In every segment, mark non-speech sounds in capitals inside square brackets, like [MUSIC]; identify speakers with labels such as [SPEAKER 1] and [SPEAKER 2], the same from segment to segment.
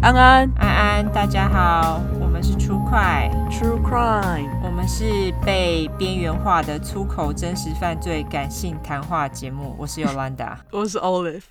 [SPEAKER 1] 安安
[SPEAKER 2] 安安，大家好，我们是出快，
[SPEAKER 1] ，True Crime，
[SPEAKER 2] 我们是被边缘化的出口真实犯罪感性谈话节目。我是
[SPEAKER 1] [LAUGHS]
[SPEAKER 2] Yolanda，
[SPEAKER 1] 我是 Olive，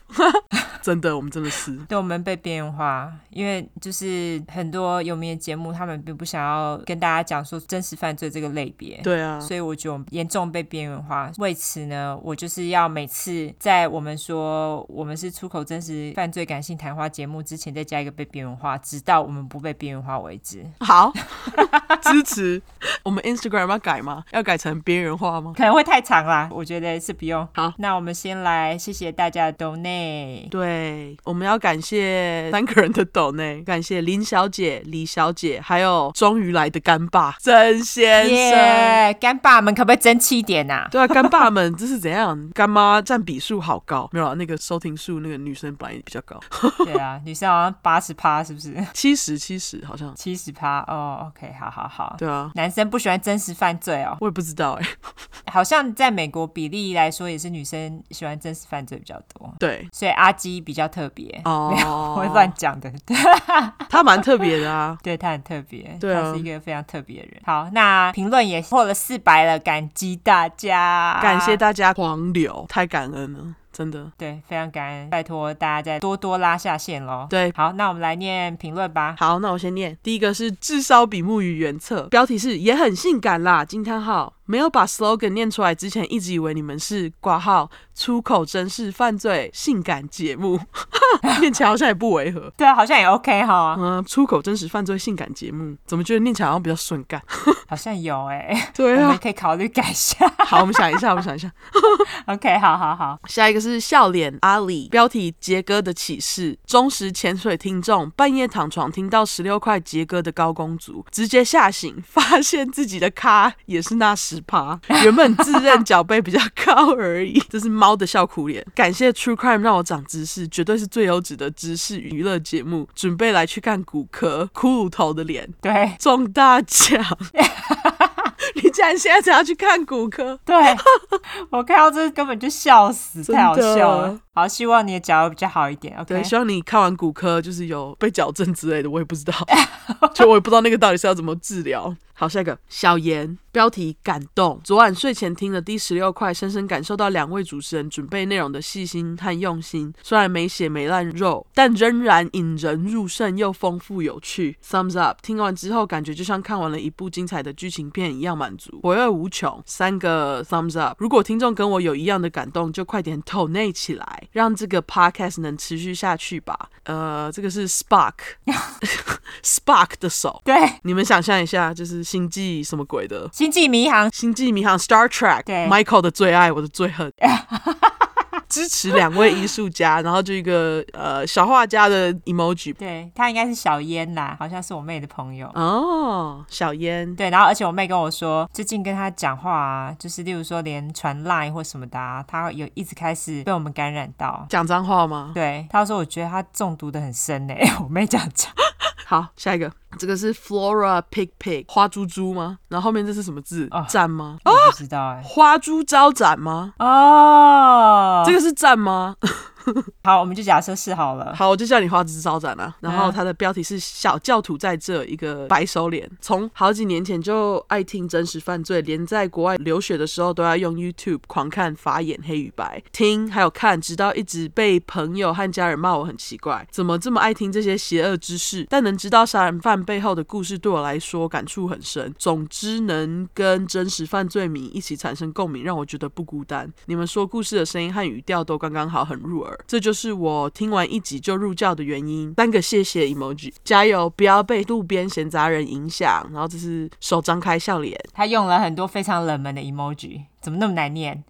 [SPEAKER 1] 真的，我们真的是 [LAUGHS]
[SPEAKER 2] 对，我们被边缘化，因为就是很多有名的节目，他们并不想要跟大家讲说真实犯罪这个类别。
[SPEAKER 1] 对啊，
[SPEAKER 2] 所以我觉得我们严重被边缘化。为此呢，我就是要每次在我们说我们是出口真实犯罪感性谈话节目之前，再加一个被边缘化，直到我们不被边缘化为止。
[SPEAKER 1] 好 [LAUGHS] 支持。我们 Instagram 要改吗？要改成边缘化吗？
[SPEAKER 2] 可能会太长啦，我觉得是不用。
[SPEAKER 1] 好，
[SPEAKER 2] 那我们先来谢谢大家的 donate。
[SPEAKER 1] 对，我们要感谢三个人的抖内，感谢林小姐、李小姐，还有终于来的干爸曾先生。
[SPEAKER 2] 耶，干爸们可不可以争气一点呐、
[SPEAKER 1] [LAUGHS] 对啊，干爸们这是怎样？ [LAUGHS] 干妈占比数好高，没有啊？那个收听数，那个女生本来比较高，
[SPEAKER 2] 对啊，女生好像八十趴是不是？ [LAUGHS]
[SPEAKER 1] 七十七十好像。
[SPEAKER 2] 七十趴哦，OK，好好好。
[SPEAKER 1] 对啊，
[SPEAKER 2] 男生不喜欢真实犯罪哦，
[SPEAKER 1] 我也不知道哎、
[SPEAKER 2] 好像在美国比例来说，也是女生喜欢真实犯罪比较多，
[SPEAKER 1] [LAUGHS] 对，
[SPEAKER 2] 所以阿基比较特别。我会
[SPEAKER 1] 哦
[SPEAKER 2] 乱，讲的， [LAUGHS] 对，
[SPEAKER 1] 他蛮特别的啊。
[SPEAKER 2] 对他很特别，
[SPEAKER 1] 对啊
[SPEAKER 2] 他是一个非常特别的人。好，那评论也破了四百了，感激大家，
[SPEAKER 1] 感谢大家狂流，太感恩了，真的。
[SPEAKER 2] 对，非常感恩，拜托大家再多多拉下线喽。
[SPEAKER 1] 对，
[SPEAKER 2] 好，那我们来念评论吧。
[SPEAKER 1] 好，那我先念。第一个是至少比目鱼原册，标题是也很性感啦，惊叹号。没有把 slogan 念出来之前，一直以为你们是挂号出口真是犯罪性感节目， [LAUGHS] 念起来好像也不违和。
[SPEAKER 2] 对啊，好像也 OK 哈，
[SPEAKER 1] 嗯，出口真实犯罪性感节目，怎么觉得念起来好像比较顺感？
[SPEAKER 2] 好像有哎、
[SPEAKER 1] 对
[SPEAKER 2] 我们
[SPEAKER 1] 啊，
[SPEAKER 2] 可以考虑改一下。 [LAUGHS]
[SPEAKER 1] 好，我们想一下，我们想一下。
[SPEAKER 2] OK，好好好，
[SPEAKER 1] 下一个是笑脸阿里，标题杰哥的启示，忠实潜水听众，半夜躺床听到十六块杰哥的高公族，直接吓醒， [LAUGHS] 发现自己的咖也是那十趴，原本自认脚背比较高而已， [LAUGHS] 这是猫的笑苦脸。感谢 True Crime 让我长知识，绝对是最优质的知识娱乐节目，准备来去看骨科骷髅头的脸
[SPEAKER 2] 对
[SPEAKER 1] 中大奖。你竟然现在才要去看骨科？
[SPEAKER 2] 对，我看到这根本就笑死，
[SPEAKER 1] 真的
[SPEAKER 2] 太好笑了。好，希望你的脚比较好一点。OK，
[SPEAKER 1] 对，希望你看完骨科就是有被矫正之类的，我也不知道， [LAUGHS] 就我也不知道那个到底是要怎么治疗。好，下一个小严，标题感动。昨晚睡前听了第十六块，深深感受到两位主持人准备内容的细心和用心。虽然没血没烂肉，但仍然引人入胜又丰富有趣。Thumbs up！听完之后感觉就像看完了一部精彩的剧情片一样满足，回味无穷。三个 Thumbs up！如果听众跟我有一样的感动，就快点投内起来，让这个 podcast 能持续下去吧。呃，这个是 Spark，Spark [LAUGHS] 的手。
[SPEAKER 2] 对，
[SPEAKER 1] 你们想象一下，就是星际什么鬼的
[SPEAKER 2] 星际迷
[SPEAKER 1] 《
[SPEAKER 2] 航
[SPEAKER 1] 星际迷航》（Star Trek），
[SPEAKER 2] 对
[SPEAKER 1] Michael 的最爱，我的最
[SPEAKER 2] [LAUGHS]
[SPEAKER 1] 恨。支持两位艺术家，然后就一个呃小画家的 emoji
[SPEAKER 2] 对他应该是小烟啦，好像是我妹的朋友。
[SPEAKER 1] 哦，小烟
[SPEAKER 2] 对，然后而且我妹跟我说，最近跟她讲话啊，就是例如说连传 line 或什么的、啊，她有一直开始被我们感染到。
[SPEAKER 1] 讲脏话吗？
[SPEAKER 2] 对，她说我觉得她中毒的很深呢、 [LAUGHS] 我妹这样讲。
[SPEAKER 1] 好，下一个，这个是 Flora Pig Pig 花猪猪吗？然后后面这是什么字
[SPEAKER 2] 啊？
[SPEAKER 1] 赞吗？哦
[SPEAKER 2] 我不知道哎、
[SPEAKER 1] 花猪招展吗？
[SPEAKER 2] 哦，
[SPEAKER 1] 这个是赞吗？
[SPEAKER 2] 好，我们就假设是好了。
[SPEAKER 1] 好，我就叫你花枝招展啊。然后
[SPEAKER 2] 嗯
[SPEAKER 1] 它的标题是“小教徒在这”，一个白手脸，从好几年前就爱听真实犯罪，连在国外留学的时候都要用 YouTube 狂看法眼黑与白听，还有看，直到一直被朋友和家人骂我很奇怪，怎么这么爱听这些邪恶知识？但能知道杀人犯背后的故事，对我来说感触很深。总之，能跟真实犯罪迷一起产生共鸣，让我觉得不孤单。你们说故事的声音和语调都刚刚好，很入耳。这就是我听完一集就入教的原因。三个谢谢 emoji，加油！不要被路边闲杂人影响。然后这是手张开笑脸， [LAUGHS]
[SPEAKER 2] 她用了很多非常冷门的 emoji，怎么那么难念？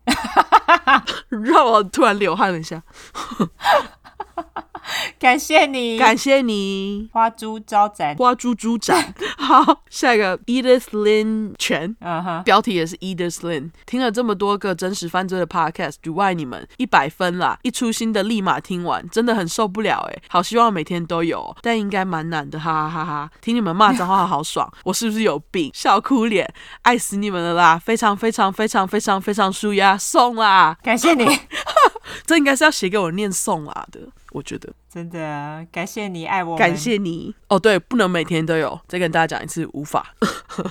[SPEAKER 2] [LAUGHS]
[SPEAKER 1] 让我突然流汗了一下。
[SPEAKER 2] 感谢你，
[SPEAKER 1] 感谢你，
[SPEAKER 2] 花猪招展。
[SPEAKER 1] 花猪猪展。 [LAUGHS] 好，下一个 Edith Lin 全。
[SPEAKER 2] 嗯哼，
[SPEAKER 1] 标题也是 Edith Lin。听了这么多个真实犯罪的 podcast，主爱你们一百分啦！一出新的立马听完，真的很受不了哎、好希望每天都有哦，但应该蛮难的，哈哈哈哈！听你们骂脏话好爽， [LAUGHS] 我是不是有病？笑哭脸，爱死你们了啦！非常非常非常非常非常舒压，送啦！ [LAUGHS]
[SPEAKER 2] 感谢你。
[SPEAKER 1] 这应该是要写给我念送啦的。我觉得
[SPEAKER 2] 真的啊感谢你爱我们，
[SPEAKER 1] 感谢你哦，对，不能每天都有，再跟大家讲一次，无法。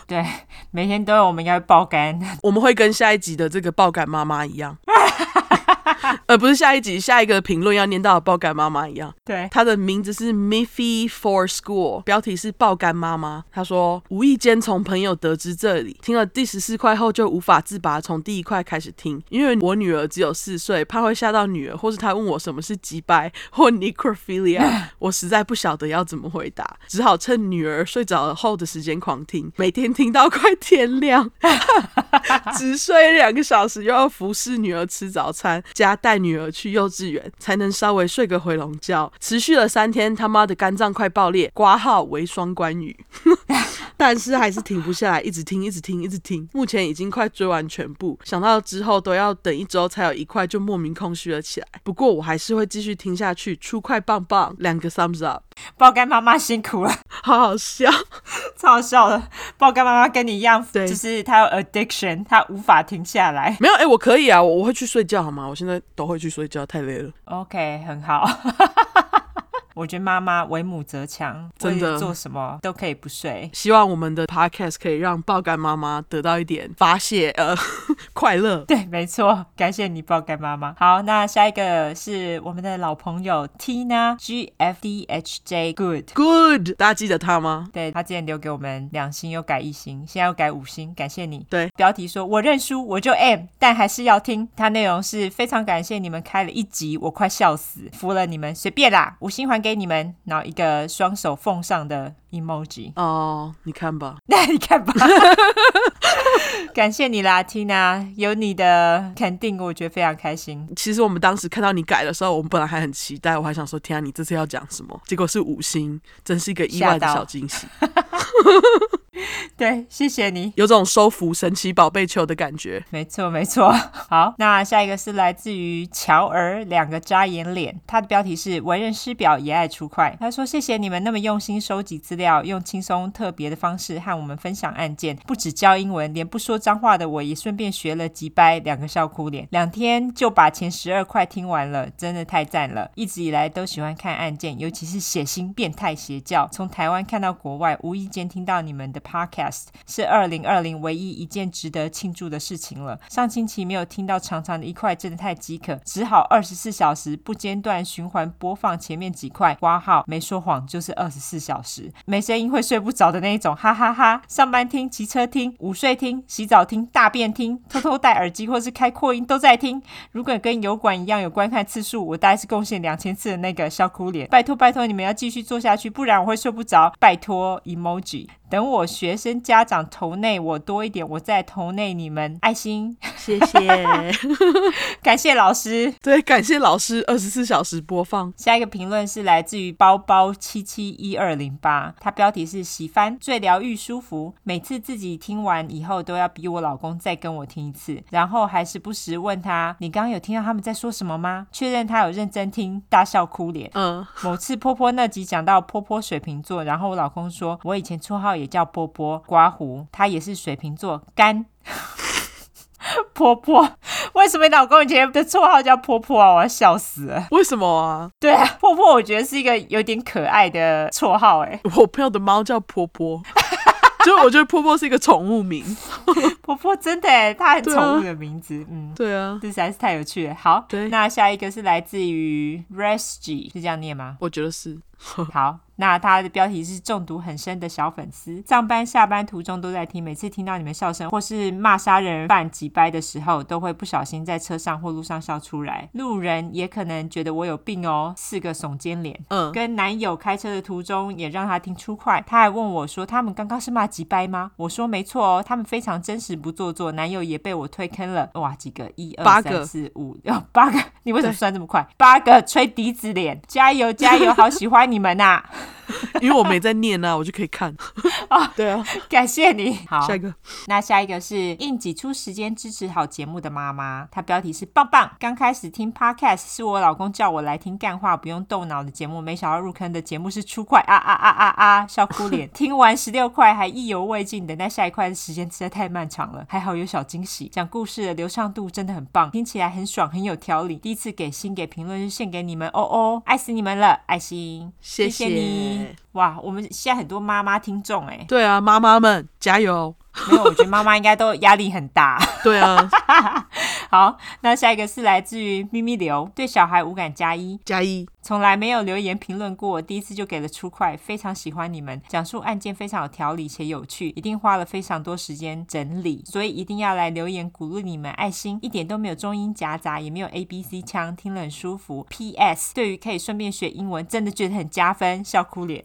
[SPEAKER 2] 对，每天都有，我们应该会爆肝。
[SPEAKER 1] 我们会跟下一集的这个爆感妈妈一样， [LAUGHS] 呃，不是下一集，下一个评论要念到的爆感妈妈一样。
[SPEAKER 2] 对，
[SPEAKER 1] 她的名字是 Miffy for School，标题是爆肝妈妈。她说无意间从朋友得知这里，听了第十四块后就无法自拔，从第一块开始听，因为我女儿只有四岁，怕会吓到女儿，或是她问我什么是击败 [LAUGHS] 或 necrophilia，我实在不晓得要怎么回答，只好趁女儿睡着后的时间狂听，每天听到快天亮。 [LAUGHS] 只睡两个小时，又要服侍女儿吃早餐，加带女儿去幼稚园，才能稍微睡个回笼觉。持续了三天，他妈的肝脏快爆裂，挂号为双关语， [LAUGHS] 但是还是停不下来，一直听，一直听，一直听。目前已经快追完全部，想到之后都要等一周才有一块，就莫名空虚了起来。不过我还是会继续听下去，出块棒棒，两个 thumbs up，
[SPEAKER 2] 爆肝妈妈辛苦了，
[SPEAKER 1] 好好笑。 [LAUGHS]
[SPEAKER 2] 超好笑的。爆肝妈妈跟你一样，
[SPEAKER 1] 对
[SPEAKER 2] 就是她有 addiction，她无法停下来。
[SPEAKER 1] 没有，哎、我可以啊，我我会去睡觉好吗？我现在都会去睡觉，太累了。
[SPEAKER 2] OK，很好。 [LAUGHS] 我觉得妈妈为母则强，
[SPEAKER 1] 真的
[SPEAKER 2] 为了做什么都可以不睡。 [LAUGHS]
[SPEAKER 1] 希望我们的 podcast 可以让爆肝妈妈得到一点发泄呃 [LAUGHS] 快乐。
[SPEAKER 2] 对，没错，感谢你爆肝妈妈。好，那下一个是我们的老朋友 Tina G F D H J Good。
[SPEAKER 1] Good，大家记得他吗？
[SPEAKER 2] 对他之前留给我们两星，又改一星，现在又改五星，感谢你。
[SPEAKER 1] 对，
[SPEAKER 2] 标题说我认输，我就 M，但还是要听。它内容是非常感谢你们开了一集，我快笑死，服了你们，随便啦，五星还给你们。然后一个双手奉上的 emoji，
[SPEAKER 1] 哦、你看吧，
[SPEAKER 2] [LAUGHS] 那你看吧。感谢你啦，Tina，有你的肯定，我觉得非常开心。
[SPEAKER 1] 其实我们当时看到你改的时候，我们本来还很期待，我还想说，天啊，你这次要讲什么？结果是五星，真是一个意外的
[SPEAKER 2] 吓到
[SPEAKER 1] 小惊喜，
[SPEAKER 2] 对，谢谢你。
[SPEAKER 1] 有种收服神奇宝贝球的感觉。
[SPEAKER 2] 没错，没错。 [LAUGHS] 好，那下一个是来自于乔儿两个扎眼脸，他的标题是“为人师表也爱出快”。他说：“谢谢你们那么用心收集资料，用轻松特别的方式和我们分享案件。不只教英文，连不说脏话的我也顺便学了几掰，两个笑哭脸。两天就把前十二块听完了，真的太赞了。一直以来都喜欢看案件，尤其是血腥、变态、邪教。从台湾看到国外，无意间听到你们的 podcast，是二零二零唯一一件值得庆祝的事情了。上星期没有听到长长的一块，真的太饥渴，只好二十四小时不间断循环播放前面几块。挂号没说谎，就是二十四小时，没声音会睡不着的那一种，哈哈哈上班听、骑车听、午睡听、洗澡听、大便听，偷偷戴耳机或是开扩音都在听。如果跟油管一样有观看次数，我大概是贡献两千次的那个笑哭脸。拜托拜托，你们要继续做下去，不然我会睡不着。拜托 emoji，等我学生家长投内我多一点，我再投内你们爱心。 [LAUGHS]
[SPEAKER 1] 谢谢，
[SPEAKER 2] 感谢老师。
[SPEAKER 1] [LAUGHS] 对，感谢老师二十四小时播放。
[SPEAKER 2] 下一个评论是来自于包包七七一二零八，它标题是“喜欢最疗愈舒服”，每次自己听完以后都要逼我老公再跟我听一次，然后还是不时问他：“你刚刚有听到他们在说什么吗？”确认他有认真听，大笑哭脸。
[SPEAKER 1] 嗯，
[SPEAKER 2] 某次波波那集讲到波波水瓶座，然后我老公说：“我以前绰号也叫波波刮胡，他也是水瓶座，干。” [LAUGHS] 波波，为什么你老公以前的绰号叫波波啊？我要笑死了。
[SPEAKER 1] 为什么啊？
[SPEAKER 2] 对啊，破破我觉得是一个有点可爱的绰号哎。
[SPEAKER 1] 我朋友的猫叫波波， [LAUGHS] 就我觉得波波是一个宠物名。
[SPEAKER 2] 婆婆真的哎，她很
[SPEAKER 1] 对啊
[SPEAKER 2] 宠物的名字，嗯。
[SPEAKER 1] 对啊，
[SPEAKER 2] 这实在是太有趣了。好，
[SPEAKER 1] 对
[SPEAKER 2] 那下一个是来自于 Resgy，是这样念吗？
[SPEAKER 1] 我觉得是。
[SPEAKER 2] [LAUGHS] 好，那他的标题是中毒很深的小粉丝，上班下班途中都在听，每次听到你们笑声或是骂杀人犯几掰的时候，都会不小心在车上或路上笑出来，路人也可能觉得我有病哦，四个耸肩脸。
[SPEAKER 1] 嗯，
[SPEAKER 2] 跟男友开车的途中也让他听出快，他还问我说：“他们刚刚是骂几掰吗？”我说：“没错哦，他们非常真实不做作。”男友也被我推坑了，哇，几个一
[SPEAKER 1] 八
[SPEAKER 2] 二
[SPEAKER 1] 个
[SPEAKER 2] 三四五哦，八个，你为什么
[SPEAKER 1] 对
[SPEAKER 2] 算这么快？八个吹笛子脸，加油加油，好喜欢你们呐、啊
[SPEAKER 1] 因为我没在念啊，我就可以看。对啊，
[SPEAKER 2] [LAUGHS] 感谢你。哦好
[SPEAKER 1] 下，一个
[SPEAKER 2] 那下一个是应挤出时间支持好节目的妈妈，她标题是棒棒。刚开始听 podcast 是我老公叫我来听干话不用动脑的节目，没想到入坑的节目是出块啊啊啊啊啊笑哭脸。听完十六块还意犹未尽，等待下一块的时间实在太漫长了，还好有小惊喜。讲故事的流畅度真的很棒，听起来很爽，很有条理。第一次给心给评论就献给你们哦哦，爱死你们了，爱心，
[SPEAKER 1] 谢
[SPEAKER 2] 谢你。哇，我们现在很多妈妈听众哎、
[SPEAKER 1] 对啊，妈妈们加油！
[SPEAKER 2] 没有，我觉得妈妈应该都压力很大。
[SPEAKER 1] 对啊，
[SPEAKER 2] 好，那下一个是来自于咪咪流，对小孩无感加一，
[SPEAKER 1] 加
[SPEAKER 2] [LAUGHS]
[SPEAKER 1] 一，
[SPEAKER 2] 从来没有留言评论过，第一次就给了出块，非常喜欢你们，讲述案件非常有条理且有趣，一定花了非常多时间整理，所以一定要来留言鼓励你们，爱心一点都没有中英夹杂，也没有 A B C 腔，听了很舒服。P.S. 对于可以顺便学英文，真的觉得很加分，笑哭脸。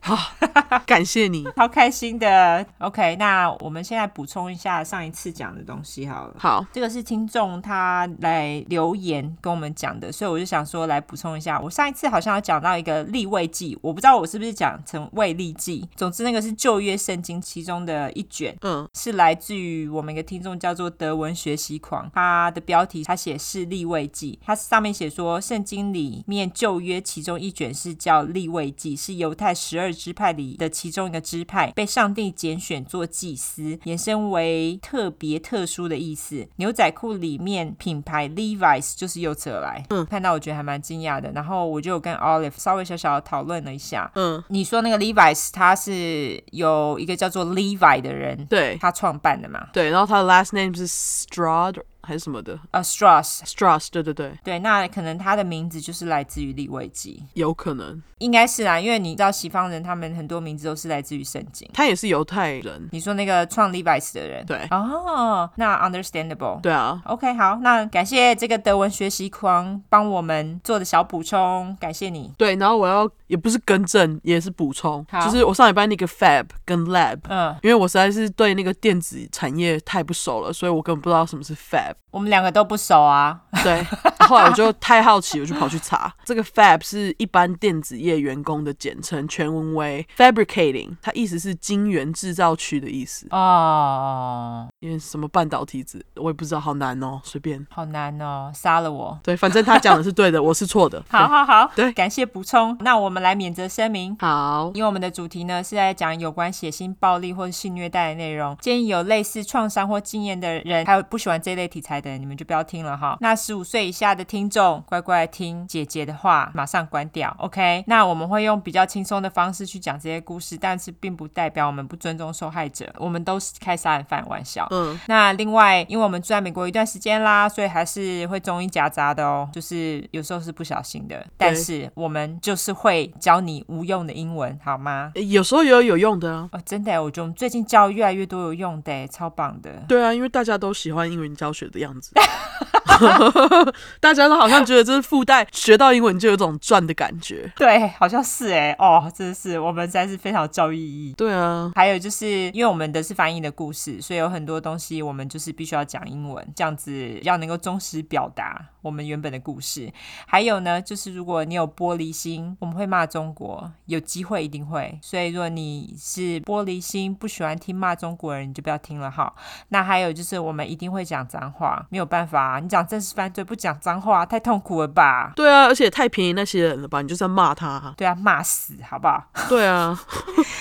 [SPEAKER 1] 感谢你。
[SPEAKER 2] 超开心的，OK，那我们现在补充一下上一次讲的东西好了。
[SPEAKER 1] 好，
[SPEAKER 2] 这个是听众他来留言跟我们讲的，所以我就想说来补充一下。我上一次好像有讲到一个立位记，我不知道我是不是讲成位立记。总之，那个是旧约圣经其中的一卷，
[SPEAKER 1] 嗯，
[SPEAKER 2] 是来自于我们一个听众叫做德文学习狂，他的标题他写是立位记，他上面写说圣经里面旧约其中一卷是叫立位记，是犹太十二支派里的其中一个支派，被上帝拣选做祭司，延伸为特别特殊的意思。牛仔裤里面品牌 Levi's 就是由此而来，嗯，看到我觉得还蛮惊讶的，然后我就有跟 Olive 稍微小小的讨论了一下，
[SPEAKER 1] 嗯，
[SPEAKER 2] 你说那个 Levi's 它是有一个叫做 Levi 的人，
[SPEAKER 1] 对
[SPEAKER 2] 他创办的嘛，
[SPEAKER 1] 对，然后他的 last name 是 Strad 还是什么的
[SPEAKER 2] 呃，Strauss。
[SPEAKER 1] Strass，对对对，
[SPEAKER 2] 对，那可能他的名字就是来自于利未记，
[SPEAKER 1] 有可能
[SPEAKER 2] 应该是啦、因为你知道西方人他们很多名字都是来自于圣经。
[SPEAKER 1] 他也是犹太人。
[SPEAKER 2] 你说那个创 Levi's 的人，
[SPEAKER 1] 对
[SPEAKER 2] 哦，那 understandable。
[SPEAKER 1] 对啊，
[SPEAKER 2] OK，好，那感谢这个德文学习狂帮我们做的小补充，感谢你。
[SPEAKER 1] 对，然后我要也不是更正，也是补充，
[SPEAKER 2] 好
[SPEAKER 1] 就是我上礼拜那个 Fab 跟 Lab，
[SPEAKER 2] 嗯，
[SPEAKER 1] 因为我实在是对那个电子产业太不熟了，所以我根本不知道什么是 Fab。
[SPEAKER 2] 我们两个都不熟啊。
[SPEAKER 1] 对，后来我就太好奇，我就跑去查，这个 Fab 是一般电子业员工的简称，全文为 Fabricating，它意思是晶圆制造区的意思。
[SPEAKER 2] 哦，
[SPEAKER 1] 因为什么半导体子，我也不知道，好难哦，随便。
[SPEAKER 2] 好难哦，杀了我。
[SPEAKER 1] 对，反正他讲的是对的，我是错的。
[SPEAKER 2] 好好好，
[SPEAKER 1] 对
[SPEAKER 2] 感谢补充。那我们来免责声明，
[SPEAKER 1] 好，
[SPEAKER 2] 因为我们的主题呢是在讲有关血腥暴力或者性虐待的内容，建议有类似创伤或经验的人，还有不喜欢这类题材的人，你们就不要听了哈。那十五岁以下的听众，乖乖听姐姐的话，马上关掉，OK？那我们会用比较轻松的方式去讲这些故事，但是并不代表我们不尊重受害者，我们都是开杀人犯玩笑。
[SPEAKER 1] 嗯，
[SPEAKER 2] 那另外，因为我们住在美国一段时间啦，所以还是会中英夹杂的哦，就是有时候是不小心的，但是我们就是会教你无用的英文，好吗？
[SPEAKER 1] 诶有时候也有有用的啊。
[SPEAKER 2] 哦，真的耶，我觉得我们最近教越来越多有用的耶，超棒的。
[SPEAKER 1] 对啊，因为大家都喜欢英文教学的样子， [LAUGHS] 大家都好像觉得这是附带学到英文就有种赚的感觉。
[SPEAKER 2] 对，好像是哎，哦，真的是，我们实在是非常有教育意义。
[SPEAKER 1] 对啊，
[SPEAKER 2] 还有就是，因为我们的是翻译的故事，所以有很多东西我们就是必须要讲英文，这样子要能够忠实表达我们原本的故事。还有呢，就是如果你有玻璃心，我们会骂中国，有机会一定会。所以如果你是玻璃心，不喜欢听骂中国人，你就不要听了哈。那还有就是，我们一定会讲脏话，没有办法、你讲真实犯罪不讲脏话太痛苦了吧？
[SPEAKER 1] 对啊，而且也太便宜那些人了吧？你就在骂他、
[SPEAKER 2] 对啊，骂死好不好？
[SPEAKER 1] [LAUGHS] 对啊，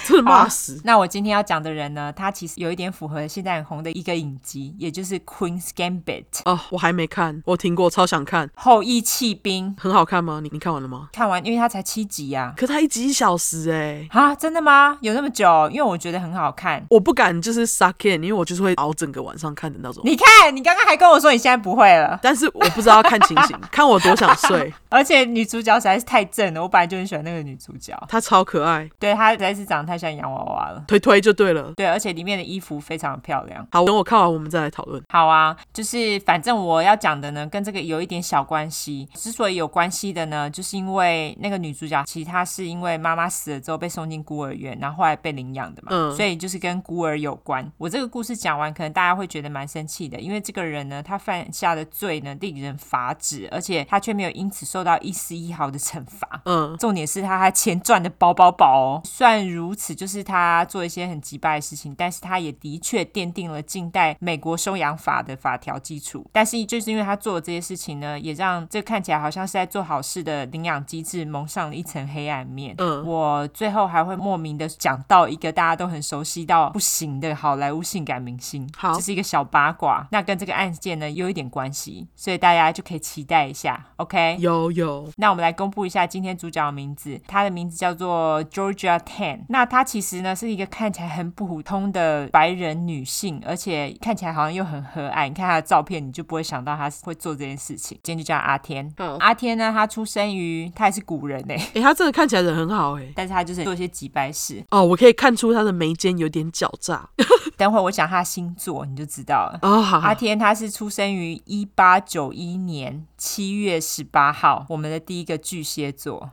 [SPEAKER 1] 真的骂死。
[SPEAKER 2] 那我今天要讲的人呢，他其实有一点符合现在很红的一个影集，也就是《Queen's Gambit》
[SPEAKER 1] 哦，我还没看，我听过，超想看，
[SPEAKER 2] 后羿弃兵。
[SPEAKER 1] 很好看吗？你你看完了吗？
[SPEAKER 2] 看完，因为它才七集呀、
[SPEAKER 1] 可它一集一小时哎、
[SPEAKER 2] 啊。啊，真的吗？有那么久？因为我觉得很好看。
[SPEAKER 1] 我不敢就是 suck in，因为我就是会熬整个晚上看的那种。
[SPEAKER 2] 你看，你刚刚还跟我说你现在不会了，
[SPEAKER 1] [LAUGHS] 但是我不知道要看情 [LAUGHS] 形，看我多想睡。
[SPEAKER 2] 而且女主角实在是太正了，我本来就很喜欢那个女主角，
[SPEAKER 1] 它超可爱，
[SPEAKER 2] 对她实在是长得太像洋娃娃了，
[SPEAKER 1] 推推就对了。
[SPEAKER 2] 对，而且里面的衣服非常漂亮。
[SPEAKER 1] 好，等我看完我们再来讨论。
[SPEAKER 2] 好啊，就是反正我要讲的呢，跟这个有一点小关系。之所以有关系的呢，就是因为那个女主角，其实她是因为妈妈死了之后被送进孤儿院，然后后来被领养的嘛，
[SPEAKER 1] 嗯
[SPEAKER 2] 所以就是跟孤儿有关。我这个故事讲完，可能大家会觉得蛮生气的，因为这个人呢，他犯下的罪呢令人发指，而且他却没有因此受到一丝一毫的惩罚。
[SPEAKER 1] 嗯，
[SPEAKER 2] 重点是他他钱赚的饱饱饱哦。虽然如此，就是他做一些很击败的事情，但是他也的确奠定了近代美国收养法的法条基础。但是就是因为他做了这些事情呢，也让这看起来好像是在做好事的领养机制蒙上了一层黑暗面。
[SPEAKER 1] 嗯
[SPEAKER 2] 我最后还会莫名的讲到一个大家都很熟悉到不行的好莱坞性感明星，
[SPEAKER 1] 好
[SPEAKER 2] 这是一个小八卦，那跟这个案件呢有一点关系，所以大家就可以期待一下，OK？
[SPEAKER 1] 有有，
[SPEAKER 2] 那我们来公布一下今天主角的名字，他的名字叫做 Georgia Tan。那她其实呢是一个看起来很普通的白人女性，而且看起来好像又很和蔼。你看她的照片，你就不会想到她是会做这件事情。今天就叫她阿天。
[SPEAKER 1] 好
[SPEAKER 2] 阿天呢，她出生于她也是古人哎、
[SPEAKER 1] 诶，他真的看起来人很好诶。
[SPEAKER 2] 但是她就是做一些几白事。
[SPEAKER 1] 哦，我可以看出他的眉间有点狡诈。
[SPEAKER 2] 等会我讲她的星座，你就知道了。
[SPEAKER 1] 哦，好，
[SPEAKER 2] 阿
[SPEAKER 1] 好
[SPEAKER 2] 天他是出生于一八九一年七月十八号，我们的第一个巨蟹座。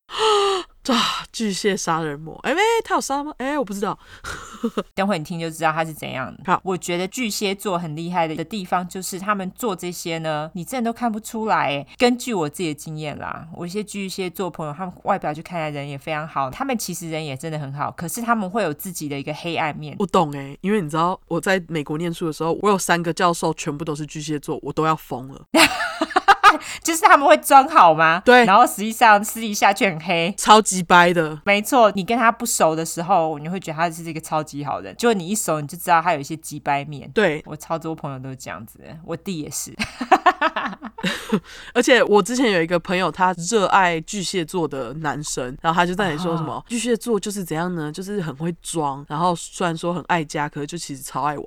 [SPEAKER 1] 巨蟹杀人魔。哎、诶，他有杀吗？哎、我不知道。
[SPEAKER 2] 等会你听就知道他是怎样的。
[SPEAKER 1] 好
[SPEAKER 2] 我觉得巨蟹座很厉害的的地方就是他们做这些呢，你真的都看不出来诶。根据我自己的经验啦，我一些巨蟹座朋友，他们外表就看起来人也非常好，他们其实人也真的很好，可是他们会有自己的一个黑暗面。
[SPEAKER 1] 我懂哎、因为你知道我在美国念书的时候，我有三个教授全部都是巨蟹座，我都要疯了，
[SPEAKER 2] 就是他们会装好吗？
[SPEAKER 1] 对
[SPEAKER 2] 然后实际上私底下却很黑。
[SPEAKER 1] 超级掰的。
[SPEAKER 2] 没错，你跟他不熟的时候，你会觉得他是一个超级好人，就你一熟你就知道他有一些鸡掰面。
[SPEAKER 1] 对，
[SPEAKER 2] 我超多朋友都是这样子的，我弟也是。
[SPEAKER 1] 而且我之前有一个朋友，他热爱巨蟹座的男生，然后他就在那
[SPEAKER 2] 啊
[SPEAKER 1] 里说什么、巨蟹座就是怎样呢？就是很会装，然后虽然说很爱家，可是就其实超
[SPEAKER 2] [LAUGHS]
[SPEAKER 1] 爱玩。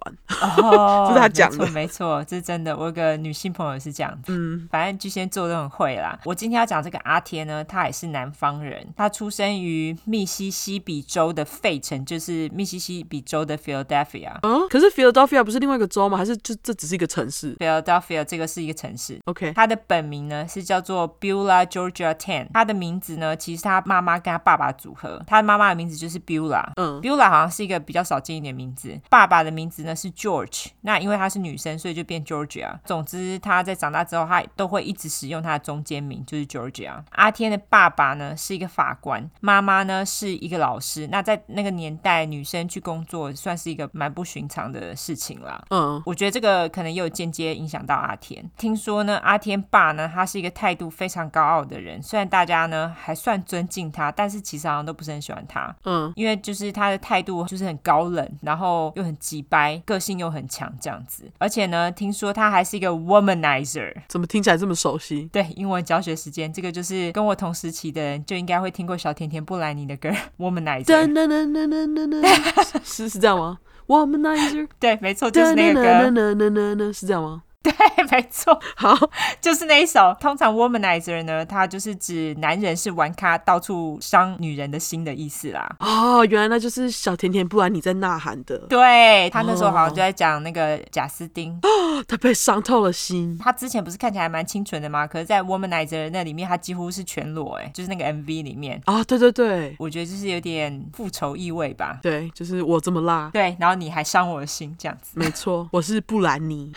[SPEAKER 2] 哦，
[SPEAKER 1] 这是他讲的
[SPEAKER 2] 没错没错，这是真的。我有个女性朋友是这样子，嗯，反正巨蟹座都很会啦。我今天要讲这个阿天呢，他也是南方人，他出生于密西西比州的费城，就是密西西比州的 Philadelphia。
[SPEAKER 1] 嗯，可是 Philadelphia 不是另外一个州吗？还是就这只是一个城
[SPEAKER 2] [LAUGHS]
[SPEAKER 1] 市
[SPEAKER 2] Philadelphia 这个是一个城市，
[SPEAKER 1] ？OK，
[SPEAKER 2] 他的本名呢是叫做 Beulah Georgia Tan。他的名字呢，其实他妈妈跟他爸爸组合，他的妈妈的名字就是 Beulah。
[SPEAKER 1] 嗯
[SPEAKER 2] Beulah 好像是一个比较少见一点的名字，爸爸的名字呢是 George，那因为她是女生，所以就变 Georgia。总之，她在长大之后，她都会一直使用她的中间名，就是 Georgia。阿天的爸爸呢是一个法官，妈妈呢是一个老师。那在那个年代，女生去工作算是一个蛮不寻常的事情啦。
[SPEAKER 1] 嗯，
[SPEAKER 2] 我觉得这个可能也有间接影响到阿天。听说呢，阿天爸呢，他是一个态度非常高傲的人，虽然大家呢还算尊敬他，但是其实好像都不是很喜欢他。
[SPEAKER 1] 嗯，
[SPEAKER 2] 因为就是他的态度就是很高冷，然后又很急掰，个性又很强这样子。而且呢，听说他还是一个 womanizer。
[SPEAKER 1] 怎么听起来这么熟悉？
[SPEAKER 2] 对，英文教学时间，这个就是跟我同时期的人就应该会听过小甜甜布兰妮的歌 [LAUGHS] 《Womanizer》。
[SPEAKER 1] 噔噔噔噔噔噔噔， [LAUGHS] 是是这样
[SPEAKER 2] [LAUGHS]
[SPEAKER 1] 吗？Womanizer，
[SPEAKER 2] 对，没错，就是
[SPEAKER 1] 噔
[SPEAKER 2] 那
[SPEAKER 1] 噔 [LAUGHS]
[SPEAKER 2] 个
[SPEAKER 1] 噔
[SPEAKER 2] 歌。
[SPEAKER 1] 噔噔噔噔，是这样吗？
[SPEAKER 2] 对， [LAUGHS] 没错。
[SPEAKER 1] 好，
[SPEAKER 2] 就是那一首。通常 womanizer 呢，它就是指男人是玩咖，到处伤女人的心的意思啦。
[SPEAKER 1] 哦，原来那就是小甜甜，不然你在呐喊的，
[SPEAKER 2] 对他那时候好像
[SPEAKER 1] 哦
[SPEAKER 2] 就在讲那个贾斯汀， [GASPS]
[SPEAKER 1] 他哦被伤透了心。
[SPEAKER 2] 他之前不是看起来还蛮清纯的吗？可是，在 Womanizer 那里面，他几乎是全裸、哎，就是那个 MV 里面，
[SPEAKER 1] 啊、对对对
[SPEAKER 2] 我觉得就是有点复仇意味吧。
[SPEAKER 1] 对，就是我这么辣，
[SPEAKER 2] 对，然后你还伤我的心，这样子，
[SPEAKER 1] 没错，我是布兰妮。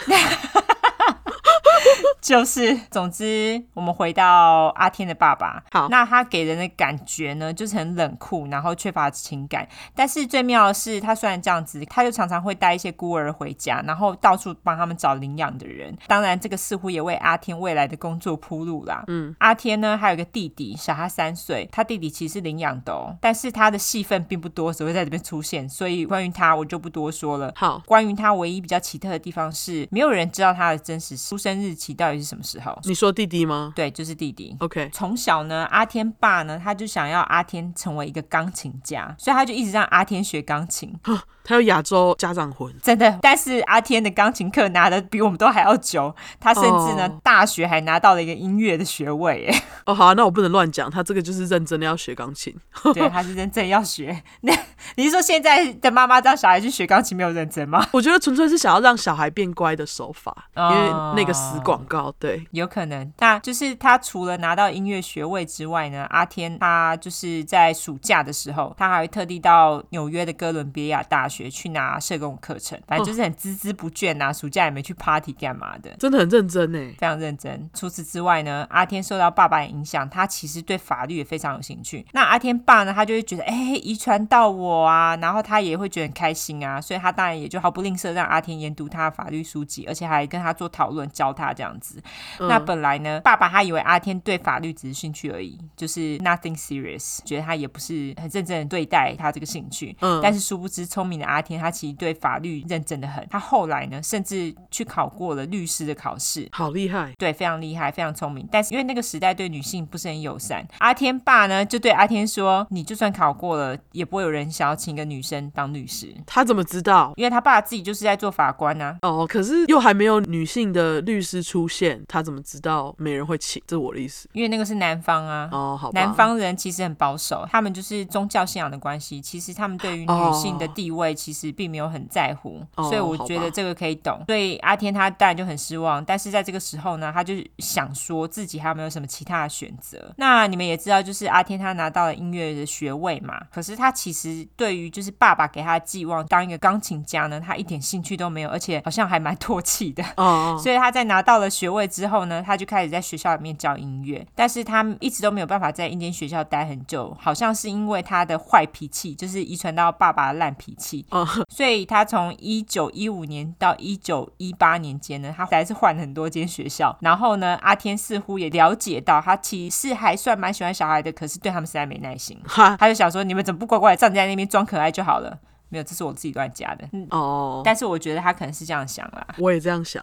[SPEAKER 2] 就是，总之，我们回到阿天的爸爸，
[SPEAKER 1] 好
[SPEAKER 2] 那他给人的感觉呢，就是很冷酷，然后缺乏情感。但是最妙的是，他虽然这样子，他就常常会带一些孤儿回家，然后到处帮他们找领养的人。当然，这个似乎也为阿天未来的工作铺路啦。嗯，阿天呢，还有一个弟弟，小他三岁，他弟弟其实是领养的哦，但是他的戏份并不多，只会在这边出现，所以关于他我就不多说了。
[SPEAKER 1] 好，
[SPEAKER 2] 关于他唯一比较奇特的地方是，没有人知道他的真实出生日期到底是什么时候。
[SPEAKER 1] 你说弟弟吗
[SPEAKER 2] 对，就是弟弟。
[SPEAKER 1] ？OK，
[SPEAKER 2] 从小呢，阿天爸呢，他就想要阿天成为一个钢琴家，所以他就一直让阿天学钢琴。 [LAUGHS]
[SPEAKER 1] 他有亚洲家长魂，
[SPEAKER 2] 真的，但是阿天的钢琴课拿的比我们都还要久，他甚至呢
[SPEAKER 1] 哦
[SPEAKER 2] 大学还拿到了一个音乐的学位 [LAUGHS] 耶。
[SPEAKER 1] 哦，好啊、那我不能乱讲，他这个就是认真的要学钢琴。
[SPEAKER 2] 对，他是认真要学。 [LAUGHS] 那你是说现在的妈妈让小孩去学钢琴没有认真吗？
[SPEAKER 1] 我觉得纯粹是想要让小孩变乖的手法，因为那个死广告，到，对，
[SPEAKER 2] 有可能。那就是他除了拿到音乐学位之外呢，阿天他就是在暑假的时候，他还会特地到纽约的哥伦比亚大学去拿社工课程，反正就是很孜孜不倦啊，暑假也没去 party 干嘛的。
[SPEAKER 1] 真的很认真欸呢。
[SPEAKER 2] 非常认真。除此之外呢，阿天受到爸爸的影响，他其实对法律也非常有兴趣。那阿天爸呢，他就会觉得，哎、遗传到我啊，然后他也会觉得很开心啊，所以他当然也就毫不吝啬让阿天研读他的法律书籍，而且还跟他做讨论，教他这样子。那本来呢，爸爸他以为阿天对法律只是兴趣而已，就是 nothing serious，觉得他也不是很认真的对待他这个兴趣。
[SPEAKER 1] 嗯
[SPEAKER 2] 但是殊不知，聪明的阿天他其实对法律认真的很。他后来呢，甚至去考过了律师的考试。
[SPEAKER 1] 好厉害，
[SPEAKER 2] 对，非常厉害，非常聪明。但是因为那个时代对女性不是很友善，阿天爸呢就对阿天说：“你就算考过了，也不会有人想要请一个女生当律师。”
[SPEAKER 1] 他怎么知道？
[SPEAKER 2] 因为他爸自己就是在做法官啊呐、
[SPEAKER 1] 哦，可是又还没有女性的律师出现，他怎么知道没人会请？这是我的意思。
[SPEAKER 2] 因为那个是南方啊。
[SPEAKER 1] 哦，好吧，
[SPEAKER 2] 南方人其实很保守，他们就是宗教信仰的关系，其实他们对于
[SPEAKER 1] 哦
[SPEAKER 2] 女性的地位其实并没有很在乎，
[SPEAKER 1] 哦
[SPEAKER 2] 所以我
[SPEAKER 1] 好吧
[SPEAKER 2] 觉得这个可以懂。所以阿天他当然就很失望，但是在这个时候呢，他就想说自己还有没有什么其他的选择。那你们也知道，就是阿天他拿到了音乐的学位嘛，可是他其实对于就是爸爸给他的寄望当一个钢琴家呢，他一点兴趣都没有，而且好像还蛮唾弃的。
[SPEAKER 1] 哦
[SPEAKER 2] [LAUGHS]
[SPEAKER 1] 哦，
[SPEAKER 2] 所以他在拿到了学位之后呢，他就开始在学校里面教音乐，但是他一直都没有办法在一间学校待很久，好像是因为他的坏脾气，就是遗传到爸爸的烂脾气。
[SPEAKER 1] 哦
[SPEAKER 2] 所以他从一九一五年到一九一八年间呢，他还是换了很多间学校。然后呢，阿天似乎也了解到，他其实还算蛮喜欢小孩的，可是对他们实在没耐心。
[SPEAKER 1] 哈
[SPEAKER 2] 他就想说，你们怎么不乖乖地站在那边装可爱就好了？没有，这是我自己乱加的。嗯，
[SPEAKER 1] 哦，
[SPEAKER 2] 但是我觉得他可能是这样想啦。
[SPEAKER 1] 我也这样想。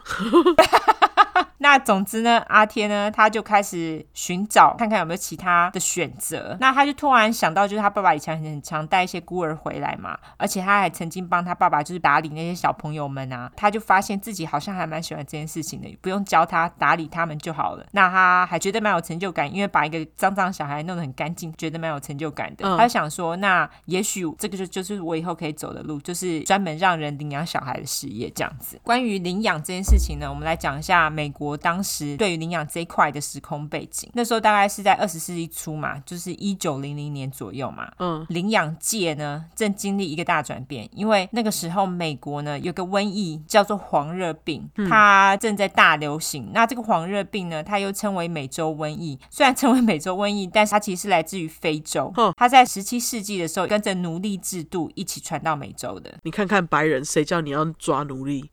[SPEAKER 2] 那总之呢，阿天呢，他就开始寻找，看看有没有其他的选择。那他就突然想到，就是他爸爸以前很常带一些孤儿回来嘛，而且他还曾经帮他爸爸就是打理那些小朋友们啊。他就发现自己好像还蛮喜欢这件事情的，不用教他打理他们就好了。那他还觉得蛮有成就感，因为把一个脏脏小孩弄得很干净，觉得蛮有成就感的。
[SPEAKER 1] 嗯
[SPEAKER 2] 他就想说，那也许这个就就是我以后可以走的路，就是专门让人领养小孩的事业这样子。关于领养这件事情呢，我们来讲一下美国当时对于领养这一块的时空背景。那时候大概是在二十世纪初嘛，就是一九零零年左右嘛。
[SPEAKER 1] 嗯，
[SPEAKER 2] 领养界呢正经历一个大转变，因为那个时候美国呢有个瘟疫叫做黄热病，它正在大流行。那这个黄热病呢，它又称为美洲瘟疫。虽然称为美洲瘟疫，但是它其实是来自于非洲
[SPEAKER 1] 哼。
[SPEAKER 2] 它在十七世纪的时候跟着奴隶制度一起传到美洲的，
[SPEAKER 1] 你看看白人，谁叫你要抓奴
[SPEAKER 2] [LAUGHS]
[SPEAKER 1] 隶？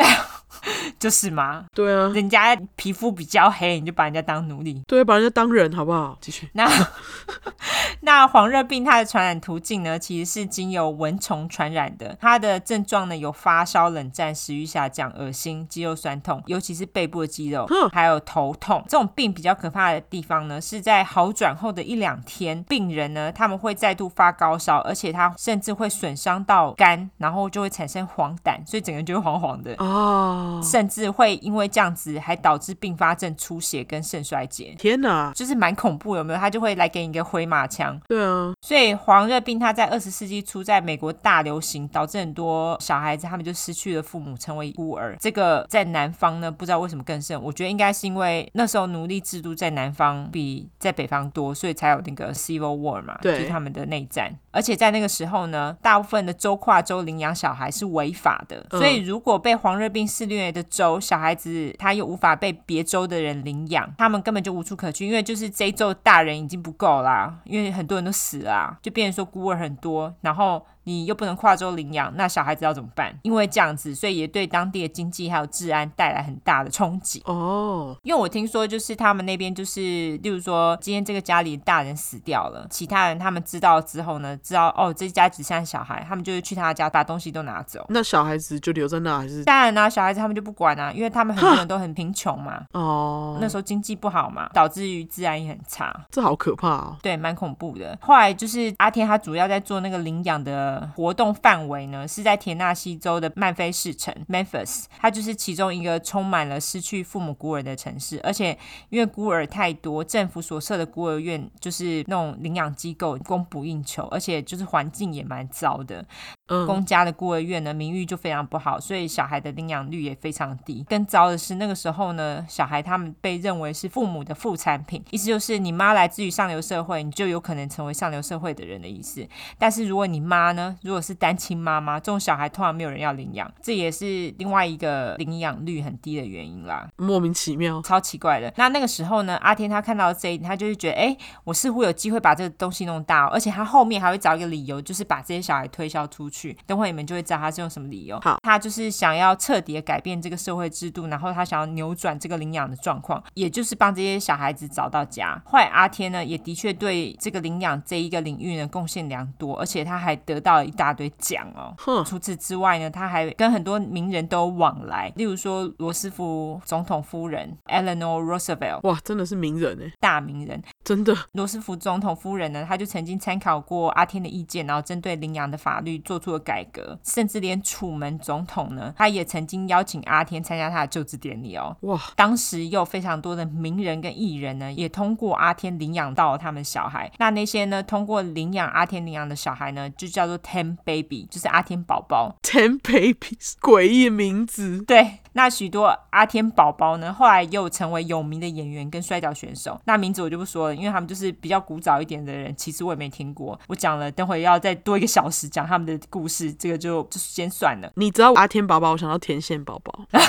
[SPEAKER 2] 就是嘛。
[SPEAKER 1] 对啊，
[SPEAKER 2] 人家皮肤比较黑，你就把人家当奴隶。
[SPEAKER 1] 对，把人家当人好不好？继续。
[SPEAKER 2] [LAUGHS] 那那黄热病它的传染途径呢，其实是经由蚊虫传染的。它的症状呢有发烧、冷战、食欲下降、恶心、肌肉酸痛，尤其是背部的肌肉
[SPEAKER 1] 哼，
[SPEAKER 2] 还有头痛。这种病比较可怕的地方呢，是在好转后的一两天，病人呢他们会再度发高烧，而且他甚至会损伤到肝，然后就会产生黄疸，所以整个人就会黄黄的。
[SPEAKER 1] 哦，
[SPEAKER 2] 甚至会因为这样子，还导致并发症出血跟肾衰竭，
[SPEAKER 1] 天哪！
[SPEAKER 2] 就是蛮恐怖，有没有？他就会来给你一个回马枪。
[SPEAKER 1] 对啊，
[SPEAKER 2] 所以黄热病它在二十世纪初在美国大流行，导致很多小孩子他们就失去了父母，成为孤儿。这个在南方呢，不知道为什么更甚。我觉得应该是因为那时候奴隶制度在南方比在北方多，所以才有那个 Civil War 嘛，
[SPEAKER 1] 对
[SPEAKER 2] 就是他们的内战。而且在那个时候呢，大部分的州跨州领养小孩是违法的，
[SPEAKER 1] 嗯
[SPEAKER 2] 所以如果被黄热病肆虐的州小孩子他又无法被别州的人领养，他们根本就无处可去，因为就是这一州大人已经不够啦，因为很多人都死啦，就变成说孤儿很多，然后。你又不能跨州领养，那小孩子要怎么办？因为这样子，所以也对当地的经济还有治安带来很大的冲击。
[SPEAKER 1] 哦，
[SPEAKER 2] 因为我听说，就是他们那边就是，例如说，今天这个家里的大人死掉了，其他人他们知道之后呢，知道哦，这家只剩下小孩，他们就是去他家把东西都拿走。
[SPEAKER 1] 那小孩子就留在那还是？
[SPEAKER 2] 当然啦、啊小孩子他们就不管啊，因为他们很多人都很贫穷嘛，
[SPEAKER 1] 哦，
[SPEAKER 2] 那时候经济不好嘛，导致于治安也很差。
[SPEAKER 1] 这好可怕哦。
[SPEAKER 2] 对，蛮恐怖的。后来就是阿天，他主要在做那个领养的活动范围呢，是在田纳西州的曼菲市城 （Memphis），它就是其中一个充满了失去父母孤儿的城市。而且因为孤儿太多，政府所设的孤儿院就是那种领养机构供不应求，而且就是环境也蛮糟的。
[SPEAKER 1] 嗯，
[SPEAKER 2] 公家的孤儿院呢，名誉就非常不好，所以小孩的领养率也非常低。更糟的是，那个时候呢，小孩他们被认为是父母的副产品，意思就是你妈来自于上流社会，你就有可能成为上流社会的人的意思。但是如果你妈呢，如果是单亲妈妈，这种小孩通常没有人要领养，这也是另外一个领养率很低的原因啦。
[SPEAKER 1] 莫名其妙，
[SPEAKER 2] 超奇怪的。那那个时候呢，阿天他看到这一点，他就是觉得，哎、我似乎有机会把这个东西弄大哦、而且他后面还会找一个理由，就是把这些小孩推销出去。等会你们就会知道他是用什么理由。
[SPEAKER 1] 好
[SPEAKER 2] 他就是想要彻底的改变这个社会制度，然后他想要扭转这个领养的状况，也就是帮这些小孩子找到家。后来阿天呢，也的确对这个领养这一个领域呢贡献良多，而且他还得到了一大堆奖哦。
[SPEAKER 1] 哼，
[SPEAKER 2] 除此之外呢，他还跟很多名人都有往来，例如说罗斯福总统夫人 Eleanor Roosevelt
[SPEAKER 1] 哇，真的是名人哎，
[SPEAKER 2] 大名人。
[SPEAKER 1] 真的，
[SPEAKER 2] 罗斯福总统夫人呢，她就曾经参考过阿天的意见，然后针对领养的法律做出了改革，甚至连楚门总统呢，他也曾经邀请阿天参加他的就职典礼哦。
[SPEAKER 1] 哇，
[SPEAKER 2] 当时有非常多的名人跟艺人呢，也通过阿天领养到他们小孩。那那些呢，通过领养阿天领养的小孩呢，就叫做 Ten Baby，就是阿天宝宝。
[SPEAKER 1] Ten Babies，诡 [LAUGHS] 异名字，
[SPEAKER 2] 对，那许多阿天宝宝呢，后来又成为有名的演员跟摔跤选手。那名字我就不说了，因为他们就是比较古早一点的人，其实我也没听过。我讲了，等会要再多一个小时讲他们的故事，这个就就先算了。
[SPEAKER 1] 你知道阿天宝宝，我想到天线宝宝， [LAUGHS]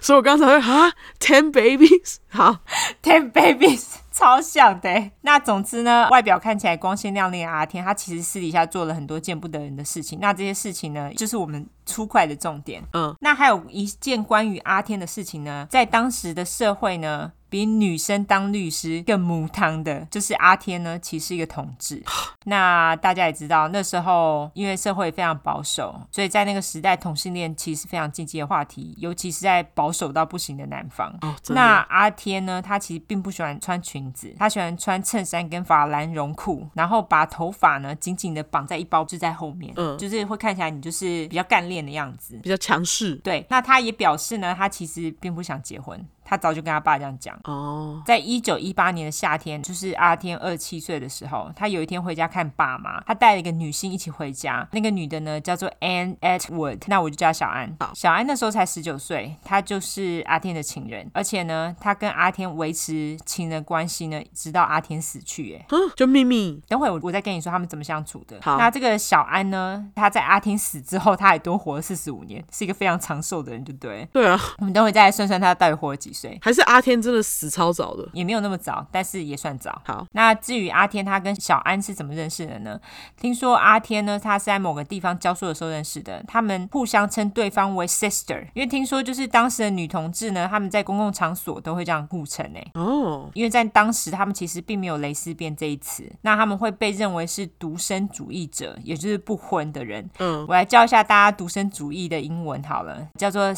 [SPEAKER 1] 所以我刚才会啊，Ten Babies，好，
[SPEAKER 2] Ten Babies 超像的欸。那总之呢，外表看起来光鲜亮丽的啊阿天，他其实私底下做了很多见不得人的事情。那这些事情呢，就是我们出快的重点。
[SPEAKER 1] 嗯，
[SPEAKER 2] 那还有一件关于阿天的事情呢，在当时的社会呢。比女生当律师更母汤的，就是阿天呢，其实是一个同志。那大家也知道，那时候因为社会非常保守，所以在那个时代，同性恋其实是非常禁忌的话题，尤其是在保守到不行的南方。
[SPEAKER 1] 哦，真的，
[SPEAKER 2] 那阿天呢？他其实并不喜欢穿裙子，他喜欢穿衬衫跟法兰绒裤，然后把头发呢紧紧的绑在一包，就在后面，
[SPEAKER 1] 嗯
[SPEAKER 2] 就是会看起来你就是比较干练的样子。
[SPEAKER 1] 比较强势，
[SPEAKER 2] 对，那他也表示呢，他其实并不想结婚，他早就跟他爸这样讲。
[SPEAKER 1] 哦，
[SPEAKER 2] 在一九一八年的夏天，就是阿天二七岁的时候，他有一天回家看爸妈，他带了一个女性一起回家，那个女的呢叫做 Anne Atwood，那我就叫她小安
[SPEAKER 1] 好。
[SPEAKER 2] 小安那时候才十九岁，她就是阿天的情人，而且呢，她跟阿天维持情人关系呢，直到阿天死去。哎，
[SPEAKER 1] 嗯，就秘密，
[SPEAKER 2] 等会我我再跟你说他们怎么相处的。
[SPEAKER 1] 好
[SPEAKER 2] 那这个小安呢，她在阿天死之后，她还多活了四十五年，是一个非常长寿的人，就对了。
[SPEAKER 1] 对啊，
[SPEAKER 2] 我们等会再来算算她到底活了几岁。
[SPEAKER 1] 还是阿天真的死超早的，
[SPEAKER 2] 也没有那么早，但是也算早。
[SPEAKER 1] 好，
[SPEAKER 2] 那至于阿天他跟小安是怎么认识的呢？听说阿天呢，他是在某个地方教书的时候认识的，他们互相称对方为 sister，因为听说就是当时的女同志呢，他们在公共场所都会这样互称诶、
[SPEAKER 1] 哦，
[SPEAKER 2] 因为在当时，他们其实并没有蕾丝边这一词，那他们会被认为是独身主义者，也就是不婚的人。
[SPEAKER 1] 嗯，
[SPEAKER 2] 我来教一下大家独身主义的英文好了，叫做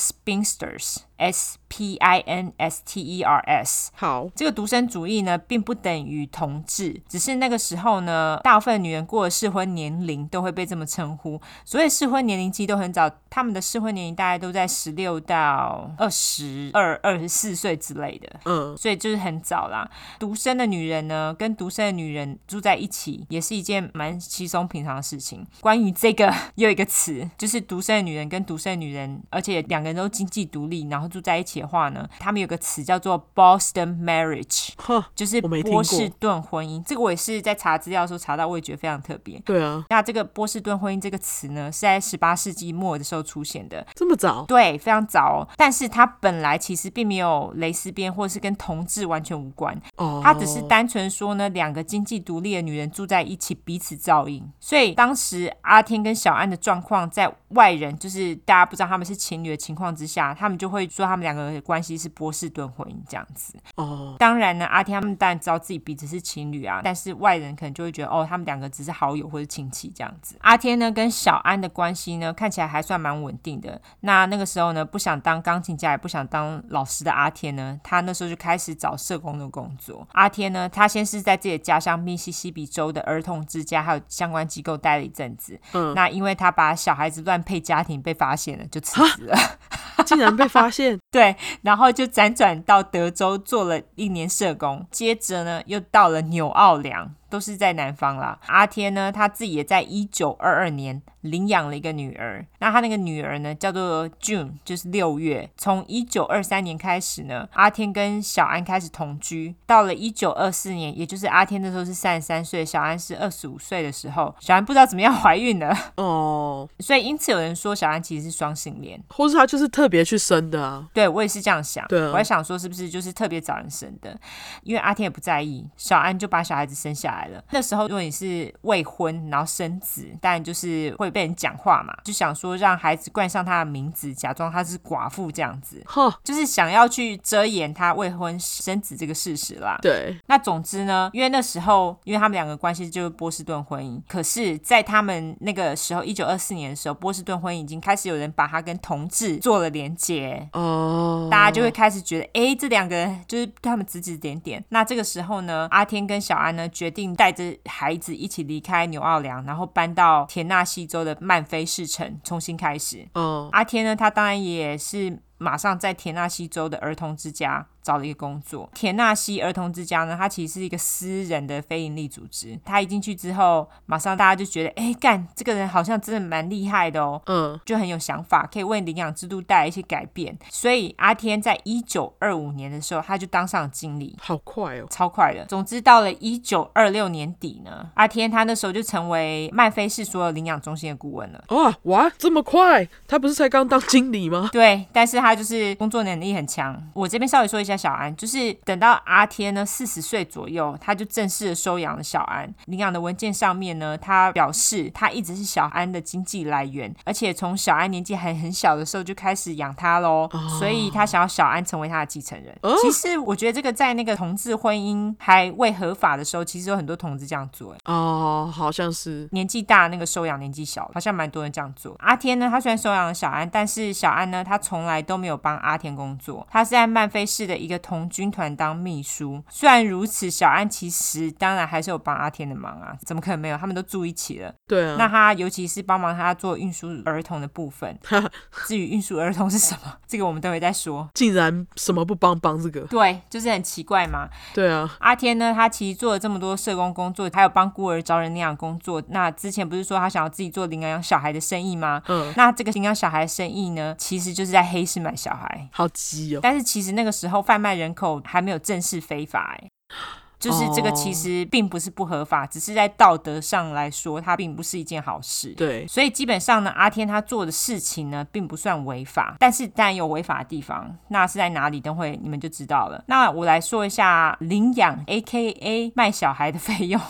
[SPEAKER 2] spinsters，s p i n s t e r s。
[SPEAKER 1] 好，
[SPEAKER 2] 这个独身主义呢，并不等于同志，只是那个时候呢，大部分女人过了适婚年龄都会被这么称呼。所以适婚年龄其实都很早，他们的适婚年龄大概都在十六到二十二、二十四岁之类的。
[SPEAKER 1] 嗯，
[SPEAKER 2] 所以就是很早啦。独生的女人呢，跟独生的女人住在一起，也是一件蛮稀松平常的事情。关于这个， [LAUGHS] 又有一个词，就是独生的女人跟独生的女人，而且两个人都经济独立，然后住在一起的话呢，他们有个词叫做 Boston marriage，
[SPEAKER 1] 哼，
[SPEAKER 2] 就是
[SPEAKER 1] 我没听
[SPEAKER 2] 波
[SPEAKER 1] 过
[SPEAKER 2] 士顿婚姻。这个我也是在查资料的时候查到，我也觉得非常特别。
[SPEAKER 1] 对啊，
[SPEAKER 2] 那这个波士顿婚姻这个词呢，是在十八世纪末的时候出现的。
[SPEAKER 1] 这么早，
[SPEAKER 2] 对，非常早、哦。但是它本来其实并没有蕾丝边，或是跟同志完全无关。
[SPEAKER 1] 哦，
[SPEAKER 2] 它只是单纯说呢，两个经济独立的女人住在一起，彼此照应。所以当时阿天跟小安的状况，在外人就是大家不知道他们是情侣的情况之下，他们就会说他们两个的关系是波士顿婚姻这样子。
[SPEAKER 1] 哦，
[SPEAKER 2] 当然呢，阿天他们当然知道自己彼此是情侣啊，但是外人可能就会觉得哦，他们两个只是好友或者亲戚这样子。阿天呢跟小安的关系呢看起来还算蛮稳定的。那那个时候呢，不想当钢琴家也不想当老师的阿天呢，他那时候就开始找社工的工作。阿天呢，他先是在自己的家乡密西西比州的儿童之家还有相关机构待了一阵子。
[SPEAKER 1] 嗯
[SPEAKER 2] 那因为他把小孩子乱配家庭被发现了，就辞职了。
[SPEAKER 1] 竟然被发现，
[SPEAKER 2] 对，然后就辗转到德州做了一年社工，接着呢又到了纽奥良。都是在南方啦。阿天呢，他自己也在一九二二年领养了一个女儿，那他那个女儿呢叫做 June，就是六月。从一九二三年开始呢，阿天跟小安开始同居。到了一九二四年，也就是阿天那时候是三十三岁，小安是二十五岁的时候，小安不知道怎么样怀孕了，
[SPEAKER 1] [LAUGHS]
[SPEAKER 2] [LAUGHS]
[SPEAKER 1] 哦，
[SPEAKER 2] 所以因此有人说小安其实是双性恋。
[SPEAKER 1] 或是他就是特别去生的啊。
[SPEAKER 2] 对我也是这样想，
[SPEAKER 1] 对啊
[SPEAKER 2] 我还想说是不是就是特别早人生的，因为阿天也不在意，小安就把小孩子生下来了。那时候如果你是未婚然后生子，当然就是会被人讲话嘛，就想说让孩子冠上他的名字，假装他是寡妇这样子，
[SPEAKER 1] 哈，
[SPEAKER 2] 就是想要去遮掩他未婚生子这个事实啦。
[SPEAKER 1] 对，
[SPEAKER 2] 那总之呢，因为那时候，因为他们两个关系就是波士顿婚姻，可是，在他们那个时候，一九二四年的时候，波士顿婚姻已经开始有人把他跟同志做了连接，
[SPEAKER 1] 哦，
[SPEAKER 2] 大家就会开始觉得，哎、这两个人就是对他们指指点点。那这个时候呢，阿天跟小安呢决定带着孩子一起离开纽奥良，然后搬到田纳西州的曼菲市城重新开始。
[SPEAKER 1] 哦，
[SPEAKER 2] 阿天呢，他当然也是马上在田纳西州的儿童之家找了一个工作。田纳西儿童之家呢，它其实是一个私人的非营利组织。他一进去之后，马上大家就觉得，哎，干，这个人好像真的蛮厉害的哦。
[SPEAKER 1] 嗯，
[SPEAKER 2] 就很有想法，可以为领养制度带来一些改变。所以阿天在一九二五年的时候，他就当上了经理。
[SPEAKER 1] 好快哦，
[SPEAKER 2] 超快的。总之，到了一九二六年底呢，阿天他那时候就成为曼菲市所有领养中心的顾问了。
[SPEAKER 1] 哇哇，这么快？他不是才刚当经理吗？
[SPEAKER 2] 对，但是他就是工作能力很强。我这边稍微说一下小安，就是等到阿天呢四十岁左右，他就正式的收养了小安。领养的文件上面呢，他表示他一直是小安的经济来源，而且从小安年纪还很小的时候就开始养他喽，所以他想要小安成为他的继承人。其实我觉得这个在那个同志婚姻还未合法的时候，其实有很多同志这样做、欸
[SPEAKER 1] 哦，好像是，
[SPEAKER 2] 年纪大那个收养年纪小，好像蛮多人这样做。阿天呢，他虽然收养了小安，但是小安呢，他从来都没有帮阿天工作，他是在曼菲市的一个童军团当秘书。虽然如此，小安其实当然还是有帮阿天的忙啊，怎么可能没有？他们都住一起了。
[SPEAKER 1] 对啊，
[SPEAKER 2] 那他尤其是帮忙他做运输儿童的部分，至于运输儿童是什么，这个我们等会再说。
[SPEAKER 1] 竟然什么不帮帮这个？
[SPEAKER 2] 对，就是很奇怪嘛。
[SPEAKER 1] 对啊，
[SPEAKER 2] 阿天呢，他其实做了这么多社工工作，还有帮孤儿找人领养工作。那之前不是说他想要自己做领养小孩的生意吗？
[SPEAKER 1] 嗯，
[SPEAKER 2] 那这个领养小孩的生意呢，其实就是在黑市买小孩。
[SPEAKER 1] 好急哦，
[SPEAKER 2] 但是其实那个时候贩卖人口还没有正式非法、欸，就是这个
[SPEAKER 1] 哦
[SPEAKER 2] 其实并不是不合法，只是在道德上来说，它并不是一件好事。
[SPEAKER 1] 对，
[SPEAKER 2] 所以基本上呢，阿天他做的事情呢，并不算违法，但是当然有违法的地方，那是在哪里？等会你们就知道了。那我来说一下领养 （A K A 卖小孩）的费用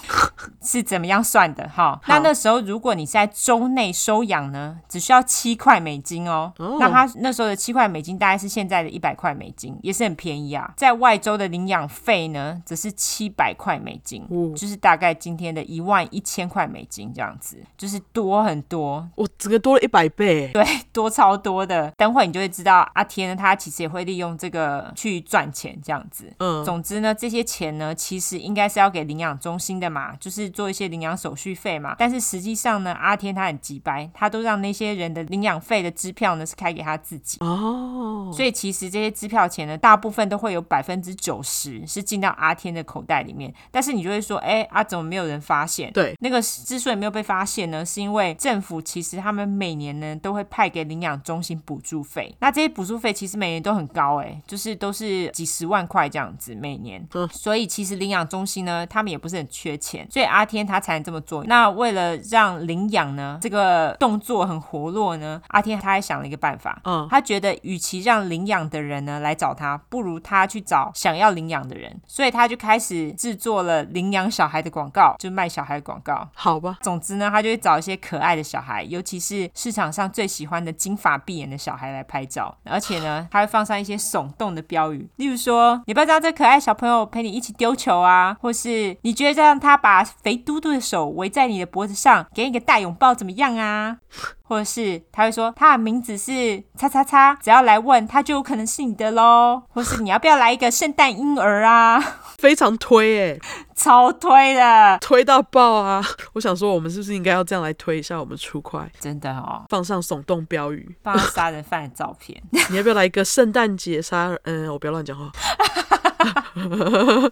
[SPEAKER 2] 是怎么样算的哈。那那时候如果你是在州内收养呢，只需要七块美金哦。
[SPEAKER 1] 哦
[SPEAKER 2] 那他那时候的七块美金大概是现在的一百块美金，也是很便宜啊。在外州的领养费呢，则是七百块美金，
[SPEAKER 1] 哦
[SPEAKER 2] 就是大概今天的一万一千块美金这样子，就是多很多。
[SPEAKER 1] 我整个多了一百倍，
[SPEAKER 2] 对，多超多的，等会你就会知道阿天呢，他其实也会利用这个去赚钱，这样子。
[SPEAKER 1] 嗯，
[SPEAKER 2] 总之呢，这些钱呢，其实应该是要给领养中心的嘛，就是做一些领养手续费嘛。但是实际上呢，阿天他很急白，他都让那些人的领养费的支票呢是开给他自己。
[SPEAKER 1] 哦，
[SPEAKER 2] 所以其实这些支票钱呢，大部分都会有百分之九十是进到阿天的口袋里面。但是你就会说，哎、啊，怎么没有人发现？
[SPEAKER 1] 对，
[SPEAKER 2] 那个之所以没有被发现呢，是因为政府其实他们每年呢都会派给领养中心补助费，那这些补助费其实每年都很高、哎，就是都是几十万块这样子每年。
[SPEAKER 1] 嗯
[SPEAKER 2] 所以其实领养中心呢，他们也不是很缺钱，所以阿天他才能这么做。那为了让领养呢这个动作很活络呢，阿天他还想了一个办法，
[SPEAKER 1] 嗯，
[SPEAKER 2] 他觉得，与其让领养的人呢来找他，不如他去找想要领养的人，所以他就开始制作了领养小孩的广告，就卖小孩广告。
[SPEAKER 1] 好吧，
[SPEAKER 2] 总之呢，他就会找一些可爱的小孩，尤其是市场上最喜欢的金发碧眼的小孩来拍照，而且呢，他会放上一些耸动的标语，例如说“你不要让这可爱小朋友陪你一起丢球啊”，或是“你觉得让他把肥嘟嘟的手围在你的脖子上，给你个大拥抱怎么样啊？”或者是他会说他的名字是叉叉叉，只要来问他就有可能是你的喽，或是你要不要来一个圣诞婴儿啊， [LAUGHS]
[SPEAKER 1] 非常推哎，
[SPEAKER 2] 超推的，
[SPEAKER 1] 推到爆啊！我想说，我们是不是应该要这样来推一下我们出快，
[SPEAKER 2] 真的哦，
[SPEAKER 1] 放上耸动标语？
[SPEAKER 2] 放他杀人犯的照片。
[SPEAKER 1] 你要不要来一个圣诞节杀？嗯，我不要乱讲话。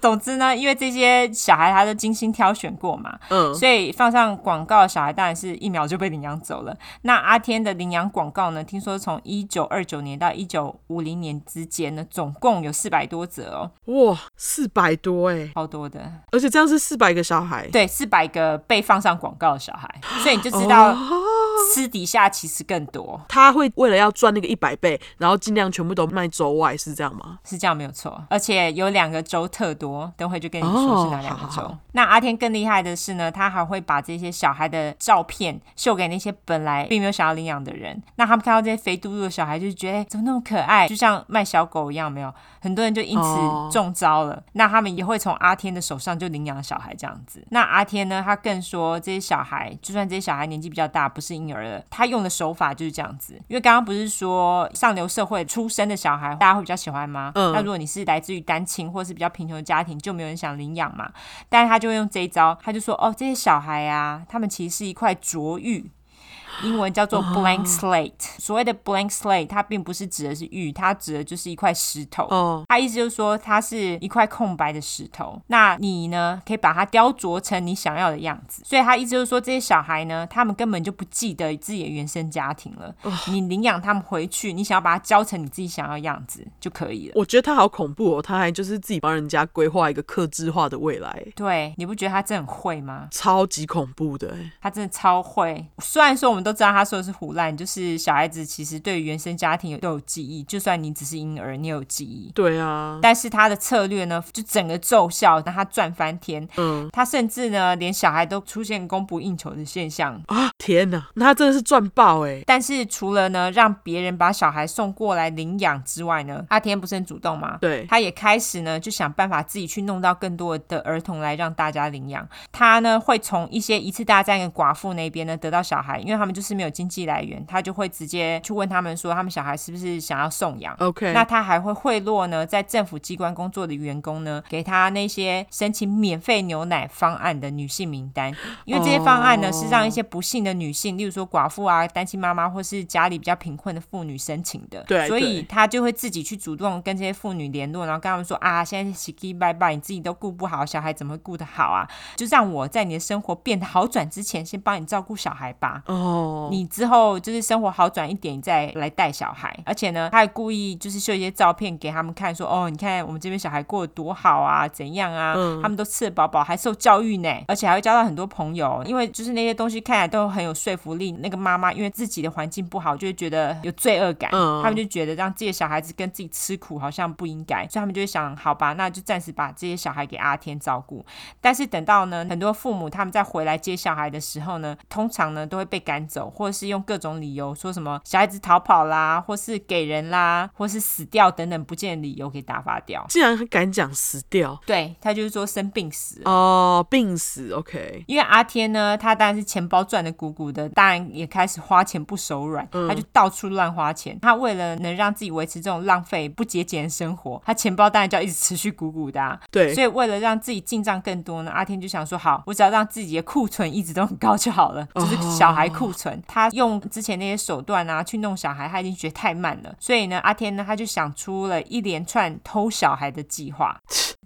[SPEAKER 2] 总之呢，因为这些小孩他都精心挑选过嘛，
[SPEAKER 1] 嗯，
[SPEAKER 2] 所以放上广告，小孩当然是一秒就被领养走了。那阿天的领养广告呢，听说从一九二九年到一九五零年之间呢，总共有四百多则哦，
[SPEAKER 1] 哇，四百多哎、
[SPEAKER 2] 超多的。
[SPEAKER 1] 而且这样是四百个小孩，
[SPEAKER 2] 对，四百个被放上广告的小孩，所以你就知道私底下其实更多，
[SPEAKER 1] 他会为了要赚那个一百倍，然后尽量全部都卖州外，是这样吗？
[SPEAKER 2] 是这样没有错。而且有两个州特多，等会就跟你说是哪两个
[SPEAKER 1] 哦
[SPEAKER 2] 州。
[SPEAKER 1] 好好好
[SPEAKER 2] 那阿天更厉害的是呢，他还会把这些小孩的照片秀给那些本来并没有想要领养的人，那他们看到这些肥嘟嘟的小孩，就觉得、哎怎么那么可爱，就像卖小狗一样，没有很多人就因
[SPEAKER 1] 哦
[SPEAKER 2] 此中招了。那他们也会从阿天的手上就领养小孩这样子。那阿天呢，他更说这些小孩，就算这些小孩年纪比较大，不是婴儿了，他用的手法就是这样子。因为刚刚不是说上流社会出生的小孩，大家会比较喜欢吗？
[SPEAKER 1] 嗯
[SPEAKER 2] 那如果你是来自于单亲或是比较贫穷的家庭，就没有人想领养嘛。但是他就会用这一招，他就说：“哦，这些小孩啊，他们其实是一块浊玉。”英文叫做 blank slate，、所谓的 blank slate，它并不是指的是玉，它指的就是一块石头。
[SPEAKER 1] 哦，
[SPEAKER 2] 他意思就是说，它是一块空白的石头。那你呢，可以把它雕琢成你想要的样子。所以他意思就是说，这些小孩呢，他们根本就不记得自己的原生家庭了。你领养他们回去，你想要把它教成你自己想要的样子就可以了。
[SPEAKER 1] 我觉得他好恐怖哦，他还就是自己帮人家规划一个克制化的未来，
[SPEAKER 2] 对，你不觉得他真的很会吗？
[SPEAKER 1] 超级恐怖的欸。
[SPEAKER 2] 他真的超会。虽然说我们都知道他说的是胡乱，就是小孩子其实对于原生家庭都有记忆，就算你只是婴儿，你也有记忆。
[SPEAKER 1] 对啊，
[SPEAKER 2] 但是他的策略呢，就整个奏效，让他赚翻天。
[SPEAKER 1] 嗯
[SPEAKER 2] 他甚至呢，连小孩都出现供不应求的现象。
[SPEAKER 1] 啊，天哪，那他真的是赚爆哎。
[SPEAKER 2] 但是除了呢，让别人把小孩送过来领养之外呢，阿天不是很主动吗？
[SPEAKER 1] 对，
[SPEAKER 2] 他也开始呢，就想办法自己去弄到更多的儿童来让大家领养。他呢会从一些一次大战的寡妇那边呢得到小孩，因为他们就是没有经济来源，他就会直接去问他们说，他们小孩是不是想要送养。
[SPEAKER 1] OK，
[SPEAKER 2] 那他还会贿赂呢，在政府机关工作的员工呢，给他那些申请免费牛奶方案的女性名单，因为这些方案呢、
[SPEAKER 1] 哦
[SPEAKER 2] 是让一些不幸的女性，例如说寡妇啊、单亲妈妈或是家里比较贫困的妇女申请的。
[SPEAKER 1] 对
[SPEAKER 2] 所
[SPEAKER 1] 对
[SPEAKER 2] 以他就会自己去主动跟这些妇女联络，然后跟他们说啊，现在洗洗拜拜，你自己都顾不好，小孩怎么会顾得好啊？就让我在你的生活变得好转之前，先帮你照顾小孩吧。
[SPEAKER 1] 哦，
[SPEAKER 2] 你之后就是生活好转一点，你再来带小孩。而且呢，他还故意就是秀一些照片给他们看，说哦，你看我们这边小孩过得多好啊，怎样啊，
[SPEAKER 1] 嗯
[SPEAKER 2] 他们都吃得饱饱，还受教育呢，而且还会交到很多朋友。因为就是那些东西看起来都很有说服力。那个妈妈因为自己的环境不好，就会觉得有罪恶感，
[SPEAKER 1] 嗯
[SPEAKER 2] 他们就觉得让自己的小孩子跟自己吃苦好像不应该，所以他们就会想，好吧，那就暂时把这些小孩给阿天照顾。但是等到呢，很多父母他们在回来接小孩的时候呢，通常呢都会被赶走，或者是用各种理由说什么小孩子逃跑啦，或是给人啦，或是死掉等等不见的理由给打发掉。
[SPEAKER 1] 竟然还敢讲死掉
[SPEAKER 2] 对他就是说生病死了。
[SPEAKER 1] 哦，病死 OK，
[SPEAKER 2] 因为阿天呢，他当然是钱包赚的鼓鼓的，当然也开始花钱不手软，他就到处乱花钱。他为了能让自己维持这种浪费不节俭的生活，他钱包当然就要一直持续鼓鼓的、啊。
[SPEAKER 1] 对
[SPEAKER 2] 所以为了让自己进账更多呢，阿天就想说，好，我只要让自己的库存一直都很高就好了，就是小孩库存。他用之前那些手段啊去弄小孩，他已经觉得太慢了。所以呢，阿天呢他就想出了一连串偷小孩的计划。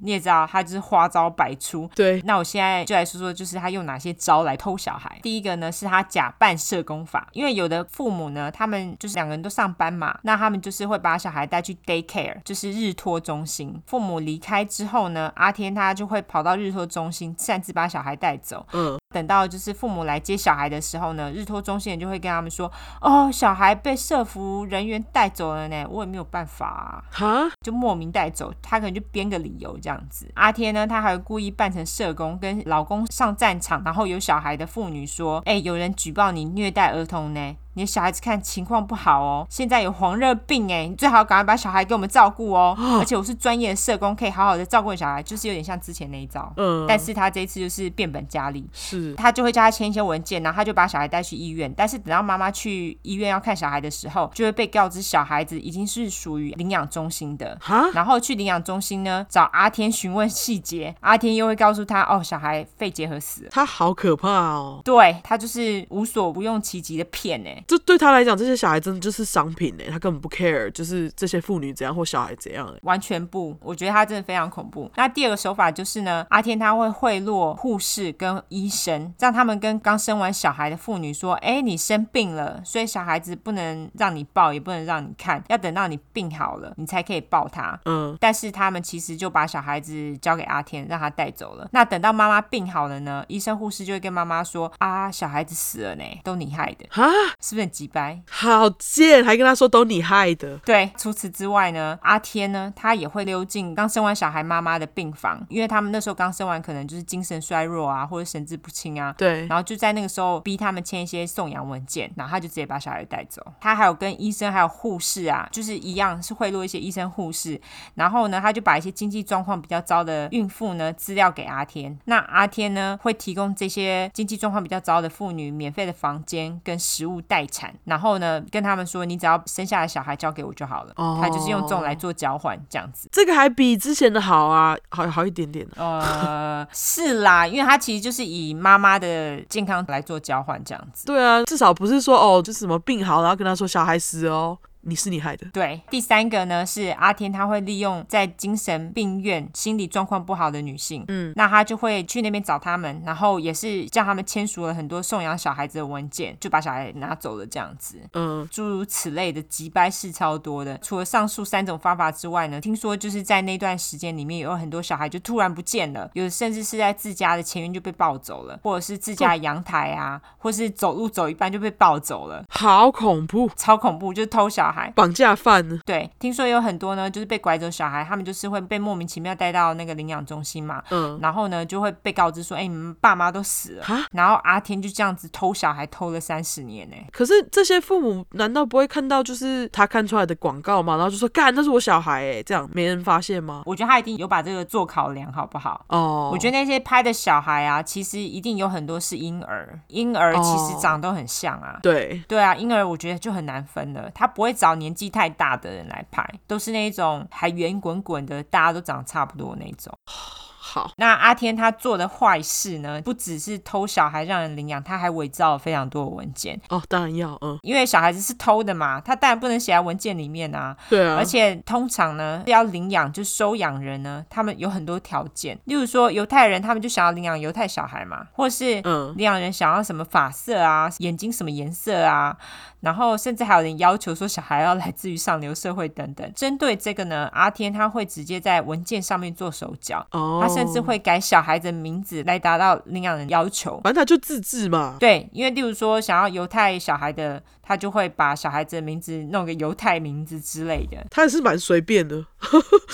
[SPEAKER 2] 你也知道，他就是花招百出。
[SPEAKER 1] 对，
[SPEAKER 2] 那我现在就来说说，就是他用哪些招来偷小孩。第一个呢，是他假扮社工法，因为有的父母呢，他们就是两个人都上班嘛，那他们就是会把小孩带去 daycare，就是日托中心。父母离开之后呢，阿天他就会跑到日托中心，擅自把小孩带走。
[SPEAKER 1] 嗯，
[SPEAKER 2] 等到就是父母来接小孩的时候呢，日托中心人就会跟他们说：“哦，小孩被社服人员带走了呢，我也没有办法、啊。”
[SPEAKER 1] 哈，
[SPEAKER 2] 就莫名带走，他可能就编个理由这样子。阿天呢，他还故意扮成社工，跟老公上战场，然后有小孩的妇女说：“哎、有人举报你虐待儿童呢，你的小孩子看情况不好哦，现在有黄热病哎，你最好赶快把小孩给我们照顾哦。而且我是专业的社工，可以好好的照顾你小孩，就是有点像之前那一招。”
[SPEAKER 1] 嗯，
[SPEAKER 2] 但是他这一次就是变本加厉，
[SPEAKER 1] 是
[SPEAKER 2] 他就会叫他签一些文件，然后他就把小孩带去医院。但是等到妈妈去医院要看小孩的时候，就会被告知小孩子已经是属于领养中心的。
[SPEAKER 1] 哈，
[SPEAKER 2] 然后去领养中心呢，找阿天询问细节，阿天又会告诉他，哦，小孩肺结核死了。
[SPEAKER 1] 他好可怕哦，
[SPEAKER 2] 对他就是无所不用其极的骗哎，
[SPEAKER 1] 这对他来讲，这些小孩真的就是商品哎、他根本不 care，就是这些妇女怎样或小孩怎样、欸。
[SPEAKER 2] 完全不，我觉得他真的非常恐怖。那第二个手法就是呢，阿天他会贿赂护士跟医生，让他们跟刚生完小孩的妇女说：“哎，你生病了，所以小孩子不能让你抱，也不能让你看，要等到你病好了，你才可以抱他。”
[SPEAKER 1] 嗯，
[SPEAKER 2] 但是他们其实就把小孩子交给阿天，让他带走了。那等到妈妈病好了呢，医生护士就会跟妈妈说：“啊，小孩子死了呢，都你害的，
[SPEAKER 1] 哈，
[SPEAKER 2] 是不是很鸡掰？”
[SPEAKER 1] 好贱，还跟他说都你害的。
[SPEAKER 2] 对，除此之外呢，阿天呢，他也会溜进刚生完小孩妈妈的病房，因为他们那时候刚生完，可能就是精神衰弱啊，或者神志不清啊。
[SPEAKER 1] 对，
[SPEAKER 2] 然后就在那个时候逼他们签一些送养文件，然后他就直接把小孩带走。他还有跟医生还有护士啊，就是一样是贿赂一些医生护士，然后呢，他就把一些经济状况比较糟的孕妇呢资料给阿天，那阿天呢会提供这些经济状况比较糟的妇女免费的房间跟食物待产，然后呢跟他们说你只要生下来小孩交给我就好了，
[SPEAKER 1] 哦
[SPEAKER 2] 他就是用这种来做交换这样子。
[SPEAKER 1] 这个还比之前的好啊，好好一点点、啊。
[SPEAKER 2] 呃， [LAUGHS] 是啦，因为他其实就是以妈妈的健康来做交换这样子。
[SPEAKER 1] 对啊，至少不是说哦，就是什么病好，然后跟他说小孩死哦，你是你害的。
[SPEAKER 2] 对，第三个呢是阿天，他会利用在精神病院、心理状况不好的女性，嗯，那他就会去那边找他们，然后也是叫他们签署了很多送养小孩子的文件，就把小孩拿走了这样子。
[SPEAKER 1] 嗯，
[SPEAKER 2] 诸如此类的急掰事超多的。除了上述三种方法之外呢，听说就是在那段时间里面，有很多小孩就突然不见了，有的甚至是在自家的前院就被抱走了，或者是自家的阳台啊，或是走路走一半就被抱走了，
[SPEAKER 1] 好恐怖，
[SPEAKER 2] 超恐怖，就是偷小孩。
[SPEAKER 1] 绑架犯呢？
[SPEAKER 2] 对，听说有很多呢，就是被拐走小孩，他们就是会被莫名其妙带到那个领养中心嘛，
[SPEAKER 1] 嗯，
[SPEAKER 2] 然后呢就会被告知说，哎、你们爸妈都死了
[SPEAKER 1] 哈，
[SPEAKER 2] 然后阿天就这样子偷小孩偷了三十年呢、
[SPEAKER 1] 可是这些父母难道不会看到就是他看出来的广告吗？然后就说干，那是我小孩哎、这样没人发现吗？
[SPEAKER 2] 我觉得他一定有把这个做考量，好不好？
[SPEAKER 1] 哦，
[SPEAKER 2] 我觉
[SPEAKER 1] 得
[SPEAKER 2] 得那些拍的小孩啊，其实一定有很多是婴儿，婴儿其实
[SPEAKER 1] 哦
[SPEAKER 2] 长得都很像啊。
[SPEAKER 1] 对，
[SPEAKER 2] 对啊，婴儿我觉得就很难分了，他不会找年纪太大的人来拍，都是那一种还圆滚滚的，大家都长得差不多那种。
[SPEAKER 1] 好，
[SPEAKER 2] 那阿天他做的坏事呢，不只是偷小孩让人领养，他还伪造了非常多的文件，
[SPEAKER 1] 哦，当然要，嗯，
[SPEAKER 2] 因为小孩子是偷的嘛，他当然不能写在文件里面啊。
[SPEAKER 1] 对啊，
[SPEAKER 2] 而且通常呢，要领养就收养人呢，他们有很多条件，例如说犹太人，他们就想要领养犹太小孩嘛，或是
[SPEAKER 1] 嗯
[SPEAKER 2] 领养人想要什么发色啊，眼睛什么颜色啊，然后甚至还有人要求说小孩要来自于上流社会等等。针对这个呢，阿天他会直接在文件上面做手脚，
[SPEAKER 1] 哦，
[SPEAKER 2] 他甚至，会改小孩子的名字来达到领养人要求。
[SPEAKER 1] 反正他就自制嘛，
[SPEAKER 2] 对，因为例如说想要犹太小孩的，他就会把小孩子的名字弄个犹太名字之类的。 [LAUGHS]
[SPEAKER 1] 他也是蛮随便的，